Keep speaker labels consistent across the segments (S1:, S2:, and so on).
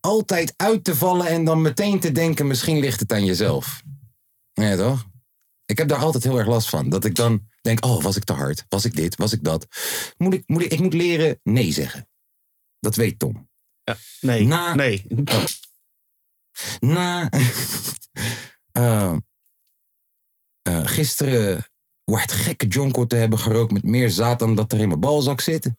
S1: altijd uit te vallen en dan meteen te denken, misschien ligt het aan jezelf. Ja, toch? Ik heb daar altijd heel erg last van. Dat ik dan denk, oh, was ik te hard? Was ik dit? Was ik dat? Moet ik, moet ik, ik moet leren nee zeggen. Dat weet Tom.
S2: Nee,
S1: Na-
S2: nee.
S1: Na... Eh, eh, gisteren wordt gekke jonko te hebben gerookt met meer zaad dan dat er in mijn balzak zit.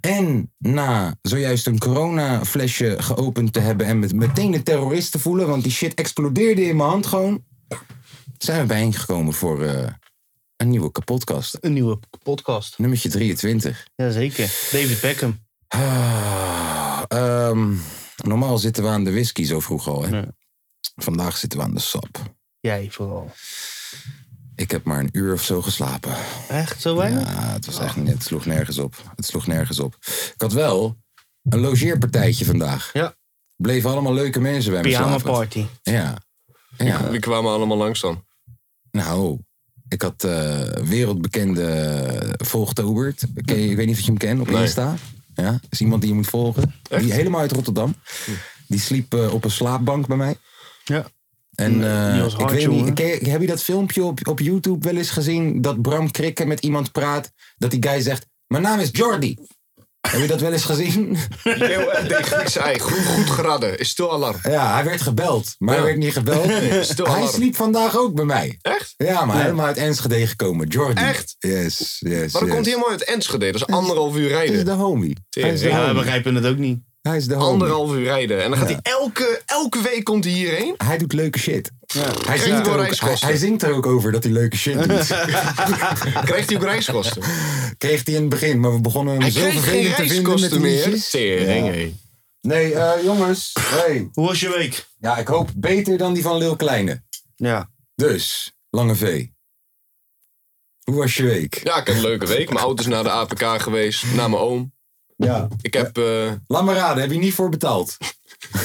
S1: En na zojuist een coronaflesje geopend te hebben en met meteen een terrorist te voelen, want die shit explodeerde in mijn hand gewoon, zijn we bijeengekomen voor eh, een nieuwe kapotkast.
S2: Een nieuwe podcast.
S1: Nummertje 23.
S2: Jazeker. David Beckham.
S1: Ah, ehm, normaal zitten we aan de whisky zo vroeg al. Hè?
S2: Ja.
S1: Vandaag zitten we aan de sap.
S2: Jij vooral.
S1: Ik heb maar een uur of zo geslapen.
S2: Echt zo
S1: Ja,
S2: weinig?
S1: het was
S2: Ah.
S1: echt niet. Het sloeg nergens op. Het sloeg nergens op. Ik had wel een logeerpartijtje vandaag.
S2: Ja.
S1: Bleven allemaal leuke mensen bij me
S2: Pyjama
S1: slapen.
S2: party.
S1: Ja. ja.
S3: Die kwamen allemaal langs dan.
S1: Nou, ik had eh, wereldbekende Volgtobert. Ken je- Ik weet niet of je hem kent op
S3: Nee.
S1: Insta. Ja, is iemand die je moet volgen. Die helemaal uit Rotterdam. Die sliep eh, op een slaapbank bij mij.
S2: Ja.
S1: En eh,
S2: die was
S1: ik
S2: hard,
S1: weet niet,
S2: jongen.
S1: ken je- heb je dat filmpje op, op YouTube wel eens gezien? Dat Bram Krikken met iemand praat. Dat die guy zegt, mijn naam is Jordi. heb je dat wel eens gezien?
S3: Leeuw en tegen niks ei. Goed, goed geraden. Is stil alarm.
S1: Ja, hij werd gebeld. Maar
S3: Ja.
S1: hij werd niet gebeld.
S3: Stil
S1: hij
S3: alarm.
S1: sliep vandaag ook bij mij.
S3: Echt?
S1: Ja, maar helemaal uit Enschede gekomen. Jordi.
S3: Echt?
S1: Yes, yes,
S3: Maar
S1: yes.
S3: dat komt helemaal uit Enschede. Dat is anderhalf uur
S1: Hij is
S3: rijden.
S1: de homie. Hij is de
S2: Ja, we
S1: homie.
S2: begrijpen het ook niet.
S1: Hij is de homie.
S3: Anderhalf uur rijden. En dan gaat hij elke, elke week komt hij hierheen.
S1: Hij doet leuke shit. Hij,
S3: Ja.
S1: zingt er ook, hij,
S3: Reiskosten.
S1: hij zingt er ook over dat hij leuke shit doet.
S3: Krijgt hij ook reiskosten.
S1: Kreeg hij in het begin, maar we begonnen hem
S3: Hij
S1: zo
S3: krijgt geen
S1: vervelend te vinden met die
S3: reiskosten meer.
S1: liedjes.
S3: Tering,
S1: Ja.
S3: hé.
S1: Nee, eh, jongens. Hey.
S2: Hoe was je week?
S1: Ja, ik hoop beter dan die van Lil Kleine.
S2: Ja.
S1: Dus, Lange V. Hoe was je week?
S3: Ja, ik heb een leuke week. Mijn auto's naar de APK geweest. Naar mijn oom.
S1: Ja.
S3: Ik heb... eh,
S1: Laat maar raden, heb je niet voor betaald?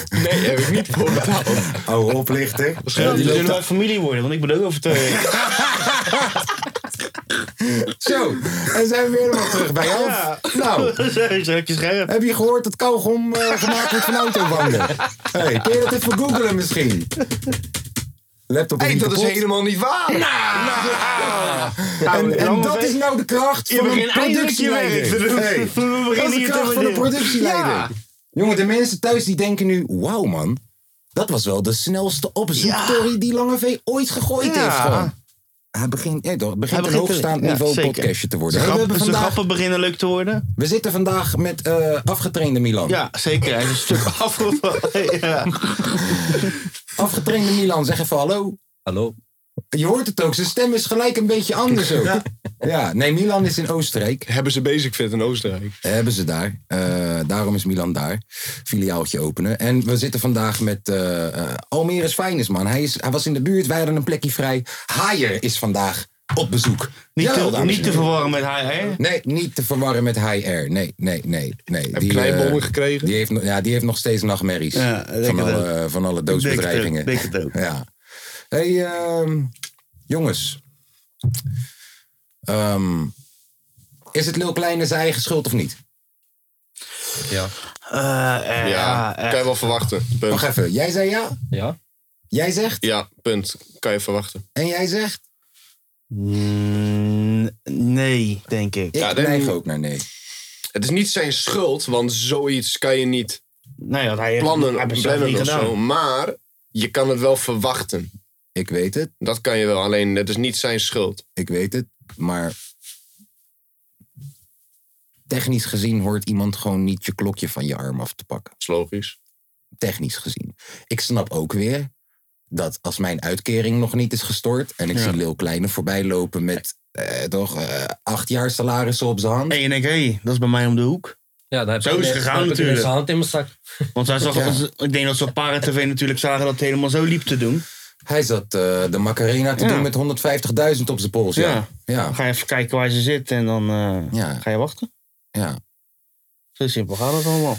S3: nee, heb ik niet voor betaald.
S1: Oh, oplichter.
S2: Ja,
S1: Ja, die
S2: we zullen
S1: loopt
S2: wij
S1: af.
S2: familie worden, want ik ben ook over twee weken.
S1: Zo, en zijn we weer helemaal terug bij jou.
S2: Ja.
S1: Nou,
S2: Zo heb je scherp.
S1: heb je gehoord dat kauwgom eh, gemaakt wordt van autobanden? hey, kun je dat even googlen misschien? Laptop
S3: Hé,
S1: niet
S3: dat is
S1: kapot. Nou.
S3: helemaal niet waar.
S1: En, en
S2: Lange
S1: dat
S2: V-
S1: is nou de kracht
S2: Je
S1: van een
S2: begint eindelijk je werk te
S1: productieleider.
S2: doen.
S1: Hey.
S2: We beginnen
S1: Dat is de
S2: hier
S1: kracht
S2: te
S1: van een
S2: beginnen.
S1: productieleider.
S2: Ja.
S1: Jongen, de mensen thuis die denken nu... Wauw man, dat was wel de snelste opzoektory die Lange V ooit gegooid
S2: Ja.
S1: heeft. Gewoon. Hij begint, eh, toch, het begint
S2: Hij
S1: een
S2: begint te-
S1: hoogstaand
S2: ja,
S1: niveau
S2: zeker.
S1: podcastje te worden.
S2: Zijn
S1: Hey, we,
S2: grappen,
S1: hebben
S2: zijn
S1: vandaag,
S2: grappen beginnen leuk te worden?
S1: we zitten vandaag met eh, afgetrainde Milan.
S2: Ja, zeker. Hij is een stuk afgevallen. Ja.
S1: Afgetrainde Milan, zeg even hallo.
S4: Hallo.
S1: Je hoort het ook, zijn stem is gelijk een beetje anders ook. Ja, nee, Milan is in Oostenrijk.
S3: Hebben ze basic fit in Oostenrijk.
S1: Hebben ze daar. Eh, daarom is Milan daar. Filiaaltje openen. En we zitten vandaag met eh eh, Almere is Fijnes, man. Hij, is, hij was in de buurt, wij hadden een plekje vrij. Haier is vandaag op bezoek.
S2: Niet,
S1: Jawel,
S2: te, niet
S1: dames en
S2: te
S1: heren.
S2: verwarren met HR.
S1: Nee, niet te verwarren met High Air. Nee, nee, nee. nee.
S3: Heb knijpbommen
S1: eh,
S3: gekregen?
S1: die, heeft, nog- ja, die heeft nog steeds nachtmerries.
S2: Ja, ik denk
S1: van,
S2: het
S1: alle, van alle
S2: Ik
S1: doodsbedreigingen.
S2: denk het ook.
S1: Ja. Hey, ehm, jongens. Ehm, is het Lil Kleine zijn eigen schuld of niet?
S4: Ja.
S2: Eh, eh,
S3: Ja,
S2: ja, eh.
S3: kan je wel verwachten. Punt.
S1: Wacht even. Jij zei ja?
S4: Ja?
S1: Jij zegt?
S3: Ja, punt. Kan je verwachten.
S1: En jij zegt?
S2: Mm, Nee, denk ik.
S1: Ik
S3: Ja, dan-
S1: neig ook naar nee.
S3: Het is niet zijn schuld, want zoiets kan je niet
S2: Nee, want hij heeft hij
S3: plannen,
S2: heeft
S3: plannen
S2: niet
S3: of
S2: gedaan.
S3: zo. Maar je kan het wel verwachten.
S1: Ik weet het.
S3: Dat kan je wel. Alleen het is niet zijn schuld.
S1: Ik weet het. Maar... Technisch gezien hoort iemand gewoon niet je klokje van je arm af te pakken.
S3: Dat is logisch.
S1: technisch gezien. Ik snap ook weer dat als mijn uitkering nog niet is gestort en ik zie Lil Kleine voorbij lopen met eh, toch eh, acht jaar salarissen op zijn hand.
S2: En je denkt, hé, dat is bij mij om de hoek.
S4: Ja, dan heb
S2: Zo is het gegaan natuurlijk.
S4: hand in mijn zak.
S2: Want zij zag,
S1: Ja.
S2: ons- ik denk dat ze op Parentv TV natuurlijk zagen dat het helemaal zo liep te doen.
S1: Hij zat eh, de Macarena te
S2: Ja.
S1: doen met 150.000 op zijn pols. Ja.
S2: Ja.
S1: Ja.
S2: Dan ga je even kijken waar ze zit en dan eh,
S1: Ja.
S2: ga je wachten.
S1: ja.
S2: Zo simpel gaat het allemaal.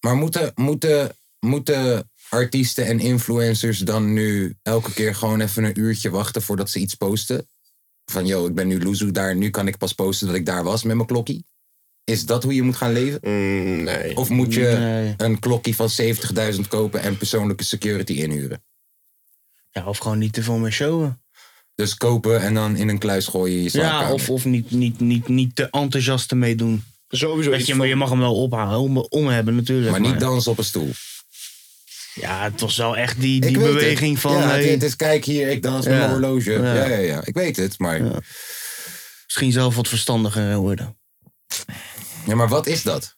S1: Maar moeten, moeten, moeten artiesten en influencers dan nu elke keer gewoon even een uurtje wachten voordat ze iets posten? Van, yo, ik ben nu Loezoe daar, nu kan ik pas posten dat ik daar was met mijn klokkie. Is dat hoe je moet gaan leven?
S3: Mm, nee.
S1: Of moet je
S2: Nee.
S1: een klokkie van 70.000 kopen en persoonlijke security inhuren?
S2: Ja, of gewoon niet te veel meer showen.
S1: Dus kopen en dan in een kluis gooien in je slaapkamer.
S2: Ja, of, of niet, niet, niet, niet te enthousiast ermee doen.
S3: Sowieso
S2: Weet
S3: iets
S2: je, maar je mag hem wel ophalen, om, om hebben natuurlijk.
S1: maar niet dansen op een stoel.
S2: Ja, het was wel echt die,
S1: Ik
S2: die
S1: weet het.
S2: beweging van...
S1: Ja, het,
S2: hey,
S1: het is kijk hier, ik dans met
S2: Ja.
S1: mijn horloge. Ja.
S2: Ja.
S1: Ja, ja, ik weet het. Maar, ja.
S2: Misschien zelf wat verstandiger worden.
S1: maar wat is dat?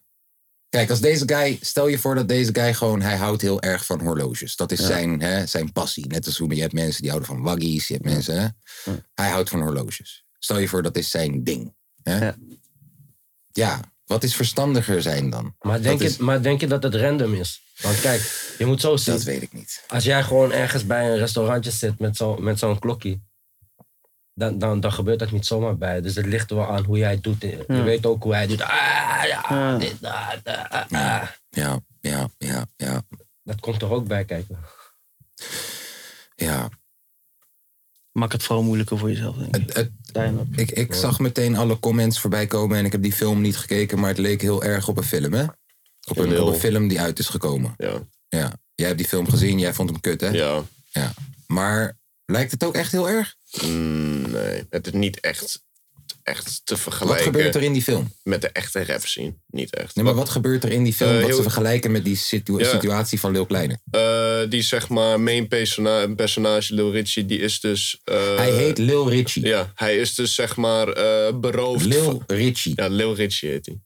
S1: Kijk, als deze guy, stel je voor dat deze guy gewoon, hij houdt heel erg van horloges. Dat is zijn, hè, zijn passie. Net als hoe je hebt mensen die houden van waggies, je hebt mensen, hè. Hij houdt van horloges. Stel je voor dat is zijn ding. Hè? Ja.
S2: Ja.
S1: wat is verstandiger zijn dan?
S4: Maar denk,
S1: Dat is-
S4: je, maar denk je dat het random is? Want kijk, je moet zo zien.
S1: Dat weet ik niet.
S4: Als jij gewoon ergens bij een restaurantje zit met zo'n met zo'n klokkie, dan, dan, dan gebeurt dat niet zomaar bij. Dus het ligt er wel aan hoe jij het doet. Je weet ook hoe hij doet. Ah, ja,
S2: Ja.
S4: dit, ah, da, ah, ah.
S1: Ja, ja, ja, ja,
S4: Dat komt er ook bij kijken.
S1: ja.
S2: Maak het vooral moeilijker voor jezelf, denk ik.
S1: Het, het,
S2: Uiteindelijk.
S1: Ik, ik zag meteen alle comments voorbij komen en ik heb die film niet gekeken, maar het leek heel erg op een film, hè? Op een,
S3: Heel.
S1: op een film die uit is gekomen.
S3: Ja.
S1: Ja. Jij hebt die film gezien, jij vond hem kut, hè?
S3: Ja.
S1: Maar lijkt het ook echt heel erg?
S3: Mm, nee. Het is niet echt, echt te vergelijken
S1: Wat gebeurt er in die film?
S3: met de echte rap scene. Niet echt.
S1: Nee, maar wat gebeurt er in die film
S3: Eh,
S1: wat
S3: heel-
S1: ze vergelijken met die situ-
S3: Ja.
S1: situatie van Lil Kleine?
S3: Eh, die zeg maar main persona personage Lil Richie, die is dus... eh,
S1: Hij heet Lil Richie.
S3: Ja, hij is dus zeg maar eh, beroofd
S1: Lil
S3: van-
S1: Richie.
S3: Ja, Lil Richie heet hij.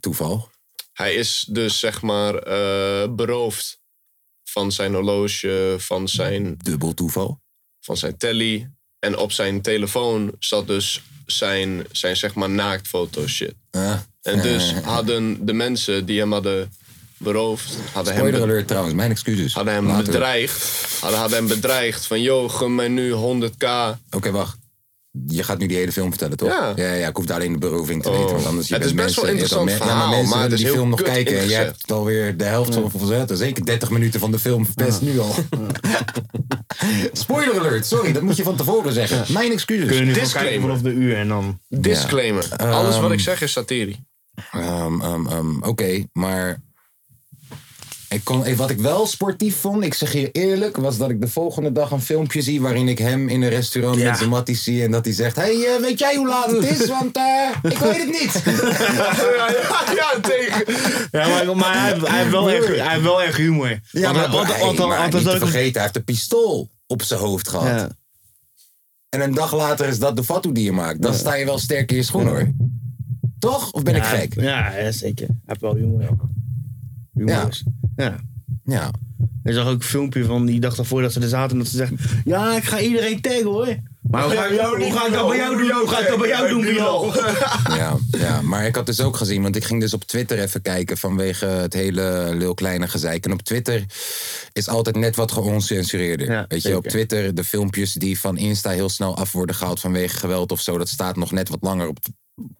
S1: Toeval.
S3: Hij is dus zeg maar eh, beroofd van zijn horloge, van zijn,
S1: Dubbel toeval.
S3: van zijn telly. En op zijn telefoon zat dus zijn, zijn zeg maar naaktfoto shit.
S1: Ah,
S3: En dus hadden de mensen die hem hadden beroofd, hadden hem,
S1: spoiler
S3: be-
S1: alert trouwens, mijn excuses.
S3: hadden hem
S1: Later.
S3: bedreigd. Hadden, hadden hem bedreigd van, yo, gun mij nu 100k.
S1: Oké, wacht. Je gaat nu die hele film vertellen, toch?
S3: Ja.
S1: ja, ik hoef alleen de beroving te
S3: Oh.
S1: weten. Want anders je
S3: Het
S1: bent
S3: is best wel
S1: mensen- je
S3: interessant
S1: hebt al
S3: verhaal,
S1: Ja, maar mensen
S3: maar het
S1: willen
S3: is
S1: die
S3: heel
S1: film nog
S3: kut
S1: kijken. En jij
S3: ingezet.
S1: hebt alweer de helft
S3: Mm.
S1: van verzet. Zeker 30 minuten van de film verpest nu al. Spoiler alert, sorry, dat moet je van tevoren zeggen. Mijn
S2: Kun je
S1: excuses.
S2: nu gewoon
S3: Disclaimer.
S2: kijken vanaf de uur en dan... Ehm,
S3: Disclaimer. Alles wat ik zeg is satirie.
S1: Ehm, ehm, ehm, Oké, maar. Ik kon, ik- wat ik wel sportief vond, ik zeg je eerlijk, was dat ik de volgende dag een filmpje zie waarin ik hem in een restaurant
S2: Ja.
S1: met zijn matties zie en dat hij zegt: Hey, eh, weet jij hoe laat het is? Want eh, ik weet het niet.
S3: ja, ja, ja, tegen.
S2: Ja, maar, maar hij, heeft- hij, heeft wel echt, hij heeft wel echt humor.
S1: Ja,
S2: Want-
S1: maar,
S2: want-
S1: hey,
S2: want-
S1: maar
S2: want-
S1: niet te
S2: want-
S1: vergeten, hij heeft een pistool op zijn hoofd gehad.
S2: Ja.
S1: En een dag later is dat de fatu die je maakt. Dan sta je wel sterk in je schoen hoor. Toch? Of ben ik
S2: Ja,
S1: gek?
S2: Ja, ja, zeker. Hij heeft wel humor. ja. Humor
S1: Ja.
S2: is. Ja.
S1: Ja.
S2: Er zag ook een filmpje van die dag daarvoor dat ze er zaten. Dat ze zeggen: Ja, ik ga iedereen taggen hoor. Maar hoe ga ik, hoe ga ik dat bij jou doen? Hoe ga ik dat bij jou doen, Bilal?
S1: Ja, ja, maar ik had dus ook gezien, want ik ging dus op Twitter even kijken vanwege het hele Lil Kleine gezeik. En op Twitter is altijd net wat geoncensureerder.
S2: Ja,
S1: Weet je,
S2: zeker.
S1: op Twitter, de filmpjes die van Insta heel snel af worden gehaald vanwege geweld of zo, dat staat nog net wat langer op,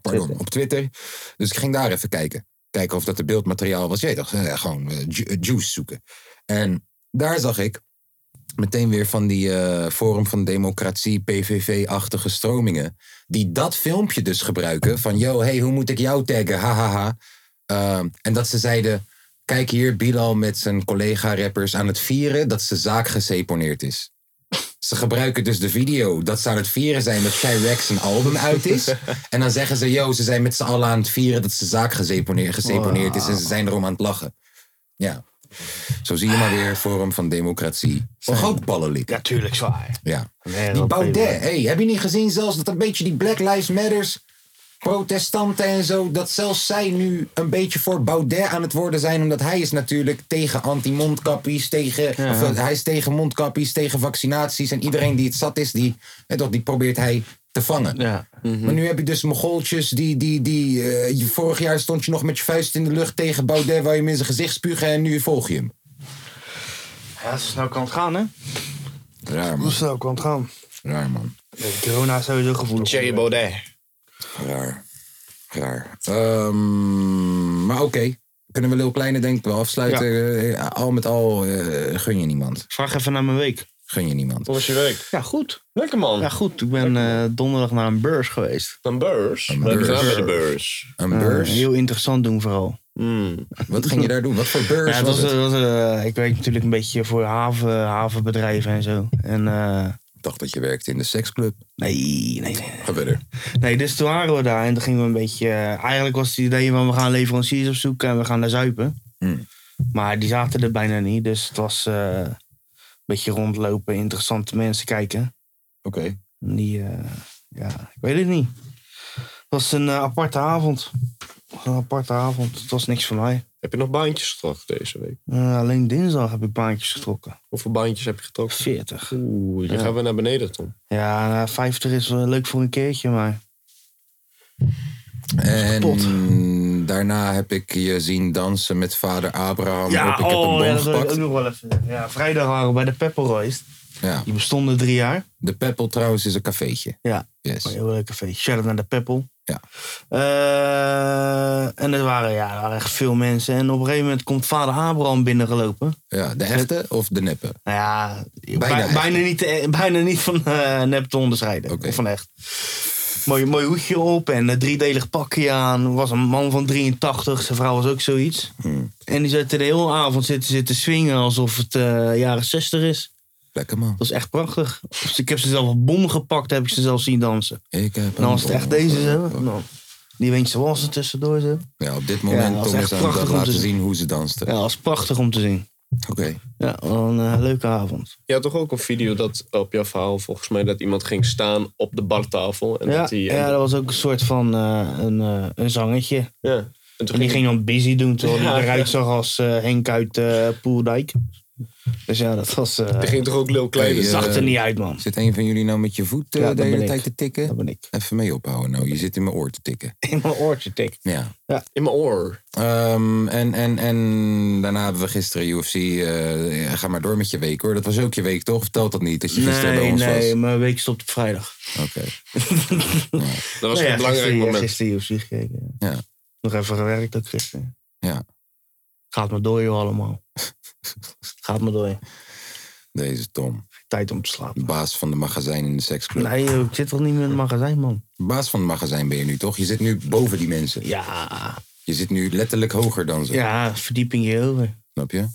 S1: pardon, op Twitter. Dus ik ging daar even kijken. Kijken of dat er beeldmateriaal was. Jij dacht, eh, gewoon eh, ju- eh, juice zoeken. En daar zag ik meteen weer van die eh, Forum van Democratie, PVV-achtige stromingen. Die dat filmpje dus gebruiken. Van, yo, hey, hoe moet ik jou taggen? Hahaha. Ehm, en dat ze zeiden, kijk hier, Bilal met zijn collega-rappers aan het vieren dat zijn zaak geseponeerd is. Ze gebruiken dus de video dat ze aan het vieren zijn dat Chirac zijn album uit is. En dan zeggen ze, yo, ze zijn met z'n allen aan het vieren dat zijn zaak geseponeerd, geseponeerd is. En ze zijn erom aan het lachen. Ja. Zo zie je maar weer Forum van Democratie. Een groot ballenlik.
S2: Natuurlijk zwaar.
S1: Ja.
S2: Nee,
S1: Die
S2: dat-
S1: Baudet, hey, heb je niet gezien zelfs dat een beetje die Black Lives Matters protestanten en zo, dat zelfs zij nu een beetje voor Baudet aan het worden zijn, omdat hij is natuurlijk tegen anti-mondkapjes, tegen, of, eh, hij is tegen mondkapjes, tegen vaccinaties en iedereen eh, die het zat is, die, hè, toch, die probeert hij te vangen.
S2: Ja.
S1: Maar nu heb je dus Mogoltjes die. die, die eh, je- vorig jaar stond je nog met je vuist in de lucht tegen Baudet, waar je hem in zijn gezicht spugen en nu volg je hem.
S2: Ja, zo snel kan het gaan, hè?
S1: Raar
S2: Zo
S1: man.
S2: snel nou kan het gaan.
S1: Raar man.
S2: Corona is sowieso gevoelig.
S3: Thierry Baudet.
S1: Raar. Raar. Ehm, maar oké. Kunnen we Lil Kleine denk ik wel afsluiten. Eh, al met al eh, gun je niemand.
S2: Vraag even naar mijn week.
S1: Gun je niemand.
S3: Hoe was je week?
S2: Ja, goed.
S3: Lekker man.
S2: Ja, goed. Ik ben eh, donderdag naar een beurs geweest.
S3: Een beurs. Wat heb
S1: beurs.
S3: je gedaan bij de beurs?
S1: Een
S2: Eh,
S1: beurs.
S2: heel interessant doen vooral.
S3: Hmm.
S1: Wat ging je daar doen? Wat voor
S2: Ja,
S1: beurs
S2: het
S1: was
S2: was,
S1: het?
S2: het was, eh, ik werk natuurlijk een beetje voor haven, havenbedrijven en zo. En eh,
S1: Ik dacht dat je werkte in de seksclub.
S2: nee, nee, nee.
S1: Ga verder.
S2: Nee, dus toen waren we daar en toen gingen we een beetje... eh, eigenlijk was het idee van we gaan leveranciers opzoeken en we gaan daar zuipen.
S1: Hmm.
S2: Maar die zaten er bijna niet. Dus het was eh, een beetje rondlopen, interessante mensen kijken.
S1: Oké.
S2: En Die, eh, ja, ik weet het niet. Het was een eh, aparte avond. Het was Een aparte avond. Het was niks voor mij.
S3: Heb je nog baantjes getrokken deze week?
S2: Eh, alleen dinsdag heb ik baantjes getrokken.
S3: Hoeveel baantjes heb je getrokken?
S2: 40.
S3: Oeh, je
S2: Ja.
S3: gaat weer naar beneden, Tom.
S2: Ja, nou, 50 is wel leuk voor een keertje, maar...
S1: En
S2: Kapot.
S1: daarna heb ik je zien dansen met vader Abraham. op Ehm, ik heb een
S2: ja,
S1: boom
S2: dat wil ik
S1: gepakt.
S2: ook nog wel even. zeggen. Ja, vrijdag waren we bij de Pepperroyst.
S1: Ja.
S2: Die bestonden drie jaar.
S1: De Peppel trouwens is een cafeetje.
S2: Ja.
S1: Yes.
S2: Een heel leuk feestje. Shout-out naar de Peppel.
S1: Ja.
S2: Eh, en er waren, ja, er waren echt veel mensen. En op een gegeven moment komt vader Abraham binnengelopen.
S1: Ja, de echte of de neppe?
S2: Nou ja, bij-
S1: Bijna
S2: bijna,
S1: echt.
S2: niet, te- bijna niet van eh, nep te onderscheiden.
S1: Oké.
S2: Of Van echt. Mooi, mooi hoedje op en een driedelig pakje aan. Was een man van 83, zijn vrouw was ook zoiets. En die zette de hele avond zitten, zitten swingen alsof het eh, jaren 60 is.
S1: Lekker man.
S2: Dat is echt prachtig. Dus ik heb ze zelf een bom gepakt, heb ik ze zelf zien dansen.
S1: Ik heb
S2: En dan
S1: een
S2: was Nou, het echt
S1: boom
S2: deze
S1: gepakt.
S2: zo. Nou, die wintje was er tussendoor zo.
S1: Ja, op dit
S2: Ja,
S1: moment
S2: dat was
S1: Tom
S2: echt
S1: is aan het
S2: prachtig om te
S1: laten
S2: zien.
S1: zien hoe ze dansten.
S2: Ja, dat was prachtig om te zien.
S1: Oké.
S2: Ja, wel een eh, leuke avond.
S3: Je had toch ook een video dat op jouw verhaal volgens mij dat iemand ging staan op de bartafel. En
S2: Ja,
S3: dat eh, die, en-
S2: ja, dat was ook een soort van eh, een, eh, een zangetje.
S3: ja. En toen
S2: En die ging dan busy doen, terwijl hij
S3: Ja.
S2: eruit zag als eh, Henk uit eh Poeldijk. Dus ja, dat was... eh,
S3: die ging toch ook Lil Kleine
S1: Hey, eh,
S3: zacht.
S2: zag er niet uit, man.
S1: Zit een van jullie nou met je voet eh,
S2: Ja, dat
S1: de hele
S2: ben ik.
S1: tijd te tikken?
S2: Dat ben ik.
S1: Even mee ophouden nou. Je zit in mijn oor te tikken.
S2: In mijn oortje tik.
S1: Ja.
S3: in mijn oor.
S1: Ehm, en, en, en daarna hebben we gisteren UFC. eh, ja, ga maar door met je week hoor. Dat was ook je week toch? Vertel dat niet, dat je gisteren bij
S2: Nee,
S1: ons
S2: nee, mijn week stopt op vrijdag.
S1: was. Oké.
S3: Dat was
S2: Nou ja,
S3: een belangrijk
S2: gisteren,
S3: moment.
S2: Gisteren UFC gekeken. ja.
S1: Ja.
S2: Nog even gewerkt ook gisteren.
S1: Ja.
S2: Gaat me door, joh, allemaal. Gaat me door.
S1: Deze Tom.
S2: Tijd om te slapen.
S1: Baas van de magazijn in de seksclub.
S2: Nee, joh, ik zit toch niet meer in het magazijn, man.
S1: Baas van het magazijn ben je nu toch? Je zit nu boven die mensen.
S2: Ja.
S1: Je zit nu letterlijk hoger dan ze.
S2: Ja, verdieping hierover.
S1: Snap je?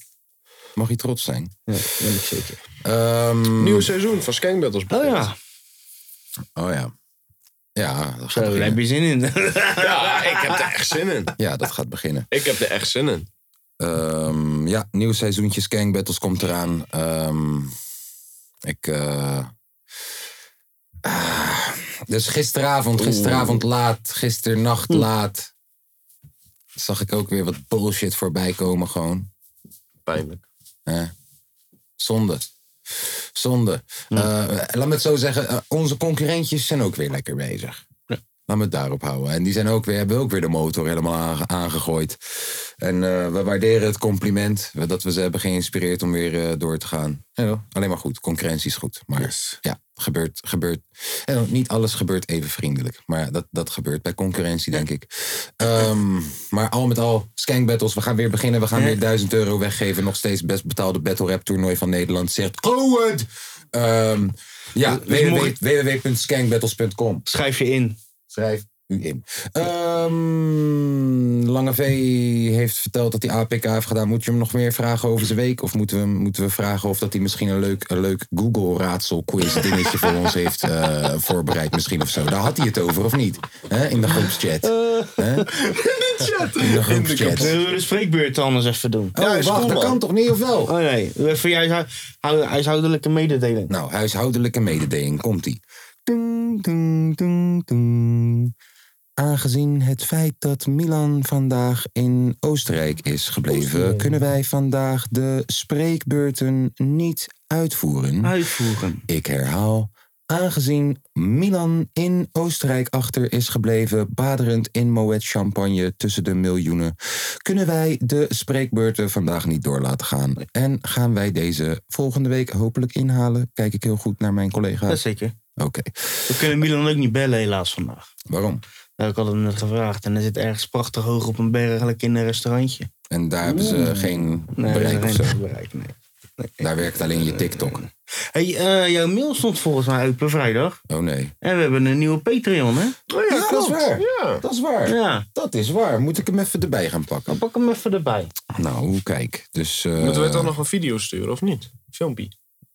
S1: Mag je trots zijn.
S2: Ja, dat ben ik zeker.
S1: Ehm,
S3: Nieuw seizoen van Skank Battles
S2: Oh
S3: begint.
S2: ja,
S1: Oh ja. Ja, dat gaat
S2: zo, daar heb
S1: beginnen.
S2: je zin in.
S3: Ja, ik heb er echt zin in.
S1: Ja, dat gaat beginnen.
S3: Ik heb er echt zin in.
S1: Ehm, ja, nieuw seizoentje Skank Battles komt eraan. Ehm, ik. eh, ah, dus gisteravond, gisteravond laat, gisternacht laat. Zag ik ook weer wat bullshit voorbij komen, gewoon.
S3: Pijnlijk.
S1: Hè? Zonde. Zonde. Eh, laat me het zo zeggen, eh, onze concurrentjes zijn ook weer lekker bezig. Laat me het daarop houden. En die zijn ook weer, hebben ook weer de motor helemaal aange- aangegooid. En eh, we waarderen het compliment eh, dat we ze hebben geïnspireerd om weer eh, door te gaan. Ja, alleen maar goed, concurrentie is goed. Maar ja, gebeurt, gebeurt. En niet alles gebeurt even vriendelijk. Maar dat, dat gebeurt bij concurrentie, denk ik. Ehm, maar al met al, Skank Battles, we gaan weer beginnen. We gaan weer 1000 euro weggeven. Nog steeds best betaalde battle rap toernooi van Nederland. Zegt Owen! Ehm ja, www
S2: Dus mocht-
S1: www.skankbattles.com.
S2: Schrijf je in.
S1: Schrijf u in. Ehm, Lange V heeft verteld dat hij APK heeft gedaan. Moet je hem nog meer vragen over zijn week? Of moeten we, hem- moeten we vragen of dat hij misschien een leuk, een leuk Google-raadsel-quiz dingetje voor ons heeft eh, voorbereid misschien of zo? Daar had hij het over, of niet? Hè? In de groepschat.
S2: Eh.
S1: Hè? In de groepschat.
S2: Zullen we de spreekbeurt anders even doen?
S1: Oh, wacht, dat kan toch niet, of wel?
S2: Oh nee, even je huishou- hou- huishoudelijke mededeling.
S1: Nou, huishoudelijke mededeling, komt-ie. Dung, dung, dung, dung. Aangezien het feit dat Milan vandaag in Oostenrijk is gebleven, kunnen wij vandaag de spreekbeurten niet uitvoeren.
S2: Uitvoeren.
S1: Ik herhaal, aangezien Milan in Oostenrijk achter is gebleven, baderend in Moet champagne tussen de miljoenen, kunnen wij de spreekbeurten vandaag niet door laten gaan. En gaan wij deze volgende week hopelijk inhalen? Kijk ik heel goed naar mijn
S2: Dat
S1: collega's.
S2: zeker.
S1: Oké,
S2: We kunnen Milan ook niet bellen helaas vandaag.
S1: waarom?
S2: Ja, ik had hem net gevraagd. En hij zit ergens prachtig hoog op een berg, eigenlijk in een restaurantje.
S1: En daar hebben ze geen
S2: Nee,
S1: bereik
S2: daar
S1: of
S2: is
S1: zo.
S2: geen bereik, nee.
S1: Daar werkt alleen je TikTok.
S2: Hey, eh, jouw mail stond volgens mij open vrijdag.
S1: Oh nee. Oh
S2: En we hebben een nieuwe Patreon, hè?
S1: ja, dat is waar.
S3: Ja.
S1: Dat is waar.
S2: Oh Ja.
S1: Dat is waar. Moet ik hem even erbij gaan pakken?
S2: Pak hem even erbij.
S1: Nou, kijk. Dus, eh,
S3: Moeten we dan nog een video sturen of niet? Filmpje.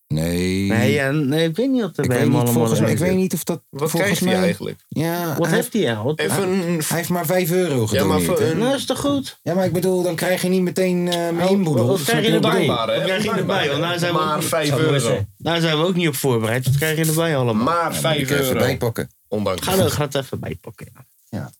S1: Nee.
S2: Nee, ja, nee, ik weet niet of dat
S1: ik,
S2: bij
S1: weet
S2: hem
S1: niet,
S2: allemaal
S1: volgens mij, ik
S2: erin
S1: weet
S2: zit.
S1: niet of dat...
S3: Wat
S1: volgens
S3: krijgt hij
S1: mij-
S3: eigenlijk?
S1: Ja,
S2: Wat
S1: hij,
S2: heeft hij ja? Wat,
S3: Even een...
S1: hij heeft maar 5 euro
S3: Ja, maar
S1: gedoneerd.
S3: voor
S1: hè?
S3: een-
S2: nou, is toch goed?
S1: Ja, maar ik bedoel, dan krijg je niet meteen eh mijn inboedel.
S2: wat
S1: Dat
S2: krijg
S1: is
S2: je
S1: wat ik
S2: erbij?
S1: bedoel.
S3: Dankbaar, hè?
S2: Wat krijg je erbij, want daar zijn we ook
S3: maar
S2: niet.
S3: 5
S4: Zou ik maar
S3: euro.
S4: zeggen.
S2: Daar zijn we ook niet op voorbereid. Wat krijg je erbij allemaal?
S1: Ik
S3: Maar 5
S1: ga even
S3: euro.
S1: bijpakken.
S3: Ondanks.
S2: Ga er, ga het even bijpakken. Ja.
S1: Ja.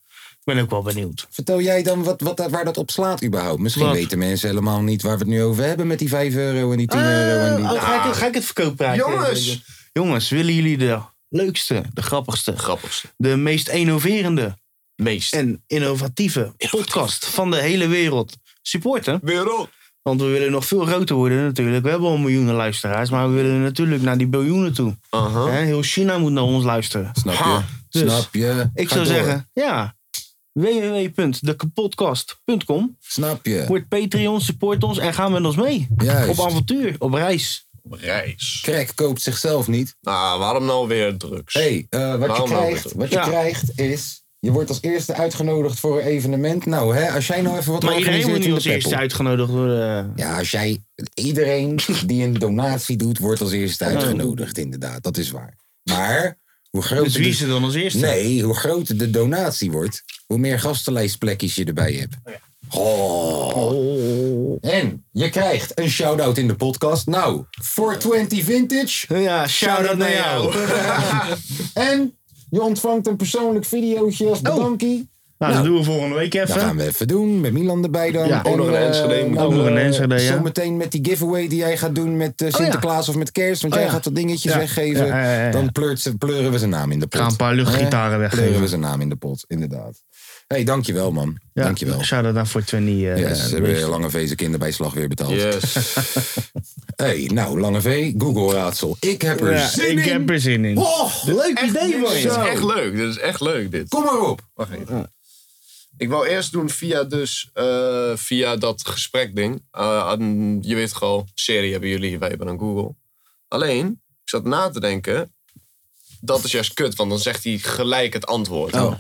S2: Ik ben ook wel benieuwd.
S1: Vertel jij dan wat, wat, dat- waar dat op slaat überhaupt? Misschien
S2: Wat?
S1: weten mensen helemaal niet waar we het nu over hebben met die 5 euro en die 10 euro. En die...
S2: Eh, oh, ga, ik, ga ik het verkooppraatje?
S3: Ah. Jongens!
S2: Jongens, willen jullie de leukste, de grappigste,
S3: Grappigste.
S2: de meest innoverende
S3: Meest.
S2: en innovatieve podcast van de hele wereld supporten?
S3: Wereld.
S2: Want we willen nog veel groter worden natuurlijk. We hebben al miljoenen luisteraars, maar we willen natuurlijk naar die biljoenen toe.
S3: Aha.
S2: Hè, heel China moet naar ons luisteren.
S1: Snap je?
S3: Ha,
S2: dus
S1: Snap je?
S2: Ik
S1: Ga
S2: zou
S1: door.
S2: zeggen, ja, www.dekapodcast.com.
S1: Snap je?
S2: Word Patreon, support ons en ga met ons mee.
S1: Juist.
S2: Op avontuur, op reis.
S3: Reis.
S1: Crack koopt zichzelf niet.
S3: Nou, waarom nou weer drugs?
S1: hey, eh, wat, je
S3: Waarom nou
S1: krijgt,
S3: weer?
S1: wat je
S2: Ja.
S1: krijgt is... Je wordt als eerste uitgenodigd voor een evenement. Nou, hè, als jij nou even wat
S2: Maar iedereen moet
S1: organiseert
S2: nu
S1: in
S2: als
S1: de
S2: eerste
S1: Peppel.
S2: uitgenodigd worden.
S1: Ja, als jij... Iedereen die een donatie doet, wordt als eerste uitgenodigd, inderdaad. Dat is waar. Maar hoe groter...
S2: Dus wie is
S1: de,
S2: er dan als eerste?
S1: nee, hoe groter de donatie wordt, hoe meer gastenlijstplekjes je erbij hebt. Oh. En je krijgt een shout-out in de podcast. Nou, 420 Vintage,
S2: Ja, shout-out naar jou.
S1: En je ontvangt een persoonlijk videootje als bedankie.
S2: Nou, dat doen we volgende week
S1: Dat gaan
S2: even.
S1: we even doen, met Milan erbij dan.
S2: Ja,
S1: En,
S3: ook nog een
S1: eh,
S3: Enschede moet
S1: nou,
S2: ook nog een
S1: eh,
S2: Enschede, ja.
S1: Zometeen met die giveaway die jij gaat doen met eh, Sinterklaas of met Kerst. Want
S2: Oh,
S1: jij
S2: ja.
S1: gaat wat dingetjes
S2: Ja.
S1: weggeven.
S2: Ja, ja, ja, ja.
S1: Dan pleurt ze, pleuren we zijn naam in de pot.
S2: Gaan een paar luchtgitaren
S1: Eh,
S2: weggeven.
S1: Pleuren we zijn naam in de pot, inderdaad. hey, dankjewel man. Dankjewel.
S2: Shout-out naar 420. eh,
S1: Ja,
S2: eh,
S1: ze hebben weer Lange V zijn kinderbijslag weer betaald.
S3: Yes.
S1: hey, nou, Lange V, Google-raadsel. Ik heb er
S2: Ja,
S1: zin
S2: ik
S1: in. Oh,
S2: heb er zin in.
S1: Och, leuk idee
S3: dit
S1: man.
S3: is echt leuk. Dit is echt leuk, dit.
S1: Kom maar op.
S3: Wacht even. Ik wou eerst doen via dus, eh, via dat gesprekding. Eh, aan- je weet gewoon, serie hebben jullie, wij hebben een Google. Alleen, ik zat na te denken, dat is juist kut, want dan zegt hij gelijk het antwoord.
S1: Oh.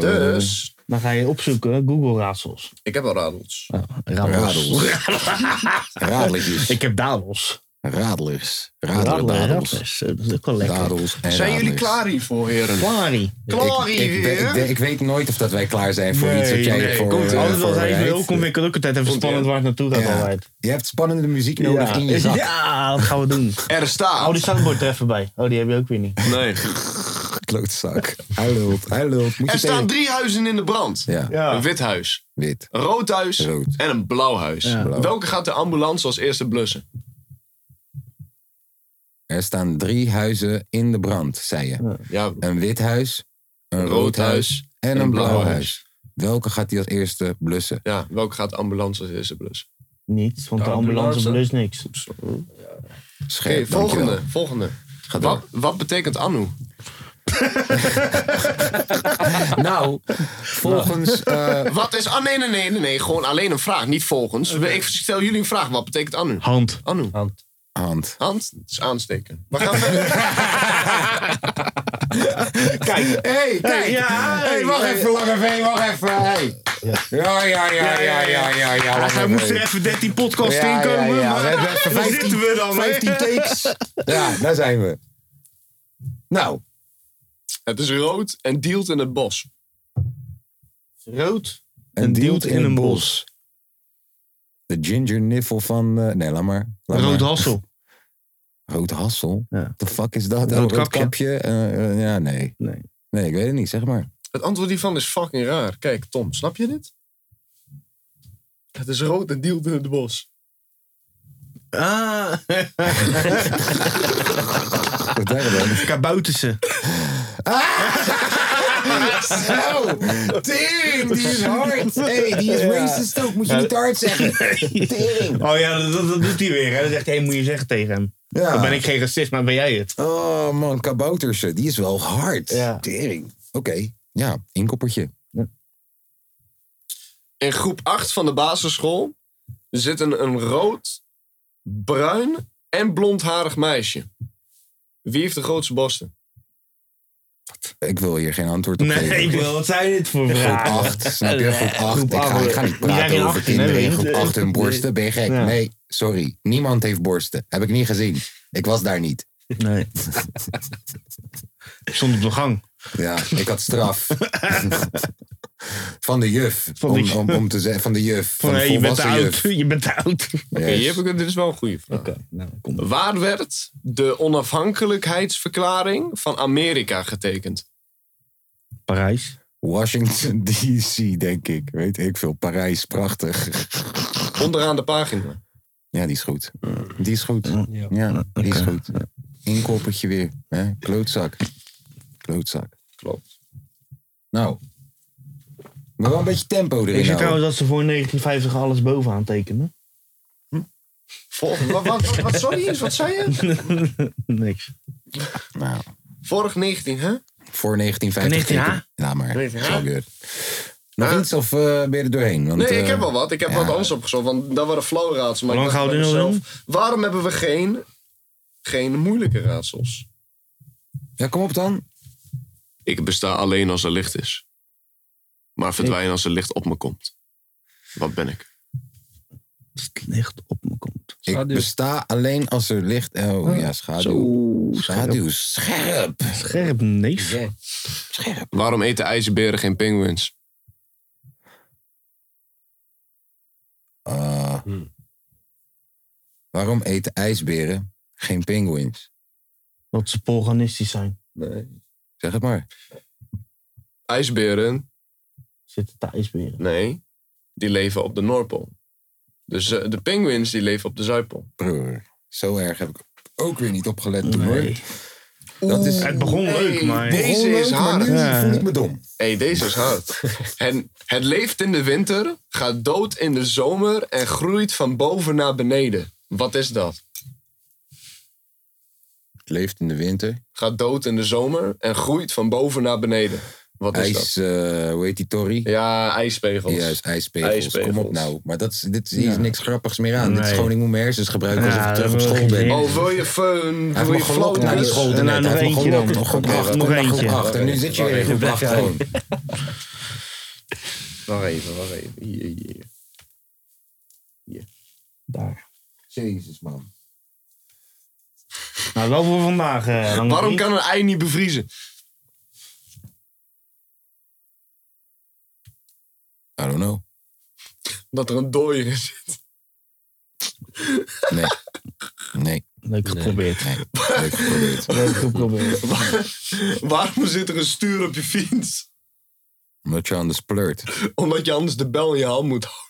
S3: Dus,
S2: Dan ga je opzoeken, hè, Google raadsels. Oh,
S3: ik heb wel radels.
S1: Radels. Radeletjes.
S2: Ik heb dadels.
S1: Radelers.
S2: Dadelen,
S1: Radeldadels.
S2: dadels. Dat is ook wel lekker.
S1: Dadels en
S3: Zijn jullie
S1: radelers.
S3: klaar hiervoor, heren?
S2: Klari.
S3: Klaar
S1: Ik, ik,
S3: weer?
S1: ik, ik- ik weet nooit of dat wij klaar zijn voor
S2: Nee,
S1: iets wat jij
S3: nee,
S1: voor,
S3: komt
S1: eh,
S3: ie.
S2: Altijd
S1: voor
S2: als hij even
S1: bereidt.
S2: heel komt, ik ook altijd even
S3: Komt-ie,
S2: spannend
S3: hè?
S2: waar het naartoe gaat
S1: Ja.
S2: altijd.
S1: Je hebt spannende muziek nodig in je zak.
S2: Ja, dat gaan we doen.
S3: Er
S2: Oh,
S3: staat.
S2: die soundboard er even bij. Oh, die heb je ook weer niet.
S3: Nee.
S1: Klootzak. Hij lult, hij lult. Moet je
S3: Er staan
S1: tegen-
S3: drie huizen in de brand.
S1: Ja,
S3: Een wit huis,
S1: wit.
S3: een rood huis
S1: Rood.
S3: en een blauw huis.
S1: Blauw.
S3: Welke gaat de ambulance als eerste blussen?
S1: Er staan drie huizen in de brand, zei je.
S3: Ja, bro.
S1: Een wit huis, een rood huis en een blauw huis. Welke gaat hij als eerste blussen?
S3: Ja, Ah, welke gaat de ambulance als eerste blussen?
S2: Niet, want de
S4: De
S2: ambulance
S4: ambulance.
S2: blust niks.
S3: Oké,
S1: Scherp, dankjewel.
S3: volgende. volgende.
S1: door.
S3: Wat, wat betekent Anu?
S1: Nou, volgens... eh,
S3: Wat is. Ah, nee, nee, nee, nee, nee. Gewoon alleen een vraag, niet volgens. Ik stel jullie een vraag. Wat betekent Anu?
S2: Hand.
S3: Anu.
S4: Hand.
S1: hand.
S3: Hand? Dat is aansteken. We gaan verder.
S1: Hé, hey, kijk.
S2: ja,
S1: hey, wacht even, Lange V, wacht even. Hey. Ah, Ja, ja, ja, ja, ja, ja, ja. Lange
S2: Hij
S1: V.
S2: moest er even 13 podcasts in komen.
S1: ja, ja.
S2: maar
S1: We hebben even
S2: daar
S1: 15,
S2: zitten we dan. hè?
S1: 15 takes. Ja, daar zijn we. Nou,
S3: het is rood en dealt in het bos.
S2: Rood.
S1: een deelt in een bos. De ginger niffel van... eh, nee, laat maar. Laat
S2: Rood
S1: maar.
S2: hassel.
S1: Rood hassel?
S2: Ja.
S1: The fuck is dat?
S2: Rood
S1: Rood
S2: kapje.
S1: kapje? Eh, eh, ja, nee.
S2: Nee.
S1: Nee, ik weet het niet. Zeg maar.
S3: Het antwoord hiervan is fucking raar. Kijk, Tom, snap je dit? Het is rood en dealt in het bos.
S2: Ah.
S1: Dat zeggen we.
S2: Kaboutersen.
S1: Zo! Tering, die is hard! hey, die is racist ook, moet je niet te hard zeggen. Tering!
S2: Oh ja, dat, dat- dat doet hij weer. Hè. Dan zegt hij, hey, moet je zeggen tegen hem.
S1: Ja.
S2: Dan ben ik geen racist, maar ben jij het?
S1: Oh man, kaboutersen, die is wel hard.
S2: Ja.
S1: Tering. Oké, ja, inkoppertje.
S3: In groep 8 van de basisschool zit een, een rood, bruin en blondharig meisje. Wie heeft de grootste borsten?
S1: Ik wil hier geen antwoord op geven.
S2: Nee, bro, wat zijn dit voor
S1: Groep
S2: vragen?
S1: 8, snap je? Groep 8. Ik
S2: Groep
S1: ga,
S2: acht.
S1: ik ga
S2: Die
S1: niet
S2: zijn
S1: praten
S2: in
S1: over
S2: 18,
S1: kinderen
S2: hè,
S1: in
S2: weet je?
S1: groep 8 hun borsten. Ben je gek?
S2: Ja.
S1: Nee, sorry. Niemand heeft borsten. Heb ik niet gezien. Ik was daar niet.
S2: Nee. Ik stond op de gang.
S1: Ja, ik had straf. van de juf.
S2: Van de
S1: om,
S2: juf.
S1: Om, om te zeggen, van de juf. Van,
S2: Van,
S1: de
S2: hey, je bent te
S1: volwassen
S2: oud.
S1: juf.
S2: Je bent te oud.
S3: Oké,
S1: Yes.
S3: hier heb ik- dit is wel een goede vraag.
S2: nou, kom
S3: Waar werd de onafhankelijkheidsverklaring van Amerika getekend?
S2: Parijs.
S1: Washington DC, denk ik. Weet ik veel. Parijs, prachtig.
S3: Onderaan de pagina.
S1: Ja, die is goed. Die is goed.
S4: Ja.
S1: Ja, die is
S2: Oké.
S1: goed. Inkoppertje weer. Hè? Klootzak. Klootzak.
S4: Klopt.
S1: Nou. Maar wel een beetje tempo erin. nou.
S2: Ik zie
S1: houden.
S2: trouwens dat ze voor 1950 alles bovenaan tekenen.
S1: Hm?
S3: Volg, wat, wat, wat, wat- sorry, eens, wat zei je?
S2: Niks.
S1: Nou,
S3: Vorig 19, hè?
S1: voor
S2: 19,
S1: 1950. teken- Ja, maar. is
S3: 19,
S1: wel
S3: ja.
S1: good. Nog
S3: Ja.
S1: iets of eh, ben je er doorheen? Want,
S3: Nee, ik
S1: eh,
S3: heb wel wat. Ik heb
S1: ja.
S3: wat anders opgezocht, want dat waren flauwe raadsels. Maar
S2: Hoe
S3: ik
S2: lang
S3: dacht
S2: gaan we
S3: bij
S2: dit nog
S3: mezelf, Waarom hebben we geen, geen moeilijke raadsels?
S1: Ja, kom op dan.
S3: Ik besta alleen als er licht is. Maar verdwijn als er licht op me komt. Wat ben ik?
S2: Als het licht op me komt.
S1: Ik
S4: Schaduw.
S1: besta alleen als er licht. Oh ja, schaduw.
S2: Zo.
S1: Schaduw, scherp.
S2: Scherp neef.
S4: Ja.
S1: Scherp.
S3: Waarom eten ijsberen geen penguins?
S1: Ah.
S3: Hm.
S4: Hmm.
S1: Waarom eten ijsberen geen pinguïns?
S2: Dat ze polganistisch zijn.
S3: Nee.
S1: Zeg het maar.
S3: Ijsberen?
S2: Zitten te ijsberen.
S3: Nee. Die leven op de Noordpool. Dus eh, de penguins die leven op de Zuidpool.
S1: Broer, zo erg heb ik ook weer niet opgelet toen hoor.
S2: Nee.
S1: Dat is.
S2: Het begon
S3: Hey,
S2: leuk, maar...
S3: Deze
S1: Onleuk,
S3: is
S1: maar
S3: hard.
S1: nu
S2: Ja.
S1: voel ik me dom.
S3: hey, deze is hard. En het leeft in de winter, gaat dood in de zomer en groeit van boven naar beneden. Wat is dat?
S1: Leeft in de winter.
S3: Gaat dood in de zomer en groeit van boven naar beneden. Wat is dat?
S1: IJs, eh, hoe heet die Tory?
S3: Ja, ijspegels.
S1: Juist, ijspegels.
S3: Ijspegels.
S1: Kom op nou. Maar dat is, dit is, hier is niks grappigs meer aan. Dit is
S2: Nee.
S1: gewoon, ik moet mijn hersens gebruiken alsof
S2: Ja,
S1: ik terug op
S2: dat wil
S1: school
S2: ik
S1: ben.
S2: niet.
S1: Hij
S3: Oh, wil je fun?
S1: heeft
S3: wil
S1: me
S3: je
S1: gelokt naar die
S3: floaters?
S1: school.
S2: En nou,
S1: daarnet. Hij
S2: nog
S1: heeft me
S2: eentje
S1: gelokt.
S2: dan.
S1: Nog groep
S2: Nog
S1: acht.
S2: nog
S1: Kom maar groep
S2: eentje.
S1: acht. En nu zit je weer in groep 8 gewoon.
S3: Wacht even, wacht even. Hier, hier.
S2: Daar.
S1: Jezus man.
S2: Nou, wel voor vandaag. eh, Lange
S3: Waarom
S2: Vriend.
S3: kan een ei niet bevriezen?
S1: I don't know.
S3: Dat er een dooier in zit.
S1: Nee. Nee.
S2: Leuk geprobeerd.
S1: Nee. Leuk geprobeerd.
S2: Leuk geprobeerd.
S3: Waar- Waarom zit er een stuur op je fiets?
S1: Omdat je anders pleurt.
S3: Omdat je anders de bel in je hand moet houden.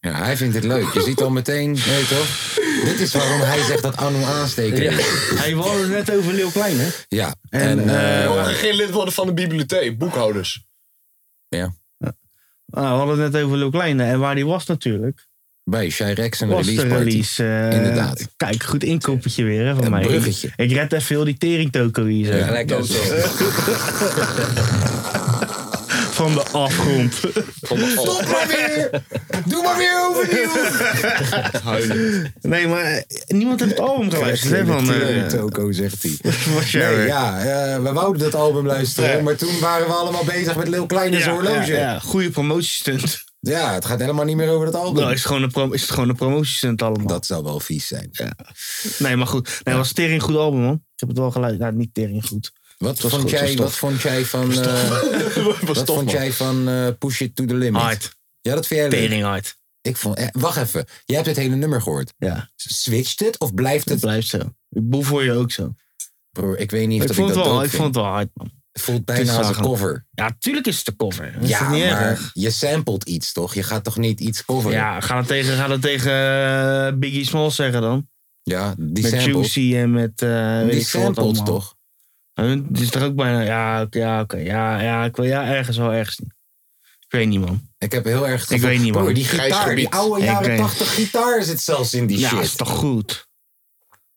S1: Ja, hij vindt het leuk. Je ziet al meteen, nee toch? Dit is waarom hij zegt dat Anu aansteken is.
S2: Hij wou het net over Leeuw Klein, hè?
S1: Ja. En,
S2: En,
S1: eh,
S3: We mogen geen lid worden van de bibliotheek, boekhouders.
S2: Nou, we hadden het net over Leeuw Klein. hè, En waar die was natuurlijk.
S1: bij Shyrex en
S2: Was
S1: release
S2: de
S1: party.
S2: release. eh,
S1: Inderdaad.
S2: Kijk, goed inkoppertje weer hè, van
S1: Een
S2: mij.
S1: bruggetje.
S2: Ik red even heel die teringtoko hier. zeg.
S4: Gelijk
S3: Dat
S4: als-
S3: is wel-
S2: Van de afgrond.
S1: Stop maar weer! Doe maar weer overnieuw!
S2: nee, maar eh, niemand heeft het album geluisterd, hè? Van, eh,
S1: Toko, zegt hij.
S2: van Sherry.
S1: Nee, ja, eh, we wouden dat album luisteren,
S2: Ja.
S1: maar toen waren we allemaal bezig met Lil Kleine zijn horloge.
S2: Ja,
S1: Ja,
S2: ja. Goede promotiestunt.
S1: het gaat helemaal niet meer over dat album.
S2: Nou, is, het gewoon een pro- is het gewoon een promotiestunt allemaal.
S1: Dat zou wel vies zijn.
S2: Nee, maar goed. Nee, was Tering goed album, man. Ik heb het wel geluisterd. Nou, niet Tering goed.
S1: Wat,
S2: was
S1: vond,
S2: goed,
S1: jij,
S2: was tof.
S1: wat vond jij van, eh, wat vond jij van eh, Push It To The Limit?
S2: Hard.
S1: Ja, dat vind jij leuk.
S2: Tering hard.
S1: Ik vond, eh, wacht even, jij hebt het hele nummer gehoord.
S2: Ja,
S1: Switcht het of blijft
S2: dat
S1: het?
S2: blijft zo. Ik boel voor je ook zo.
S1: Broer, ik weet niet
S2: Ik
S1: of dat
S2: vond,
S1: ik
S2: het
S1: dat
S2: wel, ik
S1: dood vind.
S2: vond het wel hard, man.
S1: Het voelt bijna als een
S2: zagen.
S1: cover.
S2: Ja, tuurlijk is het de cover. Dat is
S1: Ja,
S2: toch niet
S1: maar
S2: erg.
S1: je sampled iets toch? Je gaat toch niet iets coveren?
S2: Ja, ga dat tegen, ga dat tegen eh, Biggie Smalls zeggen dan.
S1: Ja, die
S2: met
S1: samples.
S2: Juicy en met... eh weet
S1: Die
S2: ik veel wat
S1: samples
S2: allemaal.
S1: toch?
S2: Hun- Het is er ook bijna... Ja, oké, ja, oké, ja, ja, ik wil, ja, ergens wel, ergens niet. Ik weet niet, man.
S1: Ik heb heel erg het gevoel-
S2: weet niet, man.
S1: Broer, die
S3: Grijs
S1: gitaar, die
S3: gebied.
S1: oude
S2: Ik
S1: jaren
S2: weet-
S1: 80 gitaar zit zelfs in die
S2: ja,
S1: shit.
S2: is toch goed?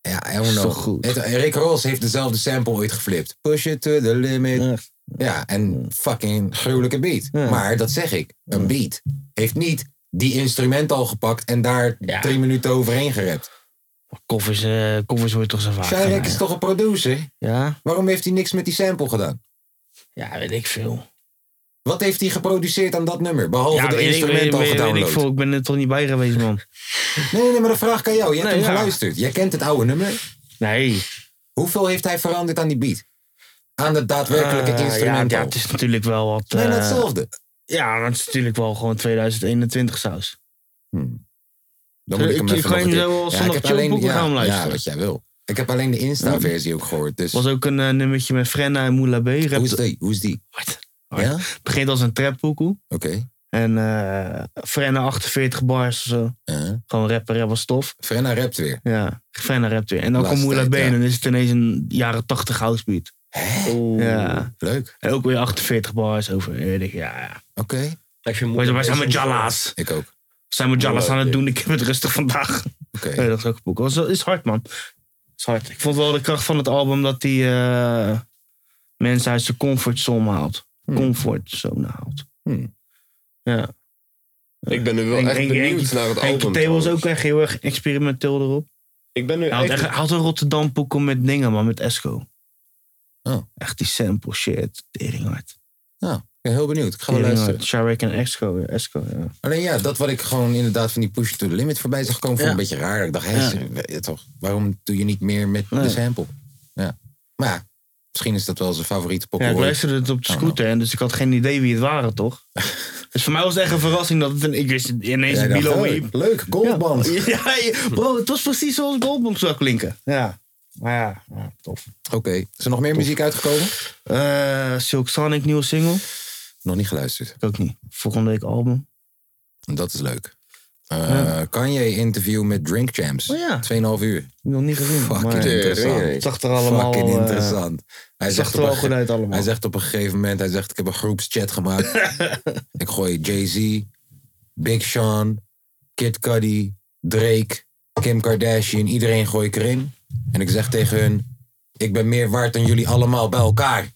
S1: Ja,
S2: Is
S1: helemaal
S2: toch goed?
S1: Rick Ross heeft dezelfde sample ooit geflipt. Push it to the limit.
S2: Ja.
S1: Ja, en fucking gruwelijke beat.
S2: Ja.
S1: Maar dat zeg ik, een beat heeft niet die instrument al gepakt en daar
S2: Ja.
S1: drie minuten overheen gerept.
S2: Koffers, eh koffers wordt toch zo vaak.
S1: Shirek
S2: gedaan,
S1: is toch een producer?
S2: Ja?
S1: Waarom heeft hij niks met die sample gedaan?
S2: Ja, weet ik veel.
S1: Wat heeft hij geproduceerd aan dat nummer? Behalve
S2: ja,
S1: de
S2: weet ik- weet-
S1: instrumenten al
S2: weet- weet ik
S1: gedownload.
S2: veel. Ik ben er toch niet bij geweest, man.
S1: Nee, nee, nee, maar de vraag kan jou. Oh, Je hebt
S2: Nee,
S1: hem
S2: ja.
S1: geluisterd. Jij kent het oude nummer.
S2: Nee.
S1: Hoeveel heeft hij veranderd aan die beat? Aan het daadwerkelijke
S2: Eh,
S1: instrument.
S2: Ja, ja, het is natuurlijk wel wat...
S1: Nee, maar
S2: eh,
S1: hetzelfde.
S2: ja, maar het is natuurlijk wel gewoon 2021 saus.
S1: Hmm.
S2: Eh,
S1: Dan moet ik
S2: Ik-
S1: hem
S2: ik
S1: even
S2: ga je
S1: nog een
S2: zo
S1: keer-
S2: wel
S1: Ja,
S2: zondag
S1: ik heb
S2: Joe
S1: alleen-
S2: Boeken
S1: ja,
S2: gaan luisteren.
S1: Ja, wat jij wil. Ik heb alleen de Insta-versie ook gehoord. Dus
S2: was ook een eh, nummertje met Frenna en Moula B. Rapt-
S1: hoe is die? Hoe is die?
S2: Hard. Hard.
S1: Ja?
S2: Het begint als een trappoekoe.
S1: Oké.
S2: En eh Frenna 48 bars of zo.
S1: Eh,
S2: Gewoon rapper, rapper stof.
S1: Frenna rapt weer.
S2: Ja, Frenna rapt weer. En dan
S1: Laatste
S2: komt Moula
S1: tijd,
S2: B
S1: ja.
S2: en dan is het ineens een jaren 80 housebeat. Ja.
S1: Leuk.
S2: En ook weer 48 bars over. weet ik, Ja, ja.
S1: Oké.
S4: Als je
S2: Wij
S4: moeder-
S2: wij zijn met Jalla's.
S1: Ik ook.
S2: Zijn we Jalla's
S3: Ja,
S2: aan het
S3: ja.
S2: doen? Ik heb het rustig vandaag.
S1: Oh, Oké.
S2: Nee, dat is ook een boek. Dat is hard, man. Dat is hard. Ik vond wel de kracht van het album dat hij eh, mensen uit zijn comfortzone haalt. Comfortzone haalt.
S1: Hmm.
S2: Ja.
S3: Ik ben nu wel
S2: En-
S3: echt
S2: en-
S3: benieuwd
S2: en-
S3: naar het
S2: Henkie
S3: album.
S2: T was
S3: trouwens.
S2: ook echt heel erg experimenteel erop.
S3: Ik ben nu
S2: Hij had,
S3: echt...
S2: echt, hij had een Rotterdam poekel met dingen, man, met Esco.
S1: Oh.
S2: Echt die sample shit. Teringhard.
S1: Nou, ik ben heel benieuwd. Ik ga wel luisteren.
S2: Teringhard. Sharek en Esco. ja, Esco ja.
S1: Alleen ja, dat wat ik gewoon inderdaad van die push to the limit voorbij zag komen, vond ik
S2: Ja.
S1: een beetje raar. Ik dacht, hé, ja, toch, waarom doe je niet meer met de
S2: Nee.
S1: sample? Ja. Maar ja, misschien is dat wel zijn favoriete
S2: Ja, ik
S1: popcorn.
S2: luisterde het op de
S1: Oh,
S2: scooter, en dus ik had geen idee wie het waren, toch? dus voor mij was het echt een verrassing dat het een, ik wist ineens een Bilo
S1: oh, leuk, goldband.
S2: Ja, je- bro, het was precies zoals Goldbomb zou klinken. Ja. Maar ja, ja, tof.
S1: Oké, is er nog meer muziek uitgekomen?
S2: Eh, Silk Sonic, nieuwe single.
S1: Nog niet geluisterd.
S2: Ik ook niet. Volgende week album.
S1: Dat is leuk. Eh Kanye interview met Drink Champs.
S2: Oh ja.
S1: 2,5 uur.
S2: Nog niet gezien.
S1: Fucking
S2: maar,
S1: interessant.
S2: het zag er allemaal...
S1: Fucking
S2: eh,
S1: interessant. Hij
S2: het zag er
S1: op
S2: wel
S1: een
S2: goed
S1: ge-
S2: uit allemaal.
S1: Hij zegt op een gegeven moment, hij zegt ik heb een groepschat gemaakt. ik gooi Jay-Z, Big Sean, Kid Cudi, Drake, Kim Kardashian, iedereen gooi ik erin. En ik zeg tegen hun, ik ben meer waard dan jullie allemaal bij elkaar.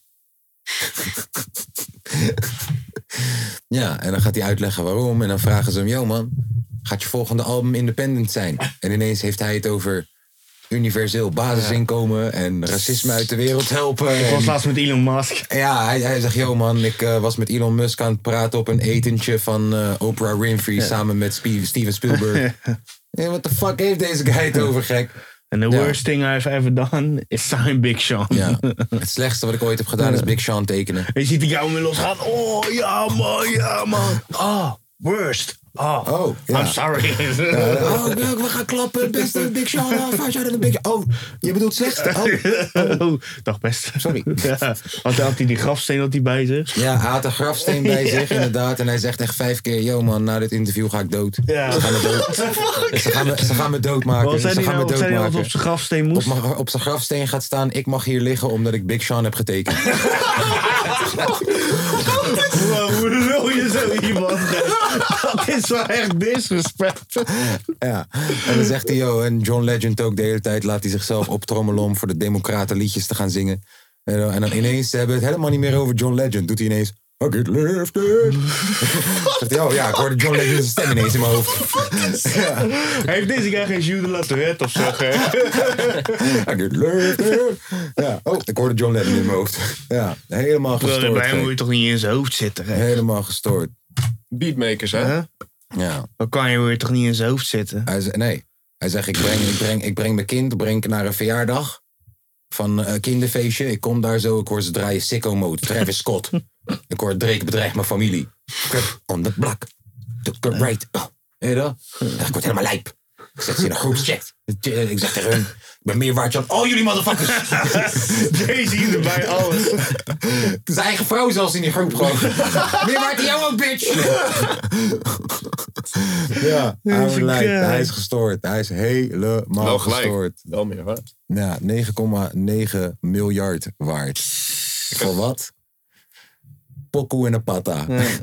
S1: ja, en dan gaat hij uitleggen waarom. En dan vragen ze hem, yo man, gaat je volgende album independent zijn? En ineens heeft hij het over universeel basisinkomen en racisme uit de wereld helpen.
S2: Ik was
S1: en-
S2: laatst met Elon Musk.
S1: ja, hij, hij zegt, yo man, ik eh, was met Elon Musk aan het praten op een etentje van eh, Oprah Winfrey samen met Spie- Steven Spielberg. hey, what the fuck heeft deze guy het over, gek?
S2: En the
S1: Ja.
S2: worst thing I've ever done is sign Big Sean.
S1: Ja, het slechtste wat ik ooit heb gedaan is Big Sean tekenen.
S2: Je ziet die gauw weer losgaan. Oh, ja man, ja man. Oh, worst. Oh,
S1: Oh, ja.
S2: I'm sorry.
S1: Oh, we we gaan klappen, beste Big Sean, oh, far shot in the Big Oh, je bedoelt slechtste? Oh.
S2: Oh, dag best.
S1: Sorry.
S2: Ja, had, had hij die grafsteen had hij bij zich?
S1: Ja, hij had een grafsteen bij zich, inderdaad. En hij zegt echt vijf keer, yo man, na dit interview ga ik dood.
S2: Ja.
S1: Ze gaan me dood. Ze gaan me, ze gaan me doodmaken.
S2: Wat
S1: Ze
S2: zei hij
S1: gaan me
S2: nou, wat zei hij nou dat
S1: doodmaken.
S2: op zijn grafsteen
S1: op,
S2: moest?
S1: mag- op zijn grafsteen gaat staan: Ik mag hier liggen omdat ik Big Sean heb getekend.
S2: Wow, Hoe wil je zo iemand? dat is wel echt disrespect.
S1: ja. En dan zegt hij: Yo, en John Legend ook de hele tijd laat hij zichzelf optrommelen om voor de Democraten liedjes te gaan zingen. En dan- en dan ineens ze hebben het helemaal niet meer over John Legend. Doet hij ineens. I get lifted. Zegt hij, oh ja, ik hoorde John Legend's stem ineens in mijn hoofd.
S2: Heeft deze guy geen Jude Latourette of zo? hè?
S1: I get lifted. Ja, oh, ik hoorde John Legend in mijn hoofd. Ja, helemaal
S2: Bro,
S1: gestoord.
S2: Bij hem moet
S1: gek.
S2: je toch niet in zijn hoofd zitten? Hè?
S1: Helemaal gestoord.
S3: Beatmakers, hè?
S2: Huh?
S1: Ja.
S2: Uh-huh. Dan kan je moet je toch niet in zijn hoofd zitten?
S1: Hij zei, nee. Hij zegt, ik breng, ik, breng, ik breng mijn kind breng ik naar een verjaardag van een eh, kinderfeestje. Ik kom daar zo, ik hoor ze draaien Sicko Mode, Travis Scott. ik hoor Drake bedreigt mijn familie. Crap on the block. The right. Oh, weet je dat? Ik word helemaal lijp. Ik zet ze in een groepschat. Ik zeg tegen hun, ik ben meer waard dan al jullie motherfuckers.
S2: Deze hier erbij, alles.
S1: Zijn eigen vrouw zelfs in die groep gewoon. meer waard dan jou ook, bitch. ja,
S2: Deze
S1: oude lijp.
S2: guy.
S1: hij is gestoord. Hij is helemaal
S3: Wel gelijk.
S1: gestoord.
S3: Wel meer waard.
S1: Ja, 9,9 miljard waard. Voor wat? Pokoe en een pata.
S2: Hij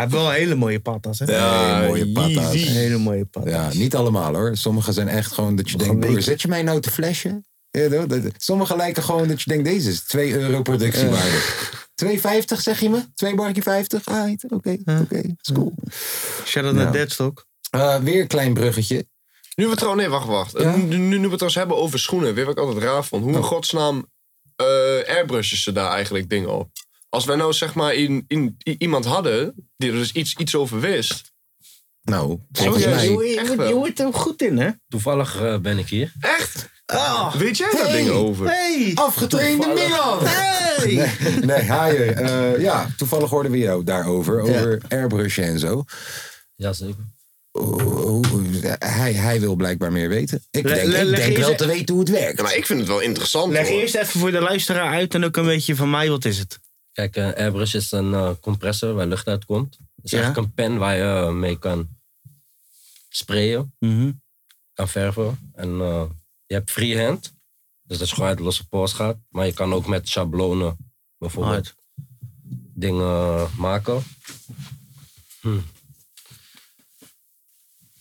S2: heeft wel hele mooie patas, hè?
S3: Ja,
S1: Hey, mooie pata's.
S3: Yeezy.
S2: Hele mooie patas.
S1: Ja, niet allemaal hoor. Sommige zijn echt gewoon dat je denkt, broer, zet je mij nou te flesje? Ja, dat- dat- Sommige lijken gewoon dat je denkt, deze is 2 euro productiewaarde. 2,50 zeg je me? 2 barkie 50? Ah, heet het. oké, oké, is cool.
S2: Shout-out
S1: Ja.
S2: naar Deadstock.
S1: Eh, weer een klein bruggetje.
S3: Nu we het trouwens, nee, wacht, wacht.
S1: Ja? Oh.
S3: Nu, nu we het trouwens hebben over schoenen, weer wat ik altijd raar vond. Hoe in godsnaam eh airbrushen ze daar eigenlijk dingen op? Als wij nou zeg maar in, in, i- iemand hadden die er dus iets, iets over wist.
S1: Nou, volgens
S3: Sorry,
S1: mij...
S3: sorry.
S2: je,
S3: echt
S2: wordt-
S3: wel.
S2: je wordt er goed in, hè?
S4: Toevallig eh, ben ik hier.
S3: Echt?
S2: Ah,
S3: Weet jij daar
S1: Hey.
S3: dingen over?
S2: hey!
S1: Afgetrainde Milan!
S2: Hey!
S1: Nee, nee haaien. Eh, ja, toevallig hoorden we jou daarover. Over airbrushen en zo.
S4: Jazeker.
S1: Oh, oh, oh, hij, hij wil blijkbaar meer weten. Ik
S2: Le-
S1: denk,
S2: le-
S1: ik
S2: leg
S1: denk
S2: eens-
S1: wel te weten hoe het
S3: Ja,
S1: werkt.
S3: maar ik vind het wel interessant.
S2: Leg
S3: hoor.
S2: eerst even voor de luisteraar uit en ook een beetje van mij, wat is het?
S4: Kijk, een airbrush is een eh, compressor waar lucht uitkomt. Het is
S2: Ja.
S4: eigenlijk een pen waar je eh, mee kan sprayen,
S2: Mhm.
S4: kan verven. En eh, je hebt freehand, dus dat je gewoon uit losse pols gaat. Maar je kan ook met schablonen bijvoorbeeld
S2: Hard.
S4: dingen eh, maken. Hm.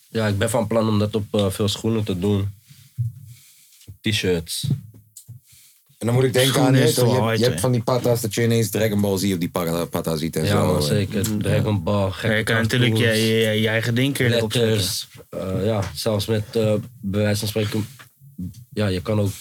S4: Ja, ik ben van plan om dat op eh, veel schoenen te doen. T-shirts.
S1: En dan moet ik denken aan
S2: Schoenen
S1: je,
S2: is toch
S1: je,
S2: wel
S1: hebt-
S2: uit,
S1: je hebt
S2: hè?
S1: van die patas dat je ineens Dragon Ball Z op die para- pata ziet en mm,
S4: Ja,
S1: zo. eh.
S4: man, zeker. Dragon Ball, gekke
S2: Ja, je kan natuurlijk je,
S4: cartoons.
S2: je, je eigen ding kun je erop zetten.
S4: letters. eh, ja, zelfs met eh bij wijze van spreken. Ja, je kan ook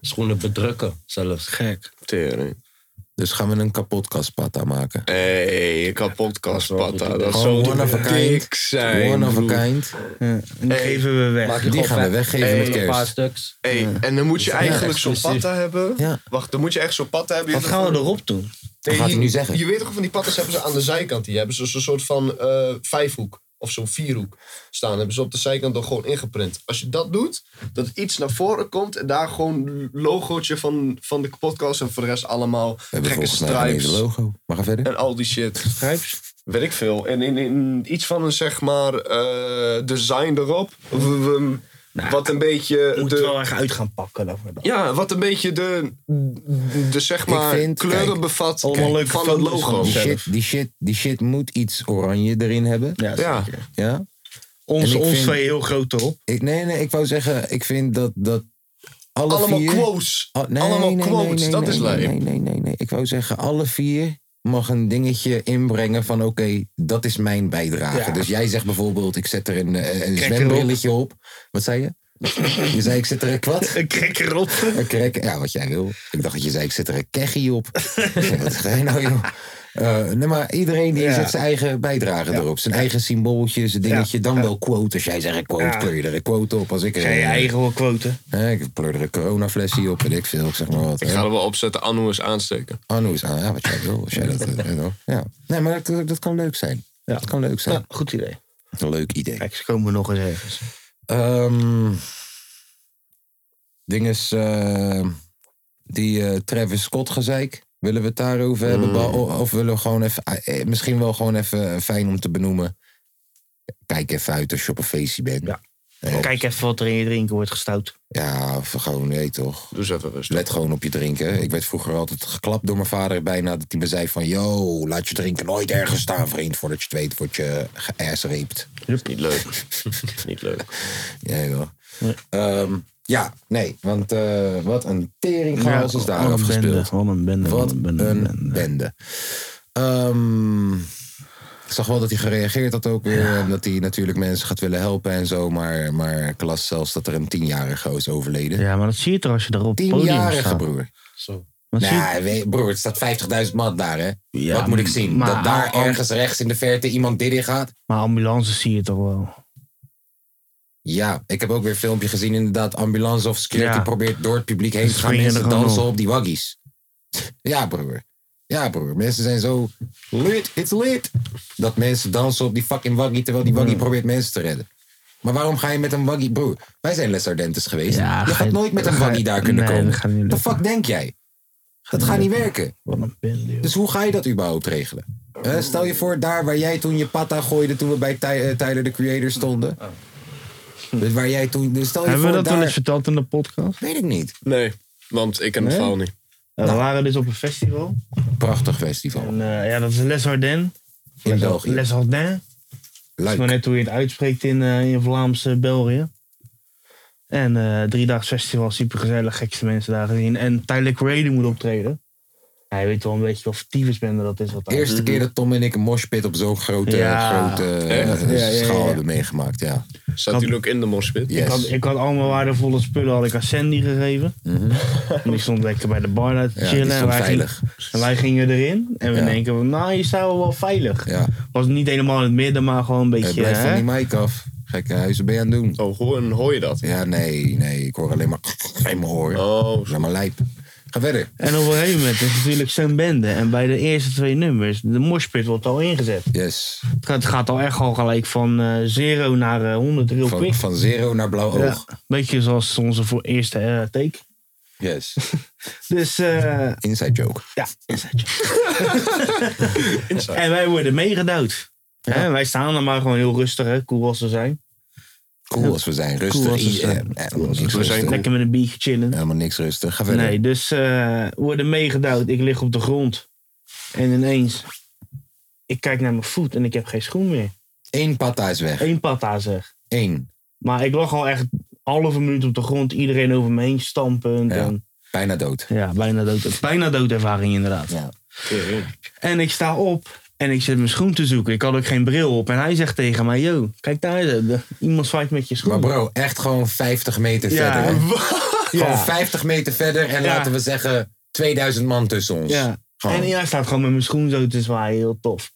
S4: schoenen bedrukken zelfs.
S2: Gek.
S3: Tering.
S1: Dus gaan we een kapotkast pata maken.
S3: Hey, ik had podcast,
S4: Dat is wel
S3: Patta.
S4: goed.
S3: Dat
S1: Gewoon
S3: zou
S1: one of a
S3: toch
S1: kind.
S3: dik zijn.
S1: One of
S3: broer.
S1: a kind.
S2: Ja, en die geven we weg.
S4: Maak je
S1: Die
S4: gewoon
S1: gaan we
S4: vijf-
S1: weggeven
S4: eh,
S1: met
S4: een
S1: kerst.
S4: paar stuks.
S3: Hey, en dan moet je eigenlijk zo'n
S4: exclusief.
S3: patta hebben.
S1: Ja.
S3: Wacht, dan moet je echt zo'n patta hebben.
S2: Wat gaan we erop doen?
S1: Wat gaat hij nu
S3: je-
S1: zeggen?
S3: Je weet toch van die patta's hebben ze aan de zijkant. Die hebben ze zo'n soort van eh, vijfhoek of zo'n vierhoek staan. Hebben ze op de zijkant dan gewoon ingeprint. Als je dat doet, dat het iets naar voren komt en daar gewoon logootje van, van de podcast en voor de rest allemaal
S1: We hebben
S3: gekke
S1: volgens mij geen
S3: stripes
S1: eens logo. Maar ga verder.
S3: en al die shit.
S2: Grijps?
S3: Weet ik veel. En in, in iets van een zeg maar eh, design erop. W- w- um, wat een beetje
S2: Moet
S3: de,
S2: er Nou, wel echt uit gaan pakken daarvoor. dan.
S3: ja, wat een beetje de, de zeg maar,
S1: Ik vind-
S3: kleuren
S1: kijk,
S3: bevat
S2: allemaal
S3: van
S2: leuke
S3: het
S2: foto's
S3: logo.
S2: gewoon.
S1: Die
S2: zelf.
S1: shit, die, shit, die shit moet iets oranje erin hebben.
S2: Ja,
S3: Ja.
S2: zeker.
S1: Ja?
S2: Ons,
S1: En ik
S2: ons
S1: vind-
S2: twee heel groot erop.
S1: Ik, nee, nee, ik wou zeggen, ik vind dat, dat alle
S3: Allemaal
S1: vier...
S3: quotes.
S1: Al- nee,
S3: Allemaal
S1: nee, nee,
S3: quotes,
S1: nee,
S3: dat
S1: nee,
S3: is
S1: nee,
S3: lijp.
S1: Nee, nee, nee, nee. Ik wou zeggen, alle vier mag een dingetje inbrengen van oké, dat is mijn bijdrage.
S2: Ja.
S1: Dus jij zegt bijvoorbeeld, ik zet er een, eh, een
S2: Krek
S1: zwembrilletje op. Wat zei je? je zei, ik zet er een kwad.
S2: Een krek erop.
S1: Een krek, ja, wat jij wil. Ik dacht dat je zei, ik zet er een keggie op. Ik zeg, wat ga je nou, joh? Eh, nee, maar iedereen die
S2: Ja.
S1: zet zijn eigen bijdrage erop. Zijn eigen symbooltje, zijn dingetje. Dan wel quote. Als jij zegt een quote,
S2: Ja.
S1: kleur je er een quote op. Als ik er
S2: Zijn je
S1: een,
S2: eigen wel quote.
S1: hè, ik pleur er een coronaflesje op. En ik veel, ik zeg maar wat.
S3: Ik
S1: hè.
S3: ga er wel op zetten, Anu is aansteken.
S1: Anu is aan, ja, wat jij wil. Als jij dat, eh, wil. ja. Nee, maar dat, dat kan leuk zijn.
S2: Ja.
S1: Dat kan leuk zijn.
S2: Ja, goed idee.
S1: Een leuk idee.
S2: Kijk, ze komen nog eens ergens.
S1: Ehm ding is, eh, die eh, Travis Scott gezeik. Willen we het daarover hebben? Ba- o- Of willen we gewoon even, eh, eh, misschien wel gewoon even fijn om te benoemen. Kijk even uit als je op een feestje bent.
S2: Ja.
S1: Eh,
S2: Kijk even wat er in je drinken wordt gestout.
S1: ja of gewoon, nee toch.
S3: Doe eens even rustig.
S1: Let gewoon op je drinken. Ik werd vroeger altijd geklapt door mijn vader bijna. Dat hij me zei van, yo, laat je drinken nooit ergens staan, vriend. Voordat je het weet, word je geassreept.
S3: Is Niet leuk. Is Niet leuk.
S1: Ja, joh. Ehm, ja, nee, want eh, wat een teringchaos is daar afgespeeld.
S2: Wat een bende.
S1: Wat een bende. Ehm, ik zag wel dat hij gereageerd had ook weer. En dat hij natuurlijk mensen gaat willen helpen en zo. Maar, maar ik las zelfs dat er een tienjarige is overleden.
S2: Ja, maar dat zie je toch als je daar op het podium
S1: Tienjarige
S2: staat.
S1: broer.
S4: Zo.
S2: Dat zie je-
S1: Nou, weet- broer, het staat 50.000 man daar, hè?
S2: Ja,
S1: Wat moet ik zien?
S2: maar-
S1: dat daar ergens rechts in de verte iemand dit in gaat?
S2: Maar ambulances zie je toch wel.
S1: Ja, ik heb ook weer een filmpje gezien. Inderdaad, ambulance of security
S2: Ja.
S1: probeert door het publiek heen te gaan.
S2: Springen er
S1: Mensen
S2: gewoon
S1: dansen
S2: op.
S1: op die waggies. Ja, broer. Ja, broer. Mensen zijn zo lit, it's lit. Dat mensen dansen op die fucking waggie, terwijl die waggie probeert mensen te redden. Maar waarom ga je met een waggy... Broer, wij zijn Les Ardentes geweest.
S5: Ja,
S1: je
S5: ga
S1: gaat
S5: je-
S1: nooit met een
S5: ga je-
S1: waggy daar kunnen
S5: nee, dat gaat niet
S1: komen. De
S5: lukken.
S1: fuck denk jij? Dat gaat niet werken.
S5: Wat een pil, joh.
S1: Dus hoe ga je dat überhaupt regelen? Hè, stel je voor, daar waar jij toen je patta gooide toen we bij Ty- eh, Tyler, de Creator stonden.
S2: Oh.
S1: Dus waar jij toen... dus stel je
S5: Hebben we
S1: voor,
S5: dat wel
S1: daar-
S5: eens verteld in de podcast?
S1: Weet ik niet. Nou.
S3: Nee, want ik ken
S5: Nee?
S3: het verhaal niet.
S2: Eh, We waren dus op een festival.
S1: Prachtig festival.
S2: En, eh, ja, dat is Les Ardennes.
S1: In België.
S2: Les Ardennes. Dat is maar
S1: Leuk.
S2: net hoe je het uitspreekt in, eh in Vlaamse België. En eh drie dagen festival, supergezellig, gekste mensen daar gezien. En Tyler Creator moet optreden. Hij weet wel een beetje wat voor tyfusbende dat is. Wat daar-
S1: Eerste keer dat Tom en ik een moshpit op zo'n grote,
S2: Mhm. Ja.
S1: grote eh,
S3: Echt?
S1: schaal
S2: Ja, ja, ja.
S1: hebben meegemaakt. Ja.
S3: Zat
S2: Kan-
S3: jullie ook in de morspit?
S1: Yes.
S2: ik, had, ik had allemaal waardevolle spullen had ik aan Sandy gegeven. En die stond lekker bij de bar daar te
S1: Mhm. Ja, die
S2: chillen. en,
S1: stond
S2: wij
S1: veilig.
S2: Gingen, en wij gingen erin. En we
S1: Ja.
S2: denken van, nou, je staat wel veilig.
S1: Ja.
S2: Was niet helemaal in het midden, maar gewoon een
S1: Hey,
S2: beetje...
S1: blijf van
S2: hè?
S1: die mic af. Gekke huizen ben je aan het doen.
S3: Oh, hoor, en hoor je dat?
S1: Ja, nee, nee. Ik hoor alleen maar in mijn oor.
S3: Oh,
S1: Zeg maar lijp. Ga verder.
S2: En op een gegeven moment is natuurlijk zijn bende. En bij de eerste twee nummers, de moshpit wordt al ingezet.
S1: Yes.
S2: Het gaat- Het gaat al echt al gelijk van eh, zero naar eh, 100 heel
S1: Van,
S2: quick.
S1: van zero naar blauw
S2: Ja,
S1: oog.
S2: beetje zoals onze voor eerste eh, take.
S1: Yes.
S2: Dus eh,
S1: Inside joke.
S2: ja, inzetje. en wij worden meegedouwd. Hè, wij staan er maar gewoon heel rustig, hè, cool als we zijn.
S1: Cool als we zijn. Rustig.
S2: als we
S1: I-
S2: zijn.
S1: eh, eh, niks
S3: we zijn.
S1: rustig.
S2: Lekker met een biertje chillen.
S1: Helemaal niks rustig. Ga verder.
S2: Nee, dus eh worden meegedouwd. Ik lig op de grond. En ineens, ik kijk naar mijn voet en ik heb geen schoen meer.
S1: Eén patta is weg.
S2: Eén pata zeg.
S1: Eén.
S2: Maar ik lag al echt halve minuut op de grond. Iedereen over me heen stampend.
S1: Ja.
S2: En
S1: Bijna dood.
S2: Ja, bijna, dood, bijna doodervaring inderdaad.
S1: Ja.
S2: En ik sta op en ik zit mijn schoen te zoeken. Ik had ook geen bril op. En hij zegt tegen mij, yo, kijk daar, de- de- iemand zwaait met je
S1: Maar
S2: schoen.
S1: bro, echt gewoon 50 meter
S2: Ja.
S1: verder. hè. Gewoon
S2: Ja.
S1: 50 meter verder en
S2: Ja.
S1: laten we zeggen 2000 man tussen ons.
S2: ja.
S1: Gewoon.
S2: En hij staat Dus gewoon met mijn schoen zo te zwaaien, heel tof.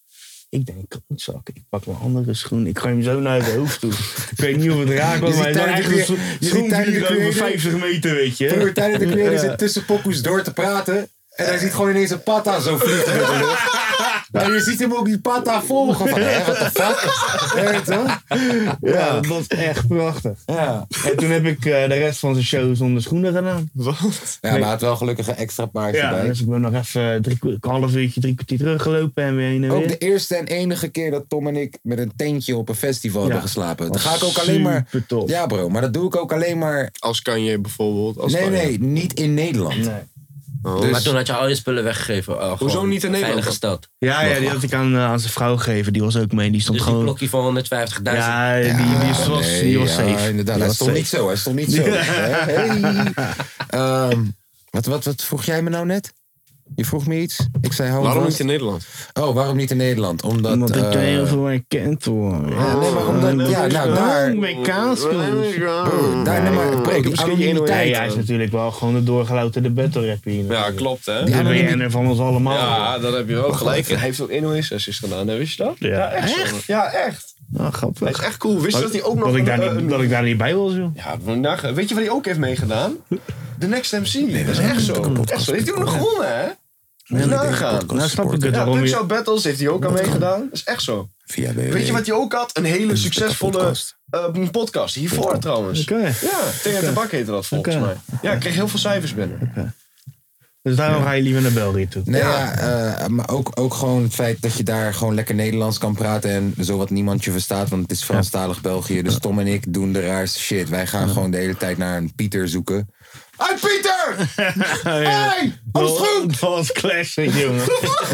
S2: Ik denk, zak, ik pak mijn andere schoen. Ik gooi hem zo naar de hoofd toe. ik weet niet of het raakt was,
S1: Je
S2: maar
S1: ziet
S2: ik ben
S1: Tyler
S2: echt
S1: de-
S2: een scho-
S1: je ziet
S2: schoen
S1: Tyler de
S2: die over
S1: Creator.
S2: 50 meter, weet je.
S1: Broer, tijdens de kleren
S2: Ja.
S1: zit tussen pokoes door te praten. En hij ziet gewoon ineens een patta zo vliegen door de lucht. En je ziet hem ook die patta volgen. Van, hè, what the fuck? Ja, weet je wel?
S2: Ja, dat was echt prachtig.
S1: Ja.
S2: En toen heb ik eh, de rest van zijn show zonder schoenen gedaan.
S1: ja, maar hij had wel gelukkig een extra paardje
S2: Ja,
S1: bij.
S2: dus ik ben nog even drie, een half uurtje, drie kwartier teruggelopen en weer heen en weer.
S1: Ook de eerste en enige keer dat Tom en ik met een tentje op een festival hebben geslapen. Dan
S2: Was
S1: ga ik ook alleen maar...
S2: supertof.
S1: Ja bro, maar dat doe ik ook alleen maar...
S3: Als kan je bijvoorbeeld. Als
S1: Nee,
S3: Kanye.
S1: nee, niet in Nederland.
S2: Nee.
S3: Oh.
S1: Dus-
S3: Maar
S4: Maar toen had je al je spullen weggegeven. eh, gewoon
S3: niet in Nederland?
S4: Veilig gesteld.
S2: Ja, ja, die had ik aan, eh, aan zijn vrouw gegeven. Die was ook mee. Die stond
S4: Dus die
S2: gewoon...
S4: klokje van 150.000.
S2: ja, die, die, was,
S1: Nee,
S2: die was
S1: ja,
S2: safe.
S1: Inderdaad,
S2: Die
S1: hij
S2: was
S1: stond
S2: safe.
S1: niet zo. Hij stond niet zo. Eh, Hè? Hey. Ehm, wat, wat, wat vroeg jij me nou net? Je vroeg me iets. Ik zei, hou
S3: Waarom
S1: het
S3: niet
S1: vast.
S3: in Nederland?
S1: Oh, waarom niet in Nederland? Omdat...
S2: Omdat ik
S1: eh,
S2: er heel veel herkend word.
S1: ja, nee, maar omdat... Ja, nou, daar...
S2: Amerikaans
S1: Broer, daar nee, maar, bro,
S3: Ik
S1: die
S3: heb misschien één
S1: anonimiteit.
S2: hij is natuurlijk wel gewoon de doorgelouterde battle rap hier.
S3: Ja, klopt hè?
S1: Die
S2: De
S1: anonimiteit.
S2: BN'er van ons allemaal.
S3: Ja, dat heb je wel gelijk. Hij heeft ook inhoud sessies gedaan, hè? wist je dat?
S2: Ja.
S3: echt? Ja, echt.
S2: Nou,
S1: Ah,
S3: Dat is
S2: grappig.
S3: echt cool. Wist je dat hij ook nog...
S2: Dat ik, daar
S3: een-
S1: eh,
S3: eh,
S2: niet, dat ik daar niet bij was, joh.
S3: Ja, we nagen. weet je wat hij ook heeft meegedaan? The Next MC. dat is echt zo. Echt zo. Heeft hij ook nog gewonnen, hè? Moet je nagaan.
S2: Nou snap ik het
S3: Ja,
S2: waarom je...
S3: Punch-Out Battles heeft hij ook aan meegedaan. Dat is echt zo.
S1: Via
S3: Weet je wat hij ook had? Een hele succesvolle eh, podcast. Hiervoor trouwens.
S2: Oké.
S3: Ja, Thea en Tabak heette dat volgens
S2: Oké.
S3: mij. Ja, ik kreeg heel veel cijfers binnen.
S2: Dus daarom ga je liever naar België toe.
S1: Nee, ja. eh, maar ook, ook gewoon het feit dat je daar gewoon lekker Nederlands kan praten en zowat niemand je verstaat, want het is Franstalig België. Dus Tom en ik doen de raarste shit. Wij gaan gewoon de hele tijd naar een Pieter zoeken. Hoi Pieter! Hey! Alles goed!
S2: Dat was classic, jongen.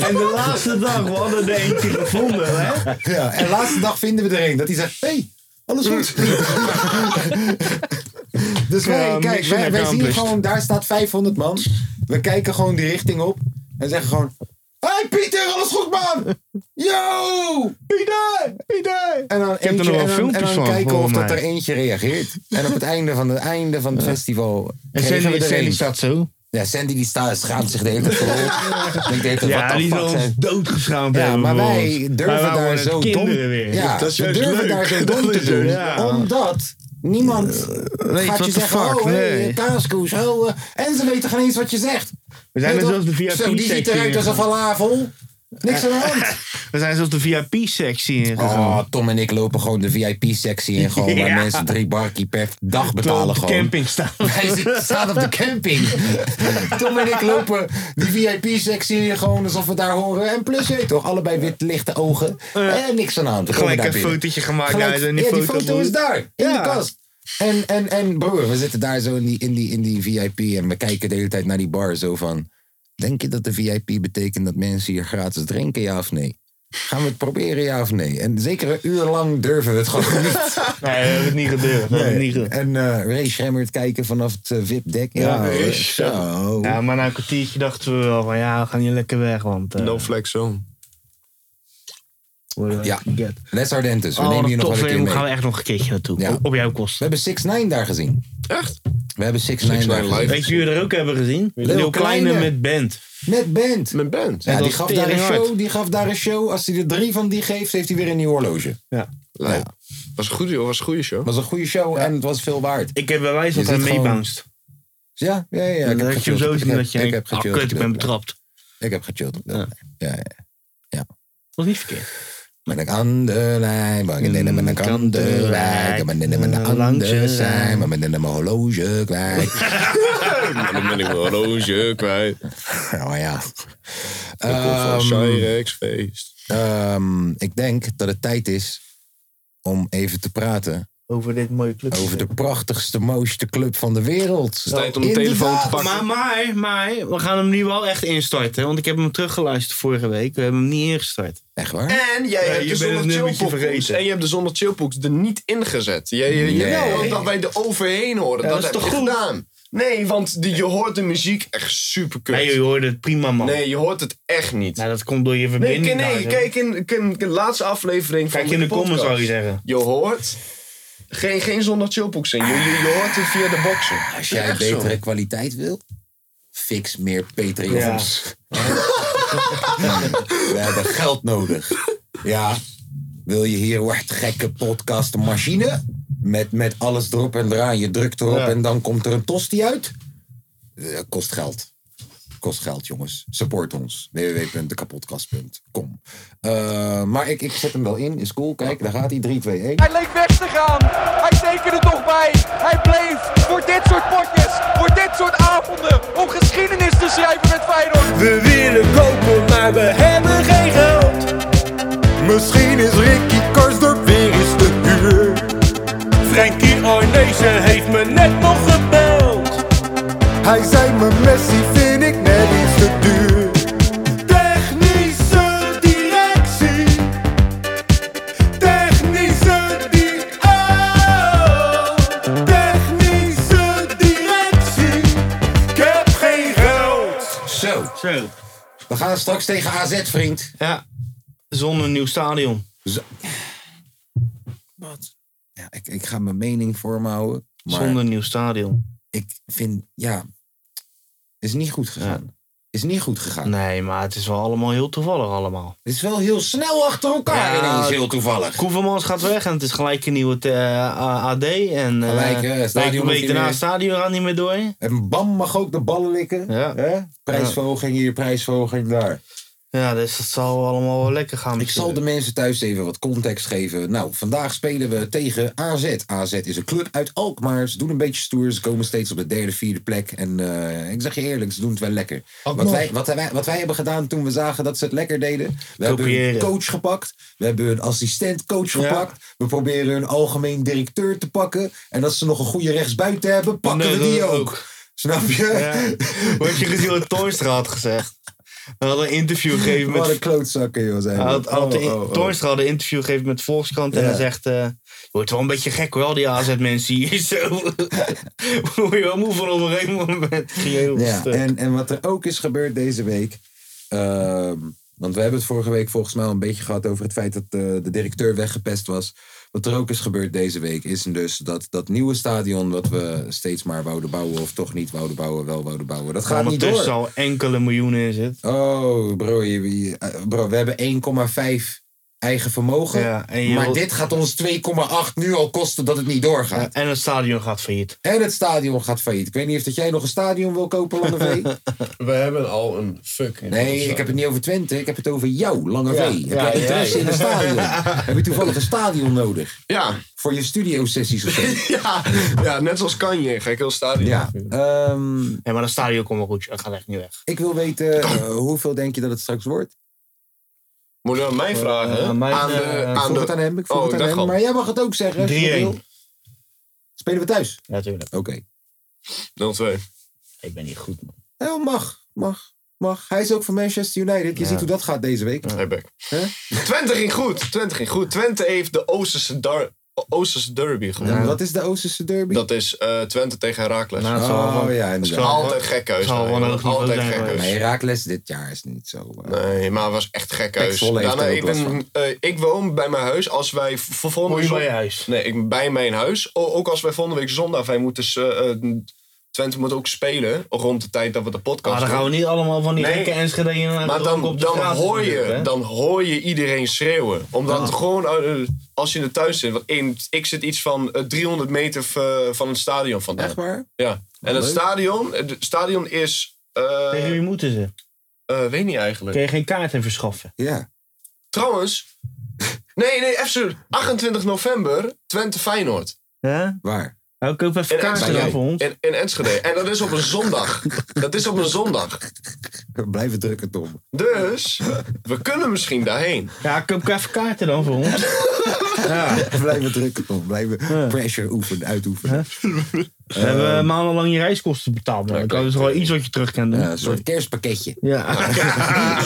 S2: en de laatste dag, we hadden er eentje gevonden, hè?
S1: Ja, en laatste dag vinden we er een. Dat hij zegt, hey, alles goed. dus wij,
S2: Ja,
S1: kijk,
S2: mission
S1: wij, wij zien
S2: accomplished.
S1: gewoon, daar staat 500 man. We kijken gewoon die richting op. En zeggen gewoon, hey Pieter, alles goed man! Yo! Pieter! Pieter! Oh! En dan,
S2: heb er nog
S1: eentje,
S2: wel
S1: en dan,
S2: filmpjes
S1: en
S2: van,
S1: dan kijken of
S2: volgens
S1: dat
S2: mij.
S1: er eentje reageert. En op het einde van het, einde van het festival
S2: En
S1: geven we
S2: Sandy,
S1: er
S2: Sandy
S1: een.
S2: staat zo.
S1: Ja, Sandy die staat, schaamt zich de hele tijd voor. Denkt de hele tijd,
S2: Ja,
S1: what the
S2: die
S1: fuck,
S2: zal
S1: zijn-
S2: ons doodgeschaamd
S1: ja,
S2: hebben.
S1: maar
S2: voor
S1: wij
S2: ons.
S1: durven
S2: Wij waren
S1: daar
S2: net
S1: zo dom.
S2: kinderen weer.
S1: Ja,
S3: Dat is
S1: we
S3: juist
S1: durven
S3: leuk.
S1: daar zo
S3: Dat
S1: dom te
S3: is
S1: doen.
S3: juist-
S2: Ja.
S1: Omdat niemand gaat
S2: Eh, wat
S1: je
S2: de
S1: zeggen,
S2: fuck,
S1: oh, hey,
S2: nee.
S1: kaaskoes, oh, eh, en ze weten geen eens wat je zegt.
S2: We zijn
S1: Weet
S2: er
S1: toch?
S2: zelfs de VIP
S1: Zo, die ziet eruit als een
S2: sectie
S1: falafel. Niks aan de hand.
S2: We zijn zelfs de VIP-sectie ingegaan.
S1: Oh, Tom en ik lopen gewoon de VIP-sectie in. Gewoon waar
S2: Ja.
S1: mensen drie barkie per dag
S2: Terwijl
S1: betalen.
S2: we op de
S1: Gewoon.
S2: camping staan.
S1: Wij zitten- staan op de camping. Tom en ik lopen die VIP-sectie in. Gewoon alsof we daar horen. En plus, je weet toch, allebei wit lichte ogen. en niks aan de hand. We komen
S2: Gelijk
S1: daar
S2: een
S1: binnen.
S2: fotootje gemaakt.
S1: Gelijk-
S2: ja, en
S1: ja, die
S2: foto
S1: foto is daar. In
S2: Ja.
S1: de kast. En, en, en broer, we zitten daar zo in die, in, die, in die VIP en we kijken de hele tijd naar die bar zo van... Denk je dat de VIP betekent dat mensen hier gratis drinken, ja of nee? Gaan we het proberen, ja of nee? En zeker een uur lang durven we het gewoon niet.
S2: Nee, dat is niet gebeurd. Dat is niet gebeurd.
S1: En eh Ray Schemmert kijken vanaf het eh, VIP-dek. Ja,
S2: Ja,
S1: hoor,
S3: Ray
S1: zo.
S2: Ja, maar na een kwartiertje dachten we wel van ja, we gaan hier lekker weg. Want eh,
S3: No flex zone.
S2: we-
S1: Ja.
S2: get.
S1: Les Ardentes, we
S2: Oh,
S1: nemen je nog wel
S2: tof,
S1: een keer
S2: we
S1: mee.
S2: gaan we echt nog een keertje naartoe.
S1: Ja.
S2: Op- Op jouw kosten.
S1: We hebben 6 9 daar gezien.
S3: Echt?
S1: We hebben 6 9 daar
S3: 6ix9ine
S1: gezien.
S3: live.
S2: Weet je wie we er ook hebben gezien?
S1: Lil
S2: Lil Kleine
S1: Kleine.
S2: met band.
S1: Met band.
S3: Mijn band.
S1: Ja,
S2: Dat
S1: die
S2: is
S1: gaf, daar een
S2: teringhard.
S1: show, die gaf daar een show. Als hij er drie van die geeft, heeft hij weer een nieuw horloge.
S3: Lijp. Was een goede, joh. Was een goede show.
S1: Het was een goede show en het was veel waard.
S2: Ik heb bij wijze
S1: Je
S2: van
S1: zit
S2: meebounced.
S1: Ja, ja, ja.
S2: Ja,
S1: ik heb
S2: dat je hem
S1: gechilled.
S2: zo
S1: Ik
S2: zien
S1: heb-
S2: dat je
S1: Ik heb
S2: denkt, ah,
S1: gechilled.
S2: kut, ik ben
S1: Ja.
S2: betrapt.
S1: Ik heb gechilled. Ja,
S2: Ja.
S1: ja. ja.
S2: Dat was niet verkeerd.
S1: Met een ander lijn, maar ik neem met een ander lijn. Maar ik neem met een ander zijn, maar ik neem mijn horloge kwijt.
S3: En dan ben ik mijn horloge kwijt.
S1: Oh ja.
S3: Ik kom van
S1: Ehm,
S3: Cyrex feest.
S1: ehm, ik denk dat het tijd is om even te praten
S2: Over dit mooie club.
S1: over de prachtigste, mooiste club van de wereld. Het is
S3: tijd om de telefoon te pakken.
S2: Maar, maar, maar, we gaan hem nu wel echt instarten. Want ik heb hem teruggeluisterd vorige week. We hebben hem niet ingestart.
S1: Echt waar?
S3: En jij
S2: Ja, je
S3: hebt de
S2: bent het
S3: zonder
S2: nummertje
S3: chillbox
S2: vergeten.
S3: en je hebt de zonder chillbox er niet ingezet. Je, je, je
S1: Nee.
S3: wil ook dat wij er overheen horen.
S2: Ja,
S3: dat
S2: dat is
S3: heb
S2: toch
S3: je
S2: goed?
S3: gedaan. Nee, want die, je hoort de muziek echt super kut.
S2: Nee, joh, je hoorde het prima, man.
S3: Nee, je hoort het echt niet.
S2: Nou, dat komt door je
S3: Nee,
S2: verbinding.
S3: nee,
S2: daar,
S3: nee
S2: hè.
S3: kijk in, kijk in de laatste aflevering van
S2: Kijk in de comments, zou
S3: podcast.
S2: je zeggen.
S3: Je hoort geen, geen zonder chillbox in. Je, je, je hoort het via de boxen.
S1: Als jij
S3: Echt zo.
S1: betere kwaliteit wil, fix meer Patreons. We hebben geld nodig. Ja. Wil je hier wat gekke podcastmachine? Met, met alles erop en eraan. Je drukt erop en dan komt er een tosti uit? Eh, kost geld. Kost geld, jongens. Support ons. www.dekapodcast.com Eh, Maar ik, ik zet hem wel in. Is cool. Kijk, daar gaat hij. 3, 2, 1.
S6: Hij leek weg te gaan. Hij tekende toch bij. Hij bleef voor dit soort potjes, voor dit soort avonden, om geschiedenis te schrijven met Feyenoord.
S7: We willen kopen, maar we hebben geen geld. Misschien is Ricky Karsdorp weer eens te duur. Frankie Arnezen heeft me net nog gebeld. Hij zei me Messi vind ik net iets te duur. Technische directie. Technische di- oh. Technische directie. Ik heb geen geld.
S1: Zo.
S2: Zo.
S1: We gaan straks tegen AZ, vriend.
S2: Ja. Zonder een nieuw stadion.
S1: Ja, ik, ik ga mijn mening vormen houden. Maar
S2: Zonder een nieuw stadion.
S1: ik vind, ja, is niet goed gegaan. Is niet goed gegaan.
S2: Nee, maar het is wel allemaal heel toevallig allemaal.
S1: Het is wel heel snel achter elkaar
S2: Ja,
S1: ineens, heel toevallig.
S2: Koevermans gaat weg en het is gelijk een nieuwe eh, AD. En eh,
S1: Gelijk, hè, stadion
S2: gelijk een
S1: hoeft
S2: week
S1: niet
S2: daarna
S1: meer.
S2: stadion gaat niet meer door.
S1: En bam, mag ook de ballen likken.
S2: Ja.
S1: Hè? Prijsverhoging hier, prijsverhoging daar.
S2: Ja, dus dat zal allemaal wel lekker gaan.
S1: Ik zal de mensen thuis even wat context geven. Nou, vandaag spelen we tegen AZ. AZ is een club uit Alkmaar. Ze doen een beetje stoer. Ze komen steeds op de derde, vierde plek. En eh, ik zeg je eerlijk, ze doen het wel lekker. Wat wij, wat, wij, wat wij hebben gedaan toen we zagen dat ze het lekker deden. We hebben een
S2: Kopiëren.
S1: coach gepakt. We hebben een assistent-coach gepakt. We proberen hun algemeen directeur te pakken. En als ze nog een goede rechtsbuiten hebben, pakken we
S2: Nee,
S1: die
S2: dat
S1: ook.
S2: ook.
S1: Snap je?
S2: Wat je gezien wat Toornstra had gezegd. Hij had een interview gegeven met
S1: Wat een klootzakken, joh. Zijn
S2: Hij
S1: we.
S2: had, had
S1: Oh,
S2: een-
S1: oh, oh.
S2: Toornstra had een interview gegeven met Volkskrant en
S1: Ja.
S2: hij zegt... eh, je wordt wel een beetje gek hoor, al die AZ-mensen hier zo. Word je wel moe van op een gegeven moment. Ging je heel
S1: Ja,
S2: stuk.
S1: en, en wat er ook is gebeurd deze week. ehm, want we hebben het vorige week volgens mij al een beetje gehad over het feit dat eh, de directeur weggepest was. Wat er ook is gebeurd deze week is dus dat dat nieuwe stadion wat we steeds maar wouden bouwen of toch niet wouden bouwen, wel wouden bouwen. Dat gaat niet
S2: Ondertussen
S1: door.
S2: al enkele miljoenen in zit.
S1: Oh bro, je- je- eh, bro, we hebben 1,5 eigen vermogen.
S2: Ja, en je
S1: maar
S2: wil-
S1: dit gaat ons 2,8 nu al kosten dat het niet doorgaat.
S2: En het stadion gaat failliet.
S1: En het stadion gaat failliet. Ik weet niet of dat jij nog een stadion wil kopen, Lange V.
S3: We hebben al een fuck.
S1: Nee, ik heb het niet over Twente. Ik heb het over jou, Lange
S3: Ja,
S1: V. Heb
S3: ja,
S1: jij
S3: ja,
S1: interesse
S3: ja.
S1: in een stadion? Heb je toevallig een stadion nodig?
S3: Ja.
S1: Voor je studiosessies of zo?
S3: ja. ja, net zoals Kanye. Ga ik heel stadion
S1: Ja. ehm,
S3: afvuren.
S2: Ja, maar dat stadion komt wel goed. Dat gaat echt niet weg.
S1: Ik wil weten, eh, hoeveel denk je dat het straks wordt?
S3: Moet je nou aan mij
S1: Eh,
S3: vragen?
S2: aan mij,
S3: aan de,
S2: eh,
S3: aan
S1: Ik vroeg
S3: de...
S1: het aan hem, ik vroeg
S3: Oh, ik
S1: het aan
S3: dacht
S1: hem.
S3: al.
S1: Maar jij mag het ook zeggen. als je dat
S2: 3-1.
S1: wil. Spelen we thuis?
S2: Natuurlijk.
S1: Oké.
S3: 0-2.
S2: Ik ben niet goed, man.
S1: Nou, mag, mag, mag. Hij is ook van Manchester United. Je ziet hoe dat gaat deze week.
S3: Hey, Beck.
S1: Hè?
S3: Twente ging goed. Twente ging goed. Twente heeft de Oosterse, dar- Oosterse derby gewonnen.
S1: En Wat is de Oosterse derby?
S3: Dat is eh, Twente tegen Herakles.
S2: Nou, het zal wel-
S1: oh ja,
S3: dat is
S1: inderdaad.
S3: altijd gekhuis.
S2: zal wel een hoog niveau
S3: Altijd
S2: zijn,
S3: gekhuis.
S2: maar-
S1: Maar Herakles dit jaar is niet zo... eh,
S3: Nee, maar het was echt
S1: Pek
S3: gekhuis.
S1: Zwolle heeft
S3: Daarna,
S1: er ook
S3: ik,
S1: last
S3: ben, eh, ik woon bij mijn huis. Als wij v- voor
S2: Hoor
S3: volgende
S2: je
S3: week
S2: bij je huis?
S3: zon- Nee, ik, bij mijn huis. O- ook als wij volgende week zondag... Wij moeten, s- eh, eh, Twente moet ook spelen rond de tijd dat we de podcast
S2: Maar dan
S3: doen.
S2: Ah, gaan we niet allemaal van die
S3: Nee.
S2: gekke Enschede in en
S3: Maar dan,
S2: op de
S3: dan,
S2: straat
S3: hoor
S2: zitten,
S3: je,
S2: hè?
S3: dan hoor je iedereen schreeuwen. Omdat het gewoon, eh, als je in de thuis zit... Want in, ik zit iets van eh, 300 meter v- van het stadion vandaan.
S1: Echt waar?
S3: Ja. En het
S1: leuk.
S3: stadion, het stadion is... eh,
S2: Tegen wie moeten ze?
S3: eh, weet niet eigenlijk.
S2: Kun je geen kaart in verschaffen?
S1: Ja.
S3: Trouwens... Nee, nee, FC 28 november, Twente Feyenoord.
S2: Ja?
S1: Waar?
S2: Nou, koop even
S3: In
S2: kaarten
S3: Enschede.
S2: dan voor ons.
S3: In, in Enschede. En dat is op een zondag. Dat is op een zondag.
S1: We blijven drukken, Tom.
S3: Dus, we kunnen misschien daarheen.
S2: Ja, koop even kaarten dan voor ons.
S1: We blijven drukken, Tom. We blijven pressure oefenen, uitoefenen. Eh,
S2: We hebben maandenlang je reiskosten betaald. Man. Dan kan dus gewoon iets wat je terug kan doen.
S1: Ja, een soort kerstpakketje.
S2: Ja.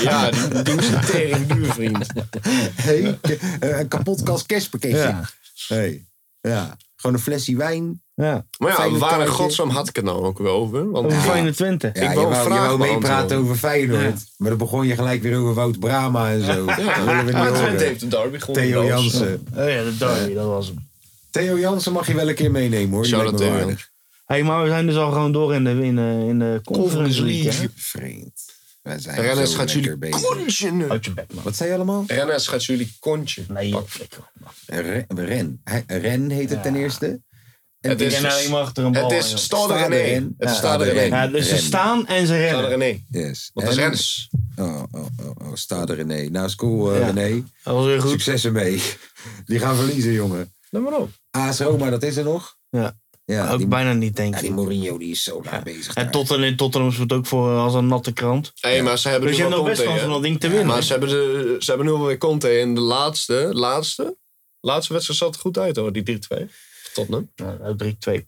S3: Ja, die doen ze tering duur, vriend.
S1: Hey, ke- eh, een kapotkast kerstpakketje.
S2: Ja.
S1: Hey. ja. Gewoon een flesje wijn.
S2: ja.
S3: Maar ja,
S1: Feyenoord
S3: waar in
S1: kaartje.
S3: godsnaam had ik het nou ook weer over? Want
S2: Over Feyenoord Twente.
S1: Ja,
S3: Ik
S1: je
S3: wou een
S1: wou, je
S3: vraag
S1: wou meepraten
S3: beantwoorden.
S1: over Feyenoord. Maar dan begon je gelijk weer over Wout Brama en zo. Dat willen we
S3: Maar
S1: niet
S3: Twente
S1: horen.
S3: heeft de derby gewonnen.
S1: Theo
S3: Roos.
S1: Jansen.
S2: Oh ja, dat, dat, dat was hem.
S1: Theo Jansen mag je wel een keer meenemen hoor. Die
S3: Shout
S1: lijkt
S3: out
S1: me
S3: Theo
S1: waardig.
S2: hey, maar we zijn dus al gewoon door in de, in de, in de Conference League. hè?
S1: Vreemd. Wij zijn
S3: Rennes
S1: zo
S3: gaat
S1: lekker
S3: jullie
S1: bezig.
S3: kontje.
S2: Uit je bek, man.
S1: Wat zei je allemaal?
S3: Rennes gaat jullie kontje.
S2: Nee, joh,
S3: pakken.
S2: flikker.
S1: Ren. Ren, Hij- Ren heet het ten eerste. En
S3: Het
S2: Ik
S3: is- dus-
S2: ken nou iemand achter een bal.
S3: Het
S2: joh.
S3: is Stade
S1: Stade
S3: René.
S1: Ren. Ja,
S3: Het is Stade
S1: Stade
S3: René.
S1: Ren.
S2: Ja, dus ze
S1: Rennen.
S2: staan en ze
S3: Stade
S2: rennen.
S3: René.
S1: Yes.
S3: Want dat is
S1: En-
S3: Rennes.
S1: Oh, oh, oh, oh, staat er René. Nou, is cool, eh,
S2: Ja.
S1: René.
S2: Dat was weer goed.
S1: Succes ermee. Die gaan verliezen, jongen.
S2: Let maar op.
S1: AS Roma, dat is er nog.
S2: Ja.
S1: Ja,
S2: Ook
S1: die,
S2: bijna niet, denk
S1: ja,
S2: ik.
S1: die Mourinho die is zo daar bezig.
S2: En
S1: daar.
S2: Tottenham in Tottenham is het ook voor eh, als een natte krant.
S3: Hé, maar ze hebben
S2: Dus je
S3: nu
S2: hebt nog
S3: wel
S2: best
S3: Conte,
S2: kans
S3: hè?
S2: om dat ding te winnen.
S3: Maar ze hebben, de, ze hebben nu alweer Conte. En de laatste, laatste, laatste wedstrijd zat er goed uit hoor. Die 3-2. Tottenham.
S2: Nou, 3-2.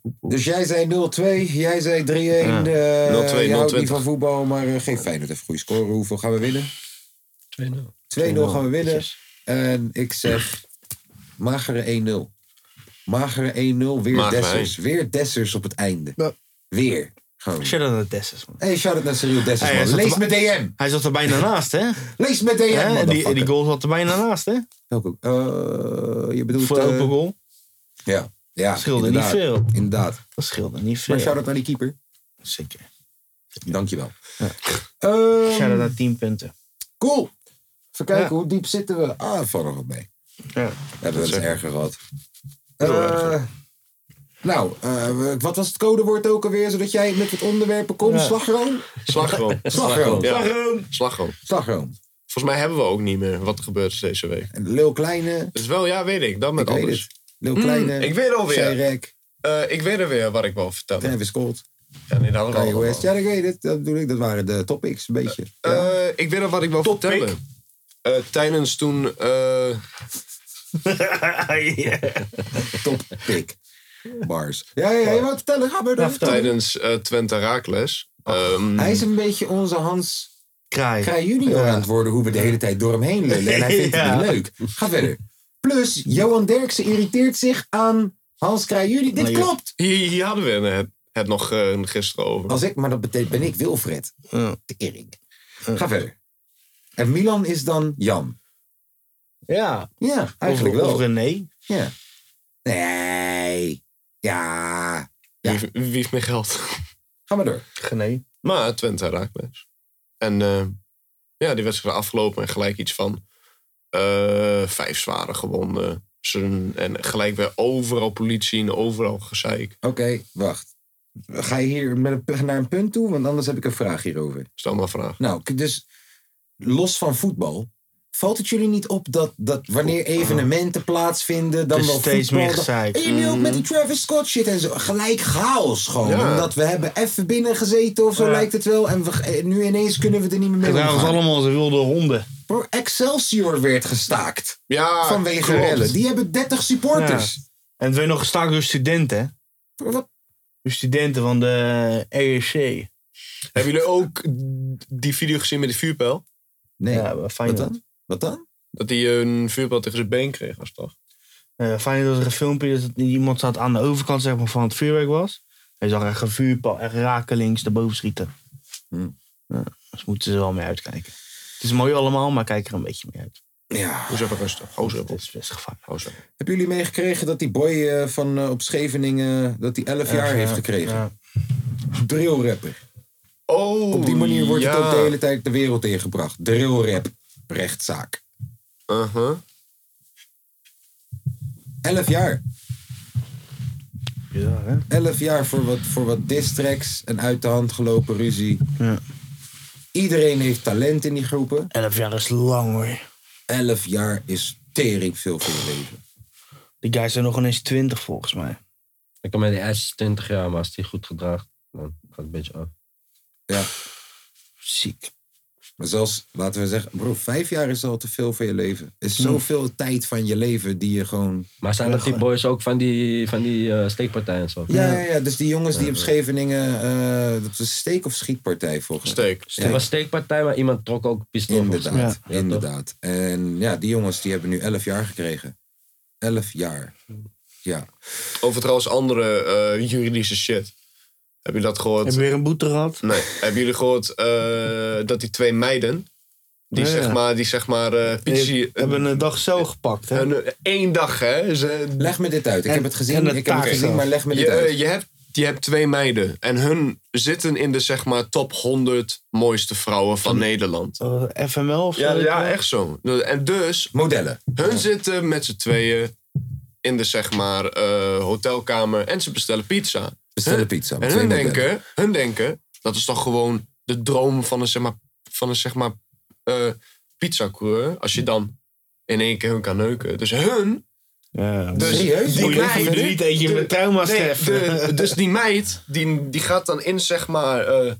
S2: poep, poep.
S1: Dus jij zei 0-2, jij zei 3-1.
S2: Ja.
S1: eh,
S3: 0-2,
S1: je houdt
S3: 0-20.
S1: niet van voetbal, maar eh geef Feyenoord even goede score. Hoeveel gaan we winnen?
S4: 2-0.
S1: 2-0 gaan we winnen. En ik zeg magere 1-0. Magere 1-0, weer
S3: Magere
S1: Dessers. Weer Dessers op het einde. Weer. Gewoon.
S2: Shout-out naar Dessus, man.
S1: Hey, shout-out naar Cyril Dessers,
S2: Hey, hij
S1: man.
S2: zat
S1: Lees
S2: er-
S1: mijn DM.
S2: Hij zat er bijna naast, hè?
S1: Lees mijn DM,
S2: Hè?
S1: man.
S2: die, die goal zat er bijna naast, hè?
S1: Welke? Eh, je bedoelt...
S2: Voor
S1: eh,
S2: open goal.
S1: ja, ja
S2: Dat scheelde niet
S1: inderdaad.
S2: veel.
S1: Inderdaad.
S2: Dat scheelde niet
S1: Maar
S2: veel.
S1: shout-out naar die keeper.
S2: Zeker.
S1: Dankjewel.
S2: Shout-out
S1: Ehm
S2: naar 10 punten.
S1: cool. Even kijken,
S2: Ja.
S1: hoe diep zitten we? Ah, vallen nog wat mee.
S2: Ja.
S1: Hebben we het erger gehad.
S3: Heel
S1: Eh, nou, eh, wat was het codewoord ook alweer, zodat jij met het onderwerpen komt?
S2: Ja.
S1: Slagroom?
S3: Slagroom.
S1: Slagroom.
S3: Ja. Slagroom.
S1: Slagroom.
S3: Volgens mij hebben we ook niet meer wat er gebeurd is deze week.
S1: En Lil Kleine,
S3: Dus wel, ja, weet ik. Dat met
S1: ik weet
S3: alles. Hmm.
S1: het. Lil Kleine,
S3: ik weet alweer.
S1: Shrek,
S3: Eh, ik weet er weer wat ik wil vertellen.
S1: Travis Scott,
S3: Ja, nee, dat hadden we
S1: Kanye
S3: al
S1: West.
S3: gehad.
S1: Ja, ik weet het. Dat bedoel ik. Dat waren de topics, een beetje. Ja.
S3: Eh, ik weet er wat ik wil
S2: Topic.
S3: vertellen. Eh, tijdens toen... eh,
S2: Ja.
S1: Topic. Bars. Ja, ja, ja. Wat vertellen? Ga maar
S2: Ja,
S1: door. Oh.
S2: vertel.
S3: tijdens eh, Twente Raakles. ehm,
S1: Hij is een beetje onze Hans
S2: Kraai.
S1: Krij junior aan het worden, hoe we de hele tijd door hem heen lullen. En hij vindt het
S2: Ja.
S1: niet leuk. Ga verder. Plus, Johan Derksen irriteert zich aan Hans Krij junior. Dit
S2: Nee, joh.
S1: klopt.
S3: hier, hier hadden we het, het nog eh, gisteren over.
S1: Als ik, maar dat betekent, ben ik Wilfred.
S2: Ja.
S1: Tering. Ga verder. En Milan is dan Jan.
S2: Ja.
S1: Ja,
S2: Of,
S1: eigenlijk
S2: of
S1: wel.
S2: René.
S1: Ja. Nee. Ja. Ja.
S3: Wie, wie heeft meer geld?
S1: Ga maar door.
S2: René.
S3: Maar Twente raakt les. En eh, ja, die wedstrijd afgelopen en gelijk iets van. eh, eh, vijf zware gewonden. Zijn- En gelijk weer overal politie en overal gezeik.
S1: Oké, wacht. Ga je hier met een, naar een punt toe? Want anders heb ik een vraag hierover.
S3: Stel maar vraag.
S1: Nou, k- dus los van voetbal. Valt het jullie niet op dat, dat wanneer evenementen plaatsvinden, dan
S2: Het is
S1: wel
S2: steeds
S1: voetbal,
S2: meer
S1: dan-
S2: gezeik.
S1: En je nu ook met die Travis Scott shit en zo. Gelijk chaos gewoon.
S3: Ja.
S1: Omdat we hebben even binnen gezeten of zo lijkt het wel. En we, eh, nu ineens kunnen we er niet meer mee
S2: Het waren
S1: omgaan.
S2: allemaal als wilde honden.
S1: Bro, Excelsior werd gestaakt
S3: Ja,
S1: vanwege
S3: klopt.
S1: rellen. Die hebben 30 supporters.
S2: En het werd nog gestaakt door studenten. hè?
S1: Bro, wat-
S2: Door studenten van de E ERC.
S3: Hebben jullie ook die video gezien met die vuurpijl?
S1: Nee,
S2: Ja, wat fijn
S1: wat
S2: dat.
S1: dan? Wat dan?
S3: Dat hij een vuurpijl tegen zijn been kreeg, was het toch?
S2: Eh, fijn dat er een filmpje is dat iemand zat aan de overkant zeg maar, van het vuurwerk was. Hij zag echt een vuurpal echt raken links naar boven schieten.
S3: Hm.
S2: Ja, dus moeten ze wel mee uitkijken. Het is mooi allemaal, maar kijk er een beetje mee uit.
S1: Ja.
S3: Hoe even rustig. Gozer
S2: Het
S3: op.
S2: is best gevaarlijk.
S3: Gozer op.
S1: Hebben jullie meegekregen dat die boy eh, van eh, op Scheveningen, dat hij 11 jaar heeft gekregen?
S2: Ja.
S1: Drillrapper.
S3: Oh,
S1: Op die manier wordt het
S3: ja.
S1: ook de hele tijd de wereld ingebracht. Drillrap. Rechtszaak.
S3: Uh-huh.
S1: 11 jaar.
S2: Bizar, hè?
S1: 11 jaar voor wat, voor wat distracks, een uit de hand gelopen ruzie.
S2: Ja.
S1: Iedereen heeft talent in die groepen.
S2: Elf jaar is lang hoor.
S1: 11 jaar is tering veel voor je leven.
S2: Die guys zijn nog ineens 20 volgens mij.
S4: Ik kan met die ijs 20 jaar, maar als die goed gedraagt, dan gaat het een beetje af.
S2: Ziek.
S1: Maar zelfs, laten we zeggen, bro, vijf jaar is al te veel voor je leven. Is zoveel tijd van je leven die je gewoon...
S4: Maar zijn dat die boys ook van die, van die eh, steekpartijen en zo?
S1: Ja, ja, ja. Dus die jongens die op Scheveningen... eh, dat was een steek- of schietpartij volgens mij.
S3: Steek.
S4: Het was steekpartij, maar iemand trok ook een pistool. volgens mij.
S1: Inderdaad,
S4: Ja, toch?
S1: inderdaad. En ja, die jongens die hebben nu 11 jaar gekregen. 11 jaar. Ja.
S3: Over trouwens andere eh, juridische shit. Hebben jullie dat gehoord?
S2: Heb je weer een boete gehad?
S3: Nee. Hebben jullie gehoord eh, dat die twee meiden, die
S2: Oh, Ja, ja.
S3: zeg maar, die zeg maar, eh
S2: Ze
S3: Pietje,
S2: hebben een dag cel gepakt hè?
S3: een- één dag hè. Ze,
S1: Leg me dit uit. Ik
S2: En-
S1: heb het
S2: en
S1: gezien,
S2: het
S1: ik heb het gezien,
S2: taakstraf.
S1: maar leg me dit uit.
S3: je, je, hebt, je hebt twee meiden en hun zitten in de zeg maar top 100 mooiste vrouwen van Nederland.
S2: Eh, FML of
S3: Ja,
S2: zo? Eh,
S3: ja, echt zo. En dus,
S1: Modellen.
S3: hun zitten met z'n tweeën in de zeg maar eh, hotelkamer en ze bestellen pizza.
S1: Bestellen pizza.
S3: En
S1: twee
S3: hun
S1: modellen.
S3: denken, hun denken, dat is toch gewoon de droom van een, zeg maar, van een, zeg maar eh, pizzacoureur. Als je dan in één keer hun kan neuken. Dus hun...
S2: Ja.
S3: Dus
S1: Serieus?
S3: Die
S1: Moet je
S3: meid,
S2: niet- niet eentje met trauma's
S3: nee,
S2: treffen.
S3: de- Dus die meid, die, die gaat dan in, zeg maar, eh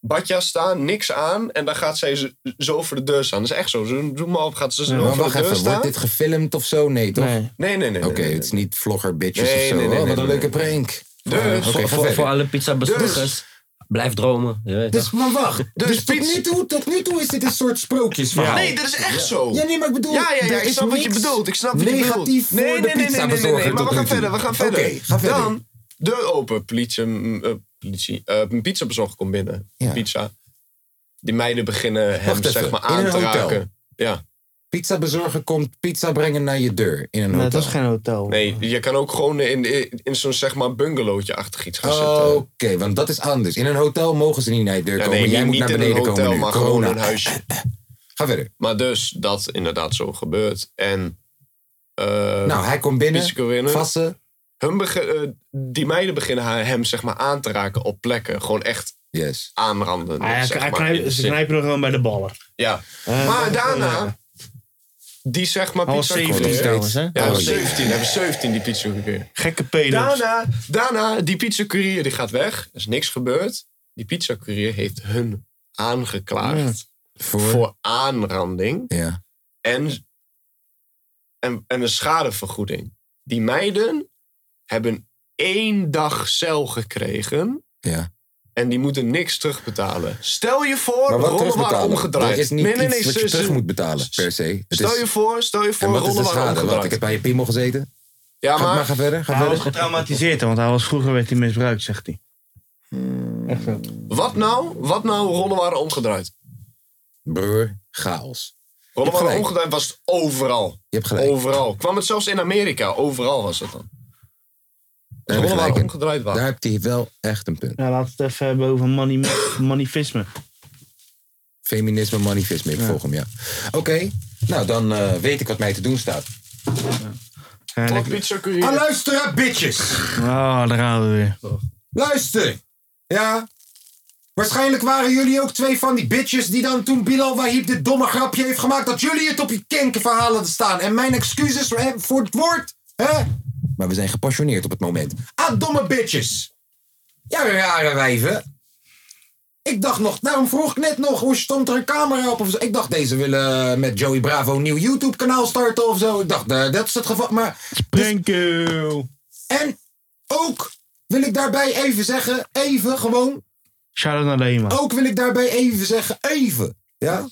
S3: badja staan, niks aan. En dan gaat zij zo- zo voor de deur staan. Dat is echt zo. Zo- Zoek maar op, gaat ze zo
S1: Maar
S3: voor
S1: wacht
S3: de dus deur
S1: even, wordt
S3: staan.
S1: dit gefilmd of zo? Nee, toch?
S2: Nee.
S3: Nee, nee, nee.
S1: Oké,
S3: nee, nee,
S1: het is niet vlogger bitches
S3: Nee,
S1: of zo.
S3: nee, nee,
S1: oh, wat
S3: nee,
S1: een
S3: nee,
S1: leuke prank.
S3: Dus-
S1: Oké, ga
S4: Voor, voor
S1: verder.
S4: alle pizza-bezorgers, blijf dromen. Je weet
S1: Dus, maar wacht. Dus, tot,
S3: pizza-
S1: nu toe, tot nu toe is dit een soort
S3: nee.
S1: sprookjesverhaal.
S3: Nee, dat is echt zo.
S1: Ja, nee, maar ik bedoel...
S3: Ja, ja, ja,
S1: er
S3: ik
S1: is
S3: snap wat je
S1: niks
S3: bedoelt. Ik snap wat je bedoelt.
S1: negatief voor de pizzabezorger
S3: maar we
S1: tot
S3: gaan
S1: nu toe.
S3: verder, we gaan verder.
S1: Oké, ga verder.
S3: Dan, deur open, politie, mm, eh, politie, eh, een pizzabezorger komt binnen.
S1: Ja.
S3: Pizza. Die meiden beginnen hem
S1: Wacht
S3: zeg
S1: even,
S3: maar
S1: in
S3: aan
S1: een
S3: te
S1: hotel?
S3: raken. Ja,
S1: Pizzabezorger komt pizza brengen naar je deur in een
S2: Nee,
S1: hotel.
S2: het was geen hotel.
S3: nee, je kan ook gewoon in, in, in zo'n zeg maar bungalowtje achter iets gaan
S1: Oké,
S3: zitten.
S1: want dat is anders. In een hotel mogen ze niet naar je deur
S3: Ja,
S1: komen.
S3: nee,
S1: Jij
S3: niet,
S1: moet
S3: niet
S1: naar
S3: in een
S1: beneden
S3: hotel,
S1: komen nu.
S3: maar gewoon in
S1: Corona. Eh,
S3: een huisje.
S1: Ga verder.
S3: Maar dus, dat inderdaad zo gebeurt. En eh,
S1: nou, hij komt
S3: pizzico
S1: binnen.
S3: winnen.
S1: Vassen.
S3: hun bege- eh, die meiden beginnen haar- hem zeg maar aan te raken op plekken. Gewoon echt
S1: Yes.
S3: aanranden.
S2: Ah, ja,
S3: zeg
S2: hij
S3: maar,
S2: knijpt-
S3: in de
S2: ze
S3: zin.
S2: knijpen nog gewoon bij de ballen.
S3: Ja.
S2: Eh,
S3: maar daarna,
S2: ja.
S3: die zeg maar
S2: Hij was
S3: pizza
S2: 17
S3: courier.
S2: trouwens, hè?
S3: Ja, hij was
S1: Oh, jee.
S3: 17. Hij was 17, die pizza courier.
S2: Gekke penis.
S3: Daarna, daarna, die pizza courier die gaat weg. Er is niks gebeurd. Die pizza courier heeft hun aangeklaagd
S1: Voor.
S3: voor aanranding
S1: Ja.
S3: en, en, en een schadevergoeding. Die meiden hebben één dag cel gekregen.
S1: Ja.
S3: En die moeten niks terugbetalen. Stel je voor,
S1: Maar wat
S3: rollen waren
S1: terugbetalen?
S3: omgedraaid.
S1: Er is niet
S3: nee, nee, nee,
S1: iets wat je
S3: ze-
S1: terug
S3: ze-
S1: moet betalen, per se. Het
S3: Stel
S1: is-
S3: je voor, stel je voor,
S1: en wat is de
S3: rollen waren
S1: schade? Wat, ik
S3: omgedraaid.
S1: heb bij je piemel gezeten.
S3: Ja,
S1: Ga maar,
S3: maar
S1: ga verder. Ga
S2: Hij was
S1: verder.
S2: getraumatiseerd, want hij was vroeger werd hij misbruikt, zegt hij.
S3: Hmm. wat nou? Wat nou rollen waren omgedraaid?
S1: Broer, chaos.
S3: Rollen
S1: Je hebt
S3: waren
S1: gelijk.
S3: omgedraaid was het overal.
S1: Je hebt gelijk.
S3: Overal. Kwam het zelfs in Amerika. Overal was het dan.
S1: Daar heb je
S3: rollen
S1: gelijk
S3: waren
S1: in.
S3: omgedraaid waren.
S1: Daar heb je wel echt een punt.
S2: Nou, laten we het even hebben over mani- manifisme.
S1: Feminisme, manifisme. Ik volg hem, ja. Oké, nou dan eh, weet ik wat mij te doen staat.
S2: En ik-
S3: Pizza
S1: Ah,
S3: courier.
S1: luisteren, bitches!
S2: Ah, daar gaan we weer.
S1: Luister! Ja? Waarschijnlijk waren jullie ook twee van die bitches die dan toen Bilal Wahib dit domme grapje heeft gemaakt, dat jullie het op je kenkenverhalen hadden staan. En mijn excuses hè, voor het woord, hè? Maar we zijn gepassioneerd op het moment. Ah, domme bitches! Ja, rare wijven. Ik dacht nog, daarom vroeg ik net nog, hoe stond er een camera op of zo? Ik dacht, deze willen eh, met Joey Bravo een nieuw YouTube-kanaal starten of zo. Ik dacht, eh, dat is het geval. Maar
S2: Sprenkel.
S1: en ook wil ik daarbij even zeggen, even gewoon,
S2: Shout-out naar Lema.
S1: ook wil ik daarbij even zeggen, even, ja?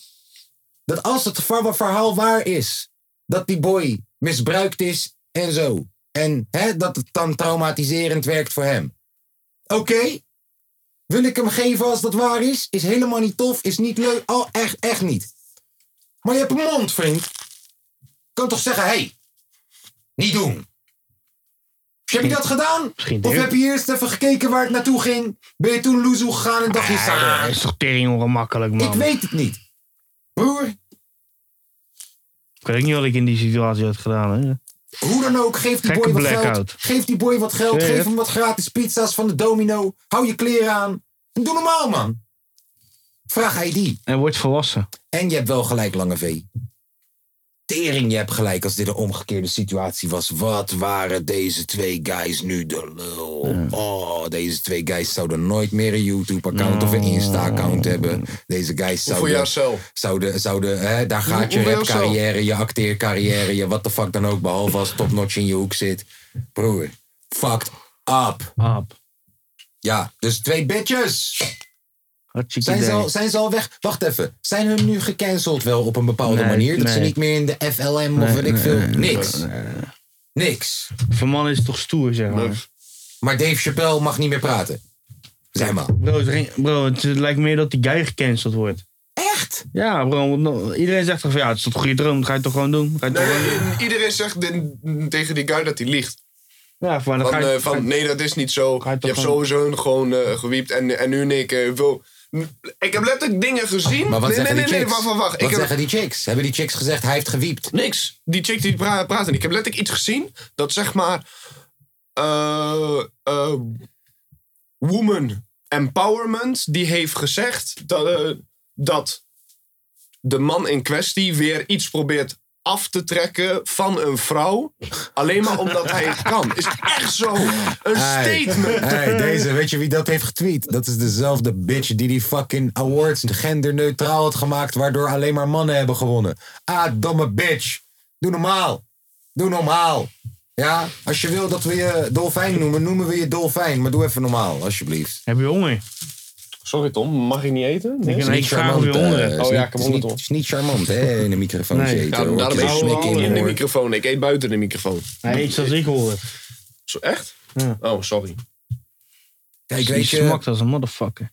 S1: Dat als het ver- verhaal waar is, dat die boy misbruikt is en zo. En hè, dat het dan traumatiserend werkt voor hem. Oké, wil ik hem geven als dat waar is? Is helemaal niet tof, is niet leuk, al echt, echt niet. Maar je hebt een mond, vriend. Kan toch zeggen, hé, hey, niet doen. Heb je dat gedaan?
S2: Misschien
S1: Of
S2: deur-
S1: heb je eerst even gekeken waar het naartoe ging? Ben je toen loezoe gegaan en dacht je,
S2: Ah,
S1: "Ah,
S2: is toch tering ongemakkelijk, man.
S1: ik weet het niet. Broer,
S2: Ik weet ook niet wat ik in die situatie had gedaan, hè.
S1: hoe dan ook, geef die
S2: Gekke
S1: boy wat
S2: blackout.
S1: geld. Geef die boy wat geld,
S2: Shit.
S1: geef hem wat gratis pizza's van de domino. Hou je kleren aan. En doe normaal, man. Vraag hij die.
S2: En wordt volwassen.
S1: En je hebt wel gelijk, Lange V. Tering, je hebt gelijk als dit een omgekeerde situatie was. Wat waren deze twee guys nu de lul? Oh, deze twee guys zouden nooit meer een YouTube-account of een
S2: Nou.
S1: Insta-account hebben. Deze guys
S3: Voor
S1: zouden...
S3: jouzelf.
S1: Zouden, zouden hè, daar gaat je
S3: hoeveel
S1: rapcarrière, je acteercarrière, je wat de fuck dan ook, behalve als topnotch in je hoek zit. Broer, fucked up.
S2: Aap.
S1: Ja, dus twee bitches.
S2: Hartstikke
S1: Zijn ze, al,
S2: idee.
S1: zijn ze al weg? Wacht even. Zijn hun nu gecanceld wel op een bepaalde
S2: Nee,
S1: manier? Dat ze
S2: nee.
S1: niet meer in de FLM of weet ik veel. Niks. Niks.
S2: Eh, Voor mannen is het toch stoer, zeg maar.
S1: Maar Dave Chappelle mag niet meer praten. Zeg maar.
S2: Bro, het, ging- bro, het lijkt meer dat die guy gecanceld wordt.
S1: Echt?
S2: Ja, bro. want no- Iedereen zegt toch van ja, het is toch een goede droom. Dat ga je toch gewoon doen? Ga je toch gewoon doen?
S3: Nee, iedereen zegt den- tegen die guy dat hij liegt.
S2: Ja, van, dan
S3: Van,
S2: ga je,
S3: eh, van, nee, dat is niet zo.
S2: Ga
S3: Je
S2: je
S3: hebt
S2: toch gewoon-
S3: sowieso een gewoon eh, gewiept en, en nu in één keer wil... Ik heb letterlijk dingen gezien.
S1: Maar wat
S3: nee, nee,
S1: zeggen
S3: nee,
S1: die
S3: nee,
S1: chicks?
S3: wacht, wacht, wacht.
S1: Wat
S3: Ik heb
S1: zeggen die chicks? Hebben die chicks gezegd, hij heeft gewiept?
S3: niks. Die chick die pra- praat en ik heb letterlijk iets gezien dat zeg maar... eh, eh, woman empowerment die heeft gezegd dat, eh, dat de man in kwestie weer iets probeert af te trekken van een vrouw. Alleen maar omdat hij het kan. Is echt zo. Een
S1: Hey.
S3: statement.
S1: Hey, deze, weet je wie dat heeft getweet? Dat is dezelfde bitch die die fucking awards genderneutraal had gemaakt, waardoor alleen maar mannen hebben gewonnen. Ah, domme bitch. Doe normaal. Doe normaal. Ja, als je wil dat we je dolfijn noemen, noemen we je dolfijn. Maar doe even normaal, alsjeblieft.
S2: Heb je honger?
S3: Sorry Tom, mag ik niet eten?
S2: Ik
S1: Is
S2: heb een
S1: niet
S2: vraag of je
S1: charmant.
S2: honger
S1: eh,
S2: hebt.
S1: is
S3: Oh
S1: niet-
S3: ja, kom
S1: is
S3: op,
S1: niet-
S3: toch?
S1: is niet charmant, hè, in een microfoon
S2: Nee.
S1: eten.
S3: Ja,
S1: hoor.
S3: daarom
S1: eh, Ik
S3: eet
S1: snik
S3: ik in de
S1: hoor.
S3: microfoon. Ik eet buiten de microfoon.
S2: Hij eet zoals ik hoor.
S3: Zo, echt?
S2: Ja.
S3: Oh, sorry.
S1: Kijk,
S2: Die
S1: weet eh, je,
S2: smakt als een motherfucker.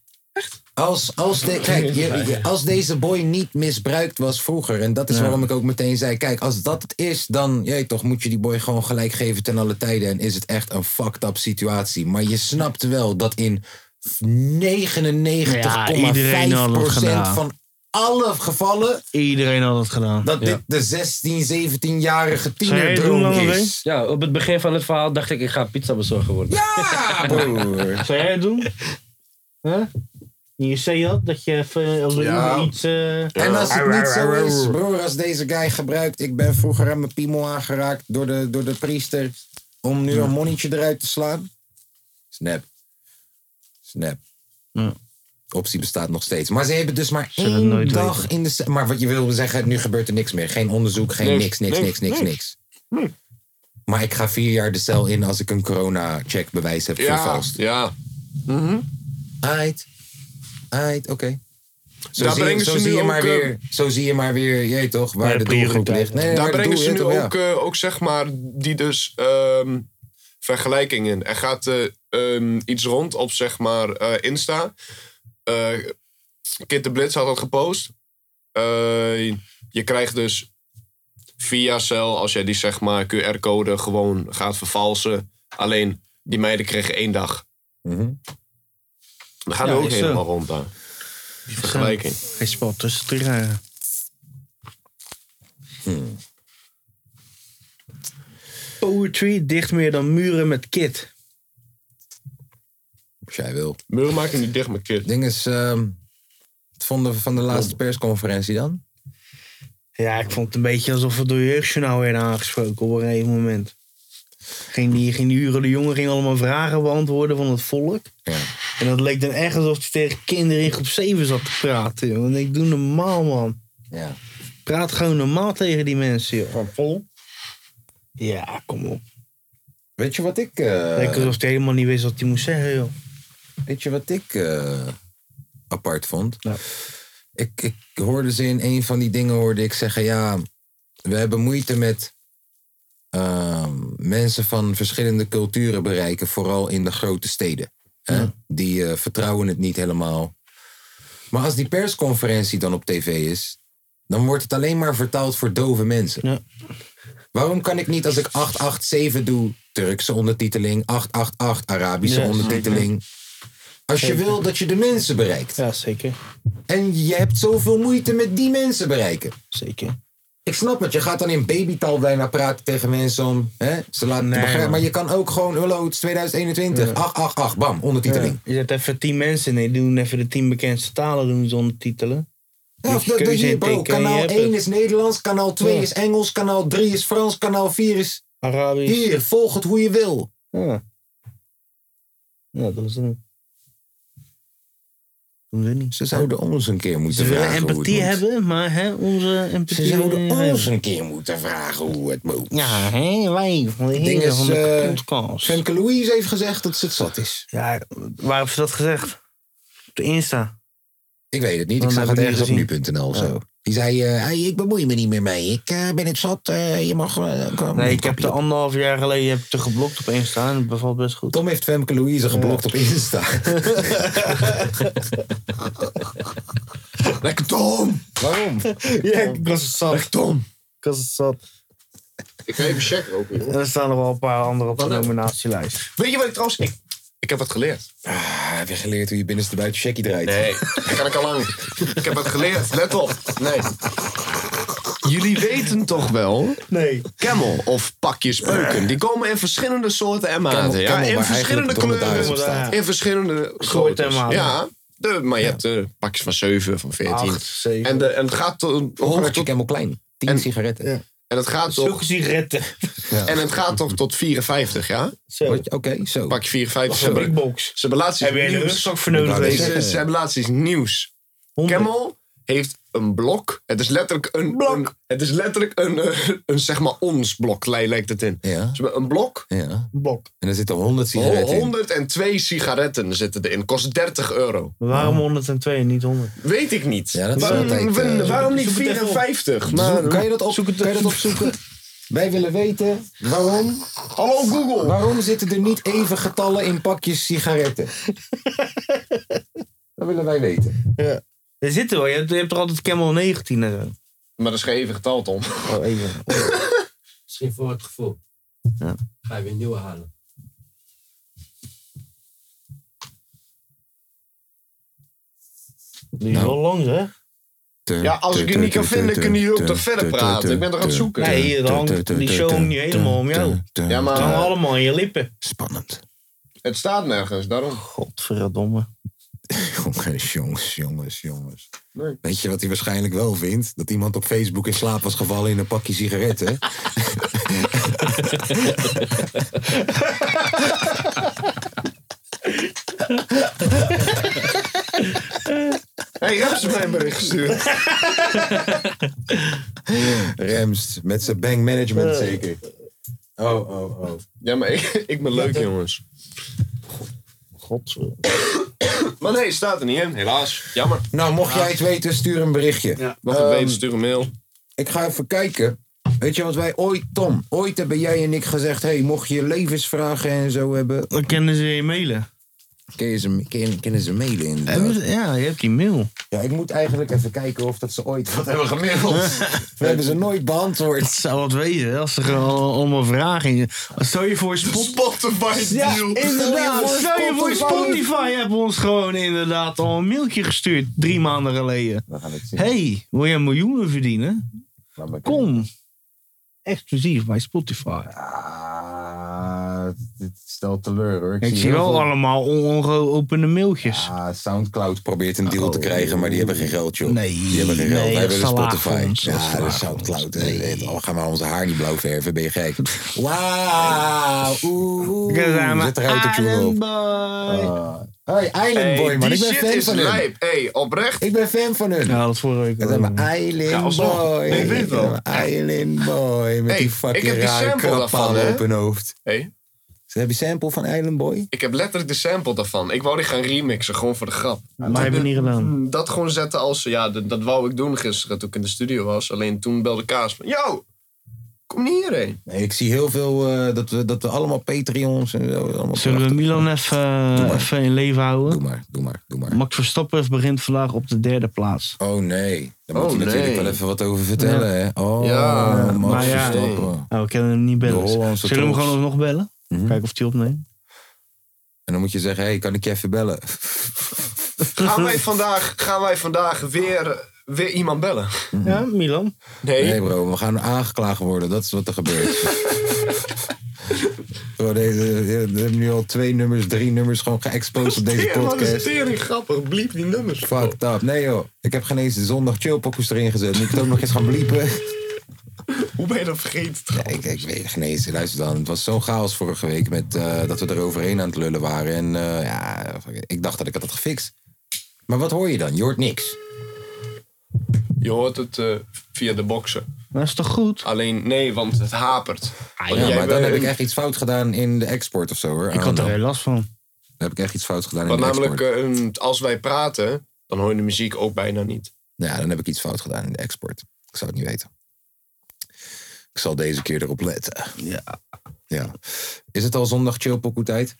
S1: Als, als, de- kijk, je- je- als deze boy niet misbruikt was vroeger, en dat is waarom ik ook meteen zei: kijk, als dat het is, dan jij toch, moet je die boy gewoon gelijk geven ten alle tijden. En is het echt een fucked up situatie. Maar je snapt wel dat in 99,5%
S2: Ja, iedereen had het gedaan.
S1: van alle gevallen
S2: Iedereen had het gedaan.
S1: dat dit de 16, 17-jarige
S2: Zou jij het doen,
S1: tienerdroom
S2: Lange W?
S1: is.
S4: Ja, op het begin van het verhaal dacht ik, ik ga pizza bezorgen worden.
S1: Ja, broer.
S2: Zou jij het doen? Huh? In je Seat, dat je even als
S3: Ja.
S2: ja. iets... eh,
S1: En als het niet zo is, broer, als deze guy gebruikt... Ik ben vroeger aan mijn piemel aangeraakt door de, door de priester... om nu een monnetje eruit te slaan. Snap. Snap.
S2: Ja.
S1: Optie bestaat nog steeds. Maar ze hebben dus maar
S2: zullen het
S1: één
S2: nooit
S1: dag
S2: weten.
S1: in de... se- Maar wat je wil zeggen, nu gebeurt er niks meer. Geen onderzoek, geen
S3: Niks,
S1: niks, niks,
S3: niks,
S1: niks, niks, niks. Maar ik ga vier jaar de cel in als ik een corona-checkbewijs heb
S3: Ja,
S1: vervalst.
S3: ja. Mhm.
S1: Aight. Aight, oké. Zo
S3: Daar
S1: zie, je,
S3: brengen
S1: zo
S3: ze
S1: zie
S3: nu
S1: je maar
S3: ook, eh,
S1: weer, zo zie je maar weer, je weet toch, waar
S2: Ja,
S1: de doelgroep
S2: prioriteiten.
S1: ligt. Nee,
S3: Daar
S1: maar
S3: brengen
S1: doel- je
S3: ze nu
S1: weet toch,
S3: ook,
S1: ja.
S3: eh, ook zeg maar die dus ehm, vergelijkingen in. Er gaat eh, ehm, iets rond op zeg maar eh, Insta. Eh Kid de Blitz had dat gepost. Eh, je krijgt dus via cel, als jij die zeg maar QR-code gewoon gaat vervalsen. Alleen die meiden kregen één dag.
S1: Mhm.
S3: Dan gaan
S2: Ja,
S3: we ook
S2: is eh, zo.
S3: helemaal rond daar. vergelijking.
S2: Geen spot tussen te krijgen.
S1: Hmm.
S2: Poetry dicht meer dan muren met kit.
S1: Als jij wil.
S3: Muur maak je niet dicht met kid.
S1: Ding is, ehm, wat vonden we van de laatste persconferentie dan?
S2: Ja, ik vond het een beetje alsof we door jeugdjournaal werden aangesproken op een gegeven moment. Ging die, ging die uren de jongen ging allemaal vragen beantwoorden van het volk.
S1: Ja.
S2: En dat leek dan echt alsof hij tegen kinderen in groep 7 zat te praten. Joh. En ik doe normaal, man.
S1: Ja.
S2: Praat gewoon normaal tegen die mensen, joh. Van vol? Ja, kom op.
S1: Weet je wat ik... eh,
S2: Lekker alsof hij helemaal niet wist wat hij moest zeggen, joh.
S1: Weet je wat ik eh, apart vond?
S2: Nou.
S1: Ik, ik hoorde ze in een van die dingen hoorde ik zeggen, ja, we hebben moeite met ehm, mensen van verschillende culturen bereiken, vooral in de grote steden. Hè? Die eh, vertrouwen het niet helemaal. Maar als die persconferentie dan op tv is, dan wordt het alleen maar vertaald voor dove mensen.
S2: Ja.
S1: Waarom kan ik niet als ik 887 doe, Turkse ondertiteling, 888 Arabische
S2: Ja,
S1: ondertiteling? Als je wil dat je de mensen bereikt.
S2: Ja, zeker.
S1: En je hebt zoveel moeite met die mensen bereiken.
S2: Zeker.
S1: Ik snap het, je gaat dan in babytaal bijna praten tegen mensen om hè, ze laten
S2: Nee,
S1: begrijpen.
S2: man.
S1: Maar je kan ook gewoon, hallo, het is 2021, 888, bam, ondertiteling.
S2: Je zet even tien mensen in, die doen even de tien bekendste talen doen ze ondertitelen.
S1: Ja, of
S2: Moet je
S1: dat dat
S2: keuze
S1: je,
S2: intikken
S1: bro,
S2: en je
S1: kanaal
S2: hebt
S1: 1
S2: het.
S1: is Nederlands, kanaal 2
S2: Ja.
S1: is Engels, kanaal 3 is Frans, kanaal 4 is...
S2: Arabisch.
S1: Hier, volg het hoe je wil.
S2: Ja. Ja, dat is het. Doen ze niet.
S1: Ze zouden ons een keer moeten
S2: Ze willen
S1: vragen hoe
S2: empathie
S1: het moet.
S2: hebben, maar hè, onze empathie...
S1: Ze zouden
S2: eh,
S1: ons een keer moeten vragen hoe het moet.
S2: Ja, hè, wij van de
S1: Ding
S2: heren
S1: is,
S2: van de
S1: eh,
S2: podcast.
S1: Femke Louise heeft gezegd dat ze het zat is.
S2: Ja, waar heeft ze dat gezegd? Op de Insta.
S1: Ik weet het niet. Ik
S2: Dan
S1: zag
S2: heb
S1: het
S2: ik
S1: ergens
S2: niet Oh.
S1: op nu.nl of zo. Die zei, eh, hey, ik bemoei me niet meer mee. Ik eh, ben het zat. eh, je mag... eh, kom,
S2: Nee, ik heb
S1: kopje
S2: de
S1: op."
S2: anderhalf jaar geleden heb ik te geblokt op Insta en dat bevalt best goed.
S1: Tom heeft Femke Louise geblokt op Insta. Lekker Tom!
S3: Waarom?
S2: Ja, ik was het zat.
S1: Lekker Tom!
S2: Ik was het zat.
S3: Ik ga even checken ook.
S2: En er staan nog wel een paar anderen op de
S3: Wat nou?
S2: nominatielijst.
S3: Weet je wat ik trouwens... Ik, ik heb wat geleerd.
S1: Ah, heb je geleerd hoe je binnenste buiten checkie draait?
S3: Nee, dat kan ik al lang. Ik heb wat geleerd. Let op. Nee. Jullie weten toch wel
S2: Nee.
S3: Camel of pakjes peuken. Die komen in verschillende soorten en maten.
S1: Camel,
S3: ja,
S1: camel,
S3: in
S1: maar
S3: verschillende
S1: eigenlijk het
S3: kleuren.
S1: onderduif
S2: staat.
S3: In verschillende groottes.
S2: en maten.
S3: Ja, de, maar je hebt eh, pakjes van 7, van 14.
S2: Acht, zeven.
S3: en, de, en het gaat tot,
S1: Hoogtje
S3: tot-
S1: helemaal klein. 10
S3: En-
S1: sigaretten.
S3: en het gaat toch
S2: Zulke sigaretten.
S3: en het gaat toch tot 54, ja?
S2: Zo.
S1: Wat je- Oké, zo.
S3: Pakje 54. Ze
S2: Zo'n big
S3: hebben,
S2: box.
S3: ze hebben laatst iets
S2: Heb jij een
S3: nieuws.
S2: rugzak voor nodig?
S1: Ik wou
S2: weet
S1: net
S2: je?
S3: Ze, ze hebben laatst iets nieuws. Camel heeft een blok. Het is letterlijk een blok. het is letterlijk een, eh, een zeg maar ons blok, li- lijkt het in.
S1: Ja.
S3: Ze hebben een blok.
S1: ja.
S2: Bok.
S1: En er zitten 100 sigaretten in.
S3: 102 sigaretten zitten erin. Kost 30 euro.
S2: Waarom 102 en niet 100?
S3: Weet ik niet.
S1: Ja, dat is
S3: waarom,
S1: altijd, eh,
S3: wa- waarom niet
S2: zoek het even op.
S3: 54? Maar,
S1: Zoek- kan je dat, op, kan je dat opzoeken? Wij willen weten waarom,
S3: hallo Google.
S1: waarom zitten er niet even getallen in pakjes sigaretten? Dat willen wij weten.
S2: Er zitten wel. Je hebt, je hebt er altijd Camel 19 en zo.
S3: Maar dat is geen even getal, Tom.
S2: Oh, even.
S4: Misschien voor het gevoel.
S2: Ja.
S4: Ga je weer nieuwe halen.
S2: Die is wel lang, hè?
S3: Ja, als ik het niet kan vinden, kunnen jullie ook toch verder praten. Ik ben toch aan het zoeken.
S2: Nee, hier, dan hangt die show hangt niet helemaal om jou.
S3: Ja,
S2: Het
S3: maar
S2: hangt allemaal in je lippen.
S1: Spannend.
S3: het staat nergens, daarom.
S2: Godverdomme.
S1: Jongens, jongens, jongens, jongens.
S3: Nee.
S1: Weet je wat hij waarschijnlijk wel vindt? Dat iemand op Facebook in slaap was gevallen in een pakje sigaretten.
S3: hey, je hebt ze mij een bericht gestuurd.
S1: Rems, met zijn bank management zeker. Oh, oh, oh.
S3: Ja, maar ik, ik ben leuk, jongens.
S2: Godverdomme.
S3: Maar nee, het staat er niet in. Helaas. Jammer.
S1: Nou, mocht jij het weten, stuur een berichtje. Ehm,
S3: Mag ik weten, stuur een mail.
S1: Ik ga even kijken. Weet je wat wij ooit, Tom, ooit hebben jij en ik gezegd... hey, mocht je levensvragen en zo hebben...
S2: Dan kennen ze je mailen.
S1: Kun je ze, kun je- kunnen ze mailen in?
S2: Hebben ze- Ja, je hebt die mail.
S1: Ja, ik moet eigenlijk even kijken of dat ze ooit wat hebben gemaild. We hebben ze nooit beantwoord.
S2: Het zou wat wezen als er al- allemaal vragen in. Stel je voor Spotify.
S3: Spotify deal.
S2: Inderdaad, stel je voor Spotify hebben ons gewoon inderdaad al een mailtje gestuurd drie maanden geleden.
S1: We gaan het zien.
S2: Hey, wil je miljoenen verdienen?
S1: Laat maar kijken.
S2: Kom. Exclusief bij Spotify.
S1: Ah, dit stelt teleur hoor.
S2: Ik zie
S1: heel
S2: wel
S1: veel-
S2: allemaal on- ongeopende mailtjes.
S1: Ah, Soundcloud probeert een deal te krijgen, maar die hebben geen geld, joh.
S2: Oh. Nee,
S1: die hebben geen geld.
S2: nee,
S1: Wij
S2: dat
S1: willen
S2: is te laag
S1: Spotify.
S2: voor ons. Dat is
S1: Ja,
S2: te
S1: dat
S2: laag
S1: is
S2: voor
S1: Soundcloud.
S2: ons. Nee.
S1: Oh, ga maar onze haar niet blauw verven, ben je gek. Wauw.
S3: Ah,
S1: Oeh, oeh. Zet eruit dat je wil op.
S2: Boy.
S1: Ah. Hey, Island
S3: Hey,
S1: Boy, man.
S3: die
S1: Ik ben
S3: shit
S1: fan
S3: is
S1: van hun.
S3: lijp. Hey, oprecht.
S1: Ik ben fan van hun.
S2: Ja, dat vorige week.
S1: Dat is
S2: al.
S1: mijn Island
S3: alsnog.
S1: Boy.
S3: Ik weet het wel.
S1: Island Boy. Met
S3: Hey,
S1: die
S3: ik
S1: fucking
S3: heb die
S1: rare
S3: sample
S1: krappaal
S3: daarvan, hè?
S1: op hun hoofd.
S3: Hey,
S1: Ze hebben die sample van Island Boy?
S3: ik heb letterlijk de sample daarvan. Ik wou die gaan remixen, gewoon voor de grap. Mm,
S2: Maar hebben we niet gedaan.
S3: Dat gewoon zetten als, ja, dat, dat wou ik doen gisteren toen ik in de studio was. Alleen toen belde Kaas me. Yo, kom niet hierheen.
S1: Nee, ik zie heel veel eh, dat, we, dat we allemaal Patreons en zo. Allemaal
S2: Zullen we
S1: prachtig.
S2: Milan even,
S1: maar.
S2: even in leven houden?
S1: Doe maar, doe maar, doe maar.
S2: Max Verstappen begint vandaag op de derde plaats.
S1: Oh nee, daar
S3: Oh,
S1: moet je natuurlijk
S3: nee.
S1: wel even wat over vertellen, hè? Oh,
S3: Ja,
S1: Max
S2: maar ja,
S1: Verstappen.
S2: Nou, we kunnen hem niet bellen.
S1: De
S2: Zullen
S1: Hollandse
S2: we hem
S1: trots.
S2: gewoon nog bellen?
S1: Mhm.
S2: Kijken of hij opneemt.
S1: En dan moet je zeggen, hey, kan ik je even bellen?
S3: Gaan wij vandaag, gaan wij vandaag weer, weer iemand bellen?
S2: Ja, Milan.
S3: Nee.
S1: Nee bro, we gaan aangeklaagd worden, dat is wat er gebeurt. Bro, deze, we hebben nu al twee nummers, drie nummers gewoon geëxposed op deze
S3: Tering, wat is
S1: podcast.
S3: tering grappig. Bliep die nummers.
S1: Fucked up. Nee joh, ik heb geen eens de zondag chillpokkers erin gezet. Moet ik het ook nog eens gaan bliepen?
S3: Hoe ben je dat vergeten? trouwens?
S1: Ik, ik weet geen eens. Luister dan. Het was zo'n chaos vorige week met, eh, dat we er overheen aan het lullen waren. En eh, ja, ik dacht dat ik had dat gefixt. Maar wat hoor je dan? Je hoort niks.
S3: Je hoort het eh, via de boxen.
S2: Dat is toch goed?
S3: Alleen, nee, want het hapert. Want
S1: Ah, ja,
S3: jij
S1: maar dan
S3: bent-
S1: heb ik echt iets fout gedaan in de export of zo hoor.
S2: Ik had er heel
S1: Dan
S2: last van.
S1: heb ik echt iets fout gedaan in
S3: Want
S1: de
S3: namelijk,
S1: export.
S3: eh, een- als wij praten, dan hoor je de muziek ook bijna niet.
S1: Ja, dan heb ik iets fout gedaan in de export. Ik zou het niet weten. Ik zal deze keer erop letten.
S2: Ja.
S1: ja. Is het al zondag chillpokoe tijd?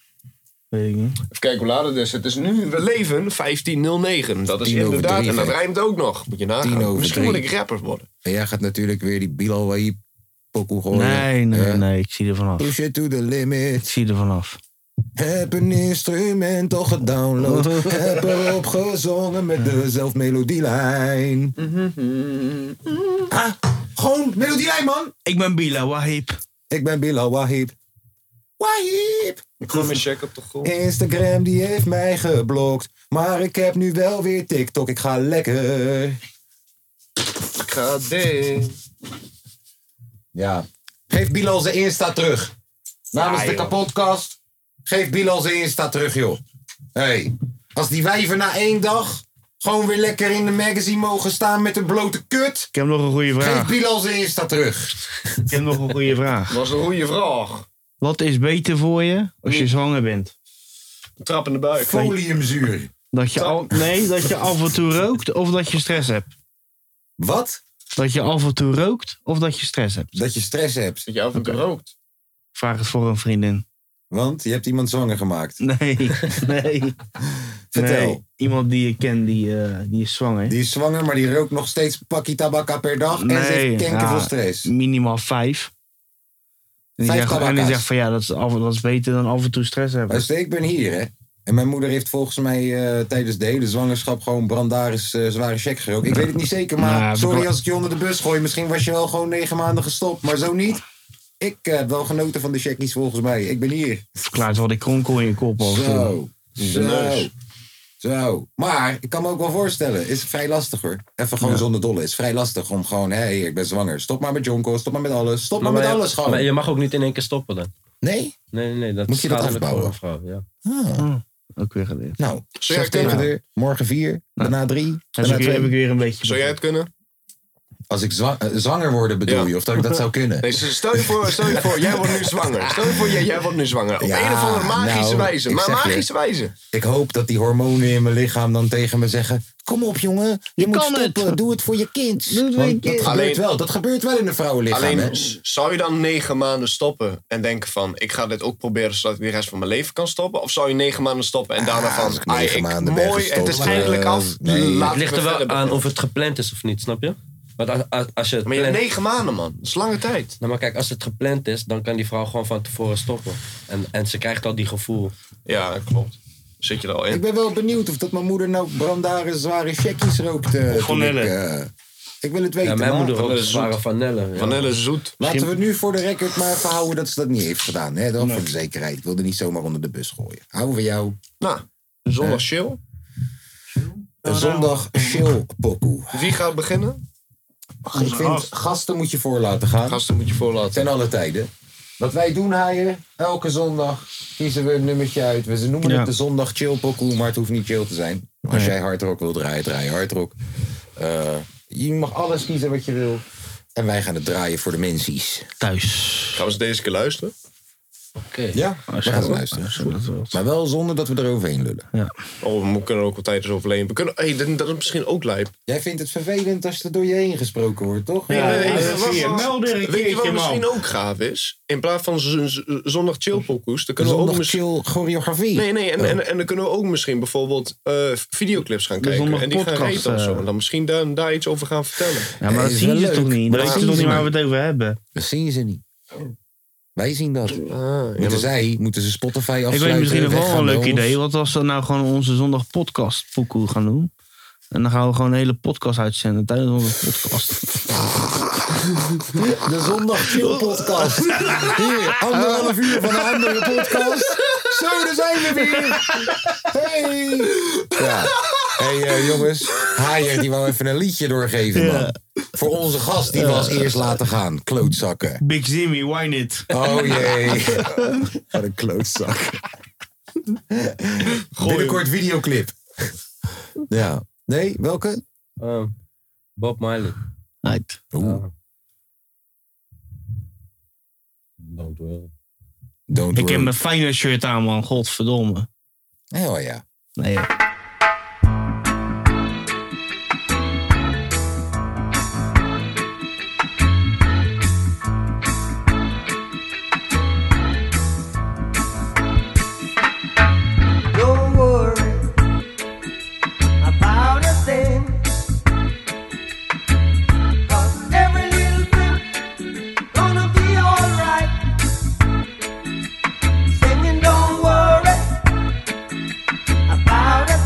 S2: Weet ik niet.
S3: Even kijken hoe laat het is. Het is nu, we leven 15.09. Dat is
S1: Tien over
S3: inderdaad,
S1: drie,
S3: en dat
S1: hè?
S3: rijmt ook nog. Moet je
S1: Tien
S3: nagaan.
S1: over
S3: Misschien
S1: drie.
S3: wil ik rapper worden.
S1: En jij gaat natuurlijk weer die Bilal Wahib pokoe gooien.
S2: Nee, nee,
S1: Eh,
S2: nee. Ik zie er vanaf.
S1: Push it to the limit.
S2: Ik zie er vanaf.
S1: Heb een instrumental gedownload. heb erop gezongen met dezelfde melodielijn. ah, gewoon melodielijn, man.
S2: Ik ben Bila Wahib.
S1: Ik ben Bilal Wahib. Wahib!
S3: Ik gooi mijn check op de grond.
S1: Instagram die heeft mij geblokt. Maar ik heb nu wel weer TikTok. Ik ga lekker.
S3: Ik ga dit.
S1: Ja. Geef Bilal zijn Insta terug. Namens de kapotkast. Geef Bilal zijn Insta terug, joh. Hey. Als die wijven na één dag gewoon weer lekker in de magazine mogen staan met een blote kut.
S2: Ik heb nog een goede
S1: Geef
S2: vraag.
S1: Bilal zijn Insta terug.
S2: Ik heb nog een goede vraag.
S3: was een goede vraag.
S2: Wat is beter voor je als je zwanger bent?
S3: Een trap in de buik.
S1: Foliumzuur.
S2: Dat je, al, nee, dat je af en toe rookt of dat je stress hebt?
S1: Wat?
S2: Dat je af en toe rookt of dat je stress hebt?
S1: Dat je stress hebt.
S3: Dat je af en toe rookt.
S2: Ik vraag het voor een vriendin.
S1: Want je hebt iemand zwanger gemaakt.
S2: Nee, nee.
S1: Vertel.
S2: Nee, iemand die ik ken, die, eh, die is zwanger.
S1: Die is zwanger, maar die rookt nog steeds een pakje tabakka per dag. en ze
S2: Nee,
S1: heeft kanker
S2: ja.
S1: van stress.
S2: Minimaal vijf. En die,
S1: Vijf
S2: zegt, en die
S1: tabakka's.
S2: zegt van ja, dat is, af, dat is beter dan af en toe stress hebben.
S1: Luister, ik ben hier, hè. En mijn moeder heeft volgens mij eh, tijdens de hele zwangerschap gewoon brandaris eh, zware check gerookt. Ik weet het niet zeker, maar
S2: Nou,
S1: sorry
S2: bedoel-
S1: als ik je onder de bus gooi. Misschien was je wel gewoon negen maanden gestopt, maar zo niet. Ik eh, heb wel genoten van de checkies volgens mij. Ik ben hier.
S2: Verklaart wat ik kronkel in je kop al.
S1: Zo. Zo.
S3: neus.
S1: Zo. Maar ik kan me ook wel voorstellen, is vrij lastig hoor. Even gewoon zonder dolle. Is vrij lastig om gewoon, hé, hey, ik ben zwanger. Stop maar met jonko, stop maar met alles. Stop maar,
S4: Maar
S1: met
S4: je-
S1: alles
S4: Maar
S1: gewoon.
S4: je mag ook niet in één keer stoppen dan.
S1: Nee?
S4: Nee, nee, nee. Dat
S1: Moet je dat
S4: schadelijk voor
S1: afbouwen?
S4: een vrouw, ja.
S1: Ah,
S3: Hmm.
S2: Ook weer geleerd.
S1: Nou,
S3: Zou jij
S1: zeg tegen
S3: kunnen?
S1: de deur. Morgen vier, daarna drie,
S2: En zo
S1: daarna
S2: heb ik
S1: twee.
S2: weer een beetje.
S3: Zou jij het kunnen?
S1: Als ik zwa- eh, zwanger worden bedoel je? Of dat ik dat zou kunnen?
S3: Nee, dus stel je voor, stel je voor jij wordt nu zwanger. Stel je voor, jij, jij wordt nu zwanger. Op
S1: Ja,
S3: een of andere magische
S1: nou,
S3: wijze.
S1: ik
S3: Maar
S1: zeg je.
S3: magische wijze.
S1: Ik hoop dat die hormonen in mijn lichaam dan tegen me zeggen... Kom op jongen, je, moet
S3: kan het.
S1: stoppen. Doe het voor je kind. Want dat gebeurt wel. Dat gebeurt wel in een vrouwenlichaam. hè?
S3: Alleen, s- zou je dan negen maanden stoppen en denken van... ik ga dit ook proberen zodat ik de rest van mijn leven kan stoppen? Of zou je negen maanden stoppen en daarna van...
S1: ik
S3: ah,
S1: negen
S3: ik,
S1: maanden ben
S3: mooi, het is
S1: gestopt,
S3: eindelijk
S1: eh,
S3: af.
S1: nee.
S3: Laat
S4: het ligt
S3: me
S4: er wel
S3: verder
S4: aan
S3: beginnen.
S4: of het gepland is of niet, snap je? Want als, als, als je het
S3: Maar je hebt
S4: plant-
S3: negen maanden, man. Dat is lange tijd.
S4: Nou, maar kijk, als het gepland is, dan kan die vrouw gewoon van tevoren stoppen. En, en ze krijgt al die gevoel.
S3: Ja, klopt. Zit je er al
S1: Ik
S3: in?
S1: ben wel benieuwd of dat mijn moeder nou brandare zware checkies rookt. eh,
S4: Of
S1: toen ik,
S4: vanille.
S1: eh, ik wil het weten.
S4: Ja, mijn
S1: man.
S4: moeder rookt zware vanille. ja.
S3: zoet.
S1: Laten we nu voor de record maar verhouden dat ze dat niet heeft gedaan. Hè? Dan voor de zekerheid. Ik wilde niet zomaar onder de bus gooien. Hou van jou.
S3: Nou, zondag chill.
S1: Een Eh, zondag chill pokoe.
S3: Wie gaat beginnen?
S1: Ik vind, gasten moet je voor laten gaan.
S3: Gasten moet je voor laten.
S1: Ten alle tijden. Wat wij doen, haaien, elke zondag kiezen we een nummertje uit. We ze noemen
S5: Ja.
S1: het de zondag chill pokoe, maar het hoeft niet chill te zijn. Als jij hardrock wil draaien, draai je hardrock. Eh, je mag alles kiezen wat je wil. En wij gaan het draaien voor de mensies.
S2: Thuis. Oh,
S3: Gaan we ze deze keer luisteren?
S4: Oké.
S1: Ja, we gaan het luisteren. Maar wel zonder dat we eroverheen lullen.
S3: Oh, we kunnen er ook wel tijdens overleen. We kunnen, hey, dat, dat is misschien ook lijp.
S1: Jij vindt het vervelend als er door je heen gesproken wordt, toch?
S3: Eh,
S1: Eh,
S3: eh, wacht,
S1: zie je.
S3: wacht.
S1: Meld er een
S3: Weet je
S1: keertje,
S3: wat
S1: man.
S3: misschien ook gaaf is? In plaats van z- z- zondag chill pokoes, dan kunnen we
S1: Zondag
S3: ook misschien...
S1: chill choreografie.
S3: Nee, nee, en, en, en dan kunnen we ook misschien bijvoorbeeld eh, videoclips gaan
S1: De
S3: kijken.
S1: zondag
S3: En die gaan
S1: podcast,
S3: reten of zo.
S1: eh.
S3: En dan misschien daar, daar iets over gaan vertellen.
S2: Ja, maar dat zien ze toch niet? Maar dat is toch niet waar we het over hebben?
S1: Dat zien ze niet. Wij zien dat. moeten
S2: maar-
S1: zij, moeten ze Spotify afsluiten.
S2: Ik weet misschien nog wel
S1: weggaan
S2: een leuk
S1: bij ons?
S2: idee. Wat als we nou gewoon onze zondag podcast pokoe gaan doen? En dan gaan we gewoon een hele podcast uitzenden tijdens onze podcast.
S1: De Zondag Chill Podcast. Hier, anderhalf uur van een andere podcast. Zo, daar zijn we weer. Hey. Ja. Hey eh, jongens, Haier die wou even een liedje doorgeven, man. Voor onze gast die we als eerst laten gaan. Klootzakken.
S2: Eh, Big Jimmy, why not?
S1: Oh jee. Wat een klootzak. Binnenkort videoclip. Ja. Nee, welke?
S4: Ehm, Bob Marley.
S2: Right.
S1: Oeh.
S4: Don't worry.
S1: Don't
S2: Ik heb
S4: worry.
S2: mijn Feyenoord shirt aan, man. Godverdomme.
S1: Oh ja.
S2: Nee.
S8: Don't worry about a thing. 'Cause every little thing gonna be alright. Singing, don't worry about a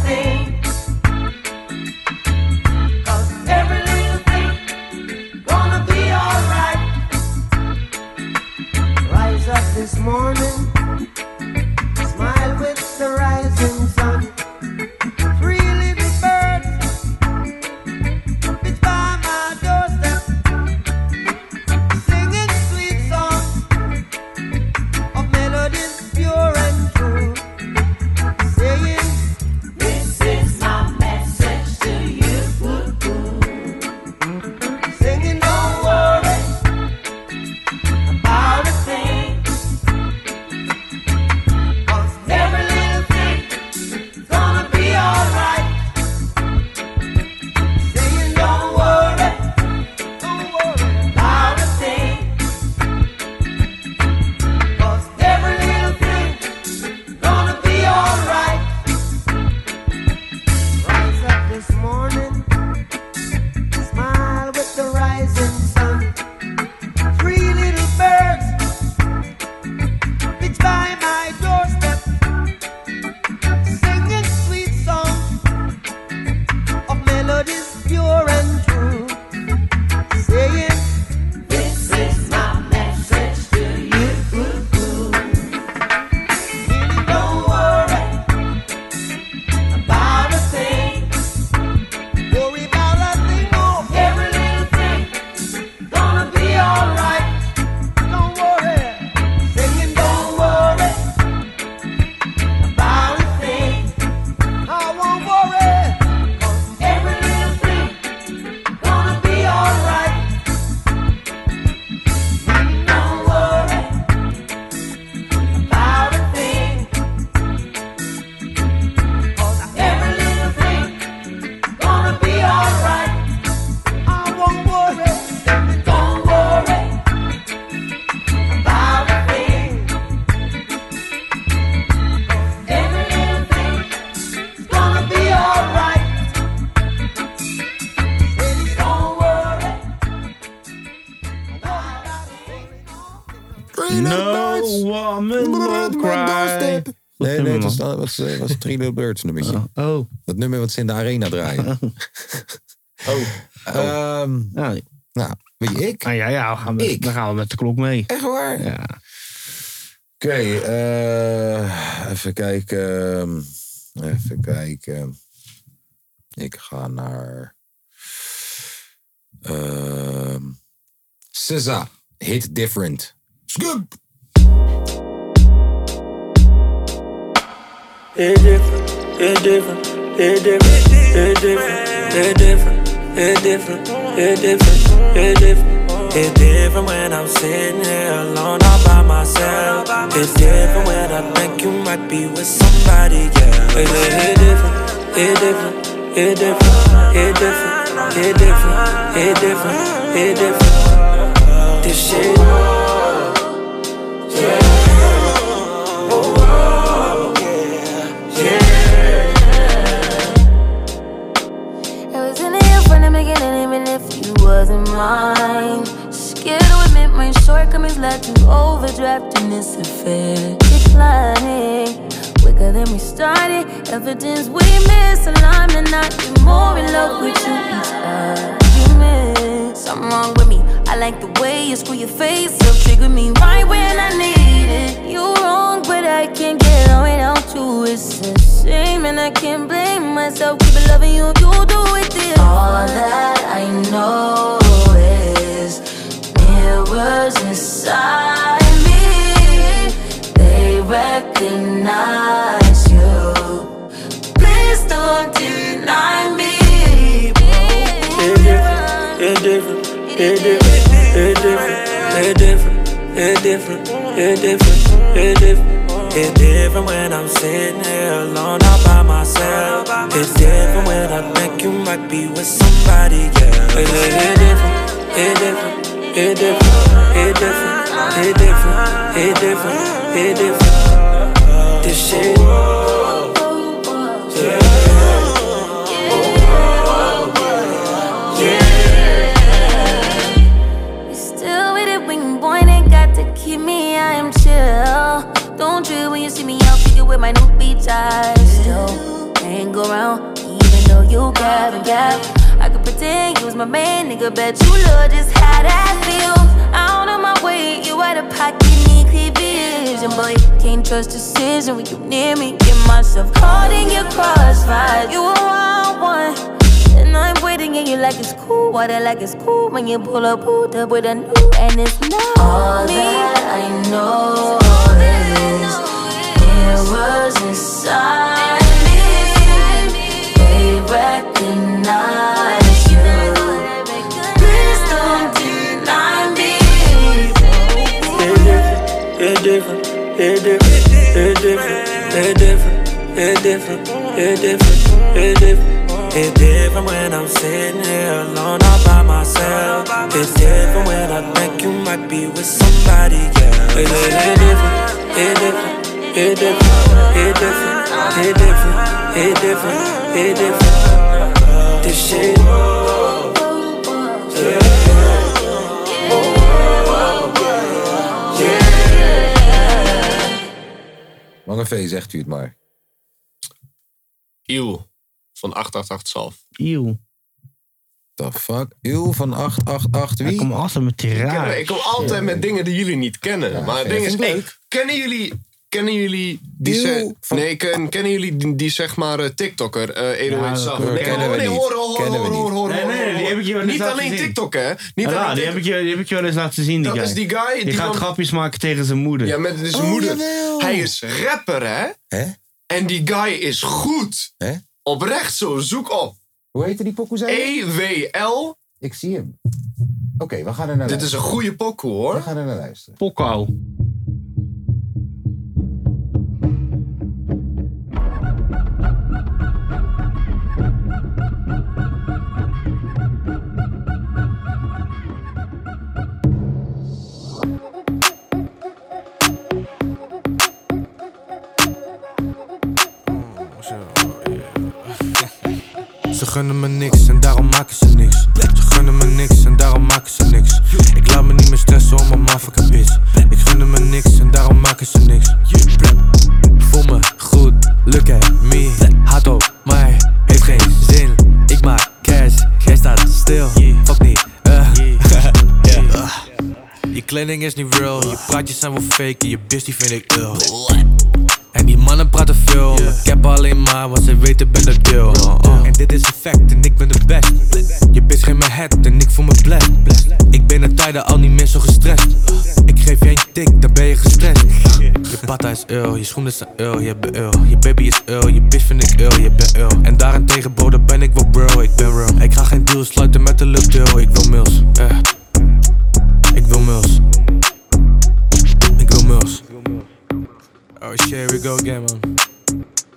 S1: No
S2: woman will cry.
S1: Nee, nee,
S2: nummer,
S1: het was, dat was, eh, was Three Little Birds nummertje.
S2: Oh.
S1: Dat nummer wat ze in de arena draaien.
S3: Oh.
S1: Ehm, nou, weet je, ik?
S2: Ah, ja, ja, we gaan met,
S1: Ik?
S2: dan gaan we met de klok mee.
S1: Echt waar?
S2: Ja.
S1: Oké, eh, even kijken. ehm, Even kijken. Ik ga naar. ehm SZA, Hit Different. Skub!
S9: It's different, it's different, it's different, it's different, it's different, it's different, it's different, it's different. It's different when I'm sitting here alone all by myself. It's different when I think you might be with somebody, yeah. It's different, it's different, it's different, it's different, it's different, it's different, it's different. This shit.
S10: It was in here from the beginning, even if you wasn't mine. Scared to admit my shortcomings led to overdraft in this affair. Declining quicker than we started. Evidence we misaligned, and I get more in love with you each argument. Something wrong with me. I like the way you screw your face up, trigger me right when I need it. You wrong, but I can't get on without you. It's a shame, and I can't blame myself. Keep it loving you, you do it this. All that I know is mirrors inside me. They recognize you. Please don't deny me.
S9: It's different, it's different, it's different, it's different, it's different, it's different, it's different, it's different. It's different when I'm sitting here alone all by myself. It's different when I think you might be with somebody, yeah. It's different, it's different, it's different, it's different, it's different, it's different, it's different. This shit.
S10: You still with it when you born ain't got to keep me, I am chill. Don't trip when you see me out figure with my new beach eyes. Still hang around, even though you gab and gab. I could pretend you was my man, nigga. Bet you love just how that feels. Out of my way, you out of pocket, need clear vision. Boy, can't trust decision when you near me. Get myself caught in your crossfire. You a wild one. And I'm waiting and you like it's cool. Water like it's cool when you pull up, pulled up with a new and it's not All me. that I know is mirrors inside me. They recognize you. Please don't deny me.
S9: It's different, it's different, it's different, it's different, it's different, it's different, it's different. It's different when I'm sitting here alone all by myself. It's different when I think you might be with somebody, yeah. It's different, it's different, it's different, it's different, it's different, it's different, it's different. This shit.
S1: Lange V, zegt u het maar.
S3: Iel. Van 888 Salf.
S1: Eeuw. The fuck? Eeuw van 888 wie? Ik kom
S2: altijd met
S3: Ik, ken- ik kom altijd met dingen die jullie niet kennen. maar het
S1: vind
S3: ding
S1: ik
S3: is,
S1: leuk.
S3: hey, kennen jullie, kennen jullie die,
S1: Eeuw,
S3: ze- nee, ken- kennen jullie die, die, zeg maar eh, TikToker, eh Edo
S2: Ja,
S3: en
S2: dat
S3: Saf?
S2: kennen
S3: Nee,
S2: we
S3: oh, nee,
S2: niet.
S3: hoor, hoor, hoor,
S2: Kennen we
S3: hoor,
S2: niet.
S3: hoor, hoor,
S2: Nee, nee,
S3: hoor,
S2: die heb ik je wel
S3: Niet
S2: eens laten
S3: alleen
S2: zien.
S3: TikTok, hè? Niet
S2: Ja,
S3: alleen
S2: die, heb ik je, die heb ik je wel eens laten zien. Die
S3: Dat
S2: guy.
S3: is die guy
S2: Die,
S3: die
S2: gaat
S3: dan-
S2: grapjes maken tegen zijn moeder. Oh,
S3: Ja, met zijn moeder. Hij is rapper, hè? En die guy is goed. Oprecht zo, zoek op. E
S1: Hoe heette die pokoe zei je?
S3: EWL.
S1: Ik zie hem. Oké, we gaan er naar
S3: Dit is een goede pokoe, hoor. We
S1: gaan er naar luisteren.
S2: Pokko.
S11: Ze gunnen me niks en daarom maken ze niks. Ze gunnen me niks en daarom maken ze niks. Ik laat me niet meer stressen om een maffelijke bitch. Ik gun hem me fuck die. eh. Eh. Je kleding is niet real, je praatjes zijn wel fake en je bitch die vind ik ill. En die mannen praten veel, maar ik heb alleen maar wat ze weten ben de deal. En dit is effect en ik ben de best. Je bitch geen mijn head en ik voel me blessed. Ik ben de tijden al niet meer zo gestrest. Ik geef je een tik, dan ben je gestrest. Je pata is ill, je schoenen zijn ill, je bent ill. Je baby is ill, je bitch vind ik ill, je bent ill. En daarentegen bro, dan ben ik wel bro, ik ben real. Ik ga geen deal sluiten met de luchtdeel, ik wil mills. eh. Ik wil mills. Ik wil mills. Oh shit, here we go again man.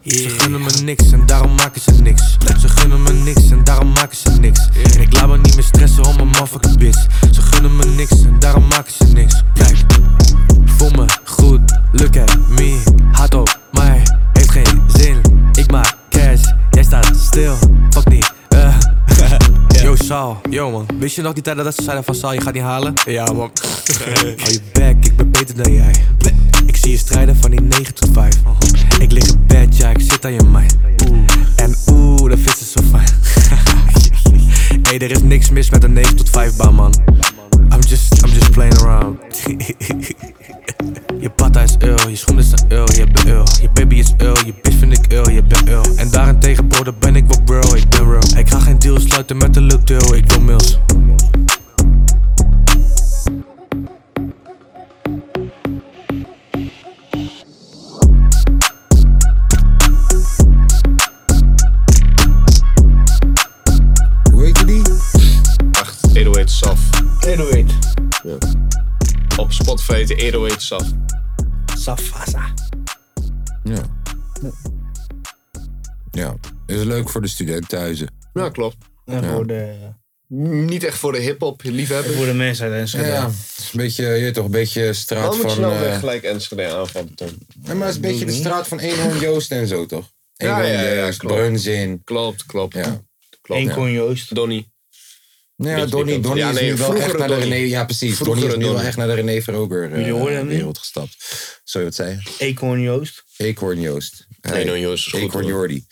S11: Ze gunnen me niks en daarom maken ze niks. Ze gunnen me niks en daarom maken ze niks. En ik laat me niet meer stressen om een motherfucking bitch. Ze gunnen me niks en daarom maken ze niks. Kijk, voel me goed, look at me. Haat op mij, heeft geen zin. Ik maak cash, jij staat stil. Fuck niet, eh. Yo Saal, yo man. Wist je nog die tijd dat ze zeiden van Saal, je gaat niet halen? Ja man. Hou je back, ik ben beter dan jij. Ik zie je strijden van die 9 tot 5. Ik lig in bed, ja, ik zit aan je mind. En oeh, dat vindt ze zo fijn. Hey, er is niks mis met een 9 tot 5 baan man. I'm just, I'm just playing around. je pata is ill, je schoenen zijn ill, je bent ill. Je baby is ill, je bitch vind ik ill, je bent ill. En daarentegen, bro, dan ben ik wel bro, ik ben real. Ik ga geen deal sluiten met de look deal, ik wil mills.
S1: Hoe heet die?
S3: Echt, 808 Saf.
S2: 808.
S3: Ja. Op Spotify heet die 808 Saf.
S2: Safasa.
S1: Ja. Ja, is leuk voor de student thuis.
S3: Ja, klopt.
S1: Ja, Ja. voor
S2: de...
S3: Niet echt voor de hip-hop liefhebbers.
S2: Voor de mensheid en zo.
S1: Ja, het is een beetje, je weet toch, een beetje straat
S3: Dan moet je
S1: van...
S3: nou
S1: eh,
S3: weer gelijk Enschede aanvallen, Tom.
S1: Ja, maar het is een beetje de straat van Eenhoorn Joost en zo, toch?
S3: Mm-hmm. Ja, ja, ja,
S1: Joost,
S3: klopt.
S1: Brunzin.
S3: Klopt, klopt.
S1: Ja.
S3: Klopt.
S1: Eenhoorn
S2: Joost.
S3: Donnie.
S1: Nou Ja,
S3: Beetje
S1: Donnie,
S3: die
S1: Donnie
S3: kant.
S1: is
S3: Ja, nee,
S1: nu wel
S3: vroegere
S1: echt naar de
S3: Donnie.
S1: René... Ja, precies. Donnie
S3: Vroegere
S1: is nu wel
S3: Donnie.
S1: echt naar de René Vroger eh,
S2: Jullie hoorden hem niet?
S1: wereld gestapt. Zou je wat zeggen?
S2: Eekhoorn Joost.
S1: Eekhoorn Joost. Hey,
S3: Eekhoorn Joost is goed,
S1: Eekhoorn
S3: hoor.
S1: Jordi.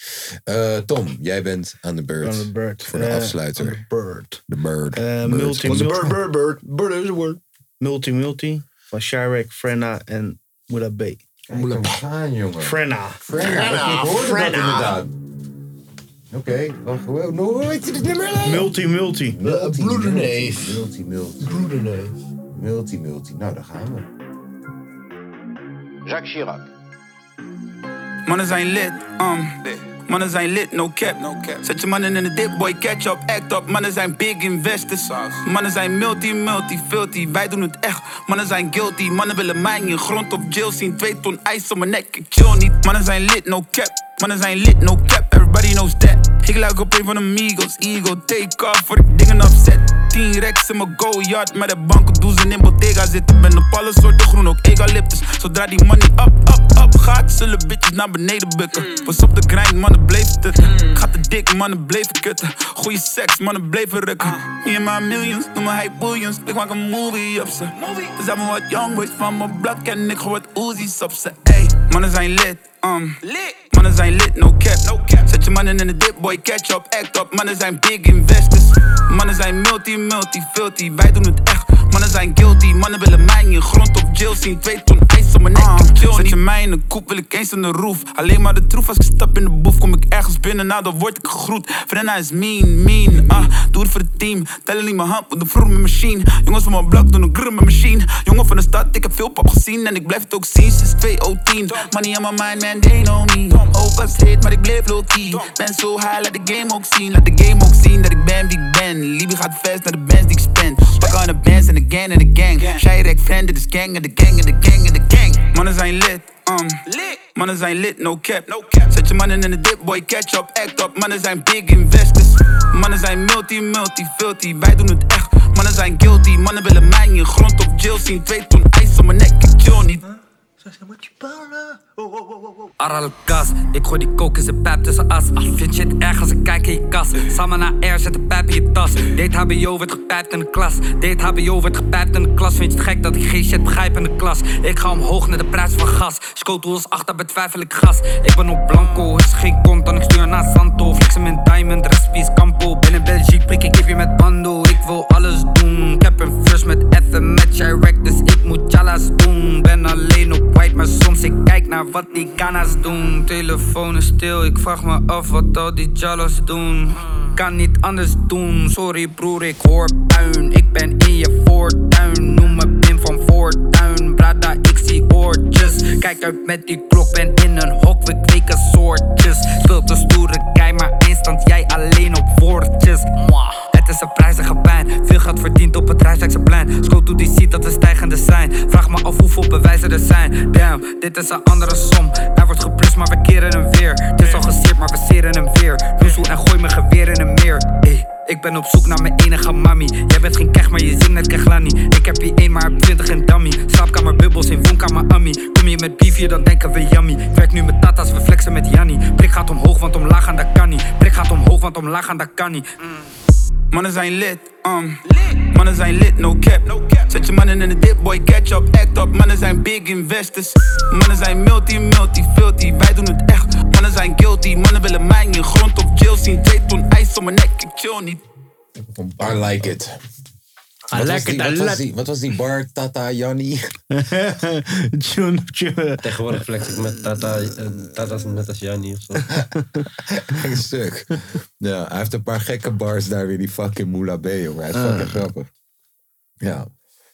S1: Eh, Tom, jij bent aan de beurt.
S2: Aan de beurt.
S1: Voor de
S2: Eh,
S1: afsluiter.
S2: aan de beurt.
S1: De bird.
S2: Eh,
S1: Bird.
S2: multi,
S1: Was
S2: multi,
S1: het bird, bird?
S3: bird, bird is a word.
S2: Multi, multi. Van Shirek, Frenna en Moeda B.
S1: Moeda B. Gaan, jongen.
S2: Frenna.
S1: Frenna. Ik hoorde dat inderdaad. Oké, wacht. Hoe hoe heet dit nummer dan?
S2: Multi, multi.
S1: Bloederneef. Multi, multi. Bloederneef. Multi, multi. Nou, daar gaan we.
S12: Jacques Chirac. Mannen zijn lid, um. Mannen zijn lid, no cap. no cap. Zet je mannen in de dip, boy, catch up, act up. Mannen zijn big investors. Mannen zijn multi, multi, filthy. Wij doen het echt, mannen zijn guilty. Mannen willen mij in grond op jail zien. Twee ton ijs om mijn nek, ik chill niet. Mannen zijn lid, no cap. Mannen zijn lid, no cap, everybody knows that. Ik lijk op een van de Migos, Eagle, take off voor ik dingen opzet. 10 racks in mijn go-yard, maar de banken doen ze in Bottega zitten. Ben op alle soorten groen, ook egaliptus. Zodra die money up, up, up gaat, zullen bitches naar beneden bukken. Was op de grind, mannen bleven tutten. Gaat te dik, mannen bleven kutten. Goeie seks, mannen bleven rukken. Me and my millions, noem me high billions. Ik maak een movie op ze. Er zijn maar wat young boys van mijn blad, ken ik gewoon wat Uzi's op ze. Ey, mannen zijn lid, um. Mannen zijn lid, no cap. no cap. Zet je mannen in de dip, boy, catch up, act up. Mannen zijn big investors. Mannen zijn multi, multi, filthy. Wij doen het echt. Mannen zijn guilty. Mannen willen mij in grond op jail zien. Twee ton ijs om mijn nek. ik chill Zet je mij in een koep, wil ik eens in de roof. Alleen maar de troef, als ik stap in de boef, kom ik ergens binnen. Nou, dan word ik gegroet. Frenna is mean, mean. Ah, doe het voor het team. Tellen niet mijn hand, want de vroeg mijn machine. Jongens van mijn blok doen een grrr mijn machine. Jongen van de stad, ik heb veel pap gezien. En ik blijf het ook zien sinds 2010. Money on my mind, man, they know me. Ook als hate, maar ik bleef low key. Ben zo high, laat de game ook zien. Laat de game ook zien dat ik ben wie ik ben. Libby gaat vast naar de bands die ik spend. Pak aan de bands en again en de gang. Shirek, friend, dit is gang en de gang en de gang en de gang. Mannen zijn lit, um. Mannen zijn lit, no cap. no cap. Zet je mannen in de dip, boy, catch up, act up. Mannen zijn big investors. Mannen zijn multi, multi, filthy. Wij doen het echt. Mannen zijn guilty. Mannen willen mij in grond op jail zien. Twee ton ijs om mijn nek, ik chill niet.
S13: Arale gas, ik gooi die kook in zijn pijp tussen as. Vind shit erg als ik kijk in je kas. Samen naar air, zet de pijp in je tas. Deed HBO, werd gepijpt in de klas. Deed HBO, werd gepijpt in de klas. Vind je het gek dat ik geen shit begrijp in de klas? Ik ga omhoog naar de prijs van gas. Schotels achter, betwijfel ik gas. Ik ben ook blanco, is geen kont, dan ik stuur naar Santo. Flex hem in diamond, recipes campo. Binnen Belgique prik ik, geef je met bando. Ik wil alles doen. Ik heb een first met F en met Chirac, dus ik moet chala's doen. Ben alleen op white, maar soms ik kijk naar wat die Ghana's doen. Telefoon is stil, ik vraag me af wat al die chala's doen. Kan niet anders doen, sorry broer, ik hoor puin. Ik ben in je voortuin, noem me Pim van Voortuin. Brada, ik zie oortjes. Kijk uit met die klok, ben in een hok, we kweken soortjes. Speelt een stoere kei, maar eens stand jij alleen op woordjes. Mwah. Het is een prijzige pijn. Veel geld verdiend op het Rijswijkse plein. Scoot hoe die ziet dat we stijgende zijn. Vraag me af hoeveel bewijzen er zijn. Damn, dit is een andere som. Er wordt geplust, maar we keren hem weer. Het is al geseerd, maar we seren hem weer. Roezel en gooi mijn geweer in een meer. Ey, ik ben op zoek naar mijn enige mami. Jij bent geen kech, maar je zingt net keglani. Ik heb hier één, maar heb twintig in dummy. Slaapkamer bubbels in woonkamer ammi. Kom je met biefje, dan denken we yummy. Ik werk nu met tata's, we flexen met Janni. Prik gaat omhoog, want omlaag gaan, dat kan niet. Prik gaat omhoog, want omlaag gaan, dat kan niet.
S12: Mannen zijn lid, um. Mannen zijn lid, no cap. Zet je mannen in de dip, boy, catch up, act up. Mannen zijn big investors. Mannen zijn multi, multi, filthy. Wij doen het echt. Mannen zijn guilty. Mannen willen mij in grond op jail zien. Twee ton ijs om mijn nek, ik chill niet.
S1: I like it.
S2: I
S1: Wat was
S2: like it
S1: die-
S2: a
S1: wat was
S2: lot.
S1: die- Wat was die bar, Tata, Janni?
S2: John,
S4: Tegenwoordig flex ik met Tata, eh, Tata's net als Janni of zo.
S1: Een stuk. Ja, hij heeft een paar gekke bars daar weer, die fucking Moula B, jongen. Hij is fucking
S4: Ah.
S1: grappig. Ja.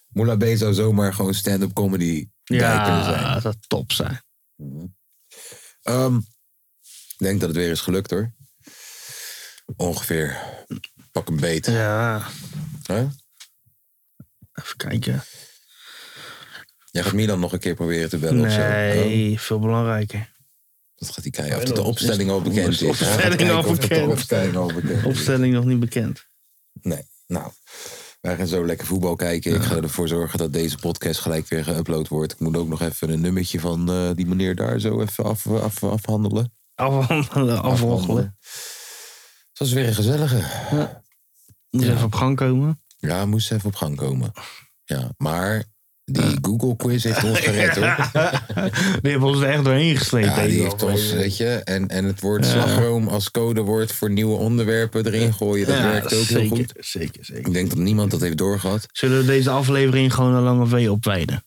S1: Moula B zou zomaar gewoon stand-up comedy
S2: Ja,
S1: kunnen zijn. dat zou top zijn. ik denk dat het weer is gelukt, hoor. Ongeveer. Pak een beet. Ja. Even kijken. Jij gaat Milan nog een keer proberen te bellen of zo?
S2: Nee, veel belangrijker.
S1: Dat gaat hij kijken. Of dat de opstelling al bekend is.
S2: De
S1: Hij gaat
S2: opstelling
S1: kijken
S2: al
S1: of dat de
S2: bekend.
S1: opstelling al bekend is.
S2: Opstelling nog niet bekend.
S1: Nee, nou. Wij gaan zo lekker voetbal kijken. Ik ga ervoor zorgen dat deze podcast gelijk weer geüpload wordt. Ik moet ook nog even een nummertje van eh, die meneer daar zo even af, af, afhandelen.
S2: Afhandelen, afwaggelen.
S1: Het was weer een gezellige.
S2: Moet even op gang komen.
S1: Ja, moest even op gang komen. Ja, maar die Google quiz heeft ons gered hoor.
S2: Die hebben ons er echt doorheen gesleept.
S1: Ja, die
S2: deze
S1: heeft
S2: aflevering.
S1: ons, weet je. En, en het woord
S2: Ja.
S1: slagroom als codewoord voor nieuwe onderwerpen erin gooien. Dat
S2: Ja,
S1: werkt ook heel
S2: zeker,
S1: goed. Zeker, zeker. Ik denk dat niemand dat heeft doorgehad.
S2: Zullen we deze aflevering gewoon een lange V opwijden?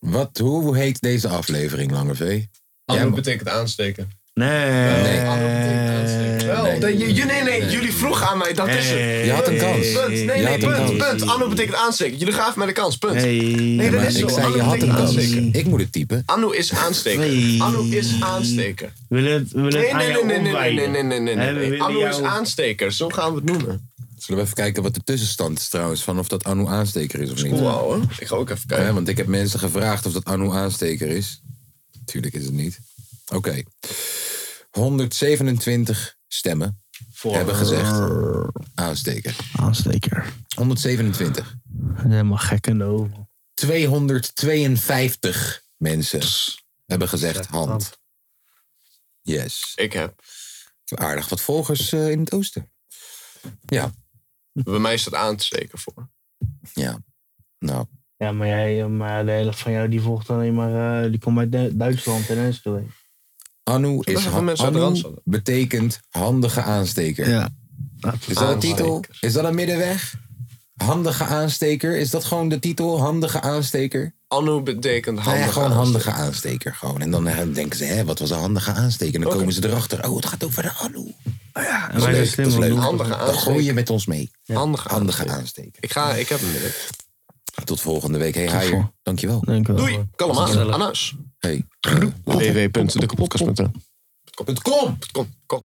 S1: Wat, hoe heet deze aflevering, Lange V?
S3: Anno betekent aansteken.
S2: Nee.
S1: Eh,
S3: Wel, de- je- je- nee, nee, jullie vroegen aan mij, dat is het.
S1: Je had een kans.
S3: Punt, nee,
S1: Je
S3: nee,
S1: had een
S3: punt,
S1: kans.
S3: punt. Anno betekent aansteken. Jullie gaven mij de kans, punt.
S1: Nee,
S3: nee, dat
S1: maar
S3: is zo.
S1: ik zei,
S3: Anno
S1: je had een
S3: betekent
S1: kans.
S3: aansteken.
S1: Ik moet het typen.
S3: Anno is aansteken. Anno is aansteken.
S2: Wil het, wil het
S3: Nee,
S2: aan
S3: nee, nee,
S2: jou
S3: nee, nee,
S2: opwijden?
S3: nee, nee, nee, nee,
S2: Hè, we
S3: nee.
S2: willen
S3: Anno is
S2: jou-
S3: aansteker, zo gaan we het noemen.
S1: Zullen we even kijken wat de tussenstand is trouwens, van of dat Anu aansteker is of niet?
S3: Cool, ouwe. Ik ga ook even kijken.
S1: Ja, want ik heb mensen gevraagd of dat Anu aansteker is. Tuurlijk is het niet. Oké. 127 stemmen hebben gezegd aansteker.
S2: Aansteker.
S1: 127.
S2: Helemaal gek en over.
S1: 252 mensen hebben gezegd hand. Yes.
S3: Ik heb.
S1: Aardig wat volgers eh, in het oosten. Ja.
S3: Bij mij is dat aansteken voor.
S1: Ja. Nou.
S2: Ja, maar, jij, eh, maar de helft van jou die volgt alleen maar... eh, die komt uit Du- Duitsland en Enschede.
S1: Anu
S2: best
S1: is
S2: wel veel
S1: han-
S2: mensen uit de
S1: Anu
S2: Randstad.
S1: betekent handige aansteker.
S2: Ja.
S1: Is dat een titel? Is dat een middenweg? Handige aansteker? Is dat gewoon de titel? Handige aansteker?
S3: Anno betekent
S1: Nou ja,
S3: handig.
S1: gewoon handige aansteker. Gewoon. En dan eh, denken ze, hè, wat was een handige aansteker? En dan komen ze erachter. Oh, het gaat over de Anu. ja, dat is
S3: Oh wij zijn
S1: leuk.
S3: slim,
S1: Dat is
S3: we
S1: leuk.
S3: doen handige
S1: Dan
S3: aansteker.
S1: gooi je met ons mee.
S3: Handige,
S1: aansteker.
S3: Ik, ga, ik heb hem weer.
S1: Tot volgende week. Hey, Haier. Dankjewel.
S3: Doei. Kom maar. Annas.
S1: Hey. eh,
S3: www.dekapodcast.nl
S1: Kom!
S3: Kom, kom.